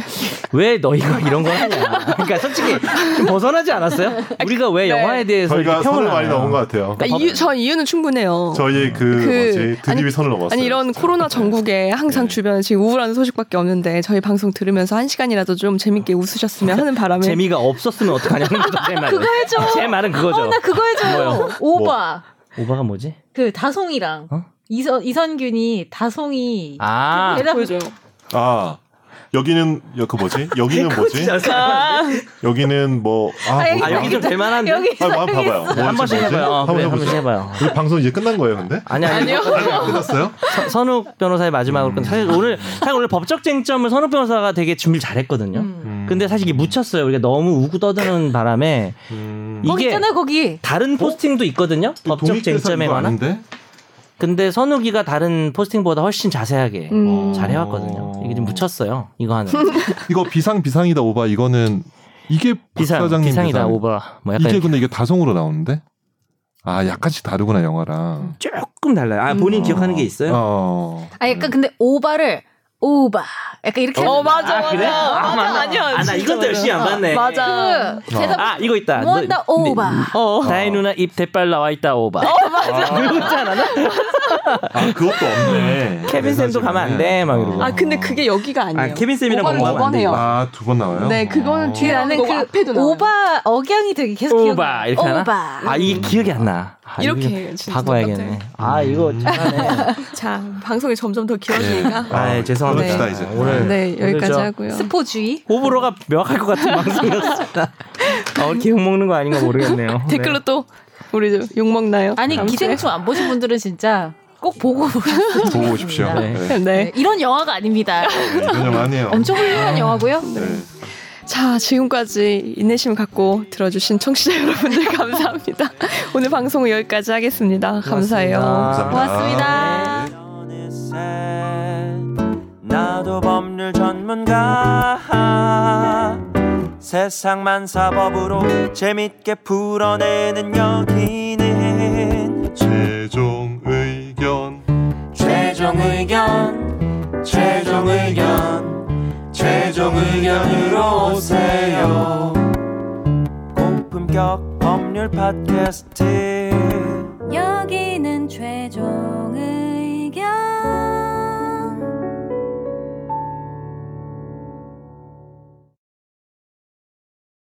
Speaker 3: 왜 너희가 이런 걸 하냐. 그러니까 솔직히 좀 벗어나지 않았어요? 우리가
Speaker 4: 네.
Speaker 3: 왜 영화에 대해서 이렇게
Speaker 5: 저희가
Speaker 3: 평을
Speaker 5: 선을
Speaker 3: 안
Speaker 5: 많이
Speaker 3: 해요? 네.
Speaker 5: 넘은 것 같아요.
Speaker 1: 아, 이유, 저 이유는 충분해요
Speaker 5: 저희의 그
Speaker 1: 그-
Speaker 5: 뭐지 드립이
Speaker 1: 아니-
Speaker 5: 선을 넘었어요.
Speaker 1: 아니 이런
Speaker 5: 진짜.
Speaker 1: 코로나
Speaker 5: 네.
Speaker 1: 전국에
Speaker 5: 네.
Speaker 1: 항상 주변에 지금 우울한 소식밖에 없는데 저희 방송 들으면서 한 시간이라도 좀 재밌게 웃으셨으면 하는 바람에
Speaker 3: 아. 재미가 없었으면 어떡하냐는 거죠. 제 말은.
Speaker 4: 그거 해줘.
Speaker 3: 제 말은 그거죠.
Speaker 4: 어, 나 그거 해줘요.
Speaker 3: 뭐요?
Speaker 4: 오바.
Speaker 3: 오바가 뭐지?
Speaker 4: 그 다송이랑
Speaker 3: 어?
Speaker 4: 이선 이선균이 다송이
Speaker 3: 아.
Speaker 4: 대답
Speaker 1: 보여줘요.
Speaker 5: 아 여기는 여- 그 뭐지? 여기는
Speaker 3: 그거
Speaker 5: 뭐지?
Speaker 3: 진짜
Speaker 4: 아,
Speaker 5: 여기는 뭐 아,
Speaker 4: 여기-
Speaker 5: 뭐지?
Speaker 3: 아, 여기 좀 될만한데?
Speaker 4: 여기
Speaker 5: 아, 한번 봐봐요. 뭐였지,
Speaker 3: 한 번씩
Speaker 5: 뭐였지?
Speaker 3: 해봐요. 어,
Speaker 5: 한번
Speaker 3: 그래, 한
Speaker 5: 해보죠.
Speaker 3: 번씩 해봐요.
Speaker 5: 우리 방송 이제 끝난 거예요, 근데?
Speaker 3: 아니, 아니. 요
Speaker 5: 안 끝났어요?
Speaker 3: 선욱 변호사의 마지막으로 끝. 사실 오늘, 사실 오늘 법적 쟁점을 선욱 변호사가 되게 준비를 잘했거든요.
Speaker 4: 음.
Speaker 3: 근데 사실 이게 묻혔어요. 우리가 너무 우고 떠드는 바람에
Speaker 5: 음. 그
Speaker 4: 거기
Speaker 3: 이게
Speaker 4: 있잖아 거기.
Speaker 3: 다른 포스팅도 있거든요. 법적
Speaker 2: 어? 독립대사
Speaker 3: 쟁점에
Speaker 2: 이거
Speaker 3: 관한.
Speaker 2: 아닌데?
Speaker 3: 근데 선욱이가 다른 포스팅보다 훨씬 자세하게
Speaker 1: 음.
Speaker 3: 잘 해왔거든요. 이게 좀 묻혔어요. 이거 하는
Speaker 2: 이거 비상 비상이다 오바 이거는 이게
Speaker 3: 비상
Speaker 2: 박사장님
Speaker 3: 비상이다
Speaker 2: 대사.
Speaker 3: 오버. 뭐 약간
Speaker 2: 이게 근데 이게 다성으로 나오는데 아 약간씩 다르구나 영화랑.
Speaker 3: 조금 달라요. 아
Speaker 1: 음.
Speaker 3: 본인
Speaker 2: 어.
Speaker 3: 기억하는 게 있어요?
Speaker 2: 어.
Speaker 4: 아 약간 근데 오바를 오바. 약간 이렇게.
Speaker 1: 어 맞아 맞아
Speaker 3: 아, 그래? 아,
Speaker 1: 맞아
Speaker 3: 맞나?
Speaker 1: 아니야
Speaker 3: 아, 나
Speaker 1: 진짜
Speaker 3: 이건 또
Speaker 1: 맞아.
Speaker 3: 열심히 안 봤네.
Speaker 1: 맞아 뭐,
Speaker 4: 그 대답
Speaker 3: 아 이거 있다. 너-
Speaker 4: 무언다 오바.
Speaker 1: 어
Speaker 3: 다혜 누나 입 대빨 나와 있다 오바.
Speaker 2: 네,
Speaker 5: 아, 그것도 없네.
Speaker 3: 케빈 쌤도 가면 안 돼. 막 이러고.
Speaker 1: 아 근데 그게 여기가 아니에요.
Speaker 3: 아, 케빈 쌤이랑
Speaker 1: 오버는
Speaker 3: 공부하면 안 돼,
Speaker 1: 오버네요.
Speaker 2: 아 두 번 나와요? 어.
Speaker 1: 네, 그거는 뒤에 나오는
Speaker 4: 나는
Speaker 1: 거고 앞에도
Speaker 4: 그
Speaker 1: 나와요.
Speaker 4: 오바 억양이 되게 계속 기억.
Speaker 3: 오바 이렇게 하나?
Speaker 4: 오바.
Speaker 3: 아 이게 기억이 안 나. 아,
Speaker 1: 이렇게
Speaker 3: 이거
Speaker 1: 해요, 진짜
Speaker 3: 바꿔야겠네.
Speaker 1: 똑같아요.
Speaker 3: 아
Speaker 2: 음.
Speaker 3: 이거 잘하네.
Speaker 1: 자 방송이 점점 더 길어지니까
Speaker 3: 아 예, 죄송합니다.
Speaker 5: 끊읍시다, 이제.
Speaker 3: 오늘
Speaker 1: 네
Speaker 3: 오늘
Speaker 1: 여기까지
Speaker 3: 저-
Speaker 1: 하고요.
Speaker 4: 스포주의.
Speaker 3: 호불호가 명확할 것 같은 방송이었습니다. 어, 기억 먹는 거 아닌가 모르겠네요.
Speaker 1: 댓글로 또 우리 욕 먹나요?
Speaker 4: 아니
Speaker 1: 다음 주에?
Speaker 4: 기생충 안 보신 분들은 진짜 꼭 보고
Speaker 2: 보고 오십시오.
Speaker 4: 네.
Speaker 2: 네.
Speaker 1: 네.
Speaker 4: 네, 이런 영화가 아닙니다.
Speaker 5: 전혀 아니에요.
Speaker 4: 엄청 훌륭한 영화고요.
Speaker 2: 네.
Speaker 1: 자, 지금까지 인내심을 갖고 들어주신 청취자 여러분들 감사합니다. 오늘 방송은 여기까지 하겠습니다. 감사해요.
Speaker 3: 고맙습니다.
Speaker 4: 고맙습니다.
Speaker 8: 어느새 나도 법률 전문가 세상만 사법으로 재밌게 풀어내는 여기는
Speaker 5: 최종 의견.
Speaker 8: 최종 의견 최종 의견 최종 의견으로 오세요 고품격 법률 팟캐스트
Speaker 9: 여기는 최종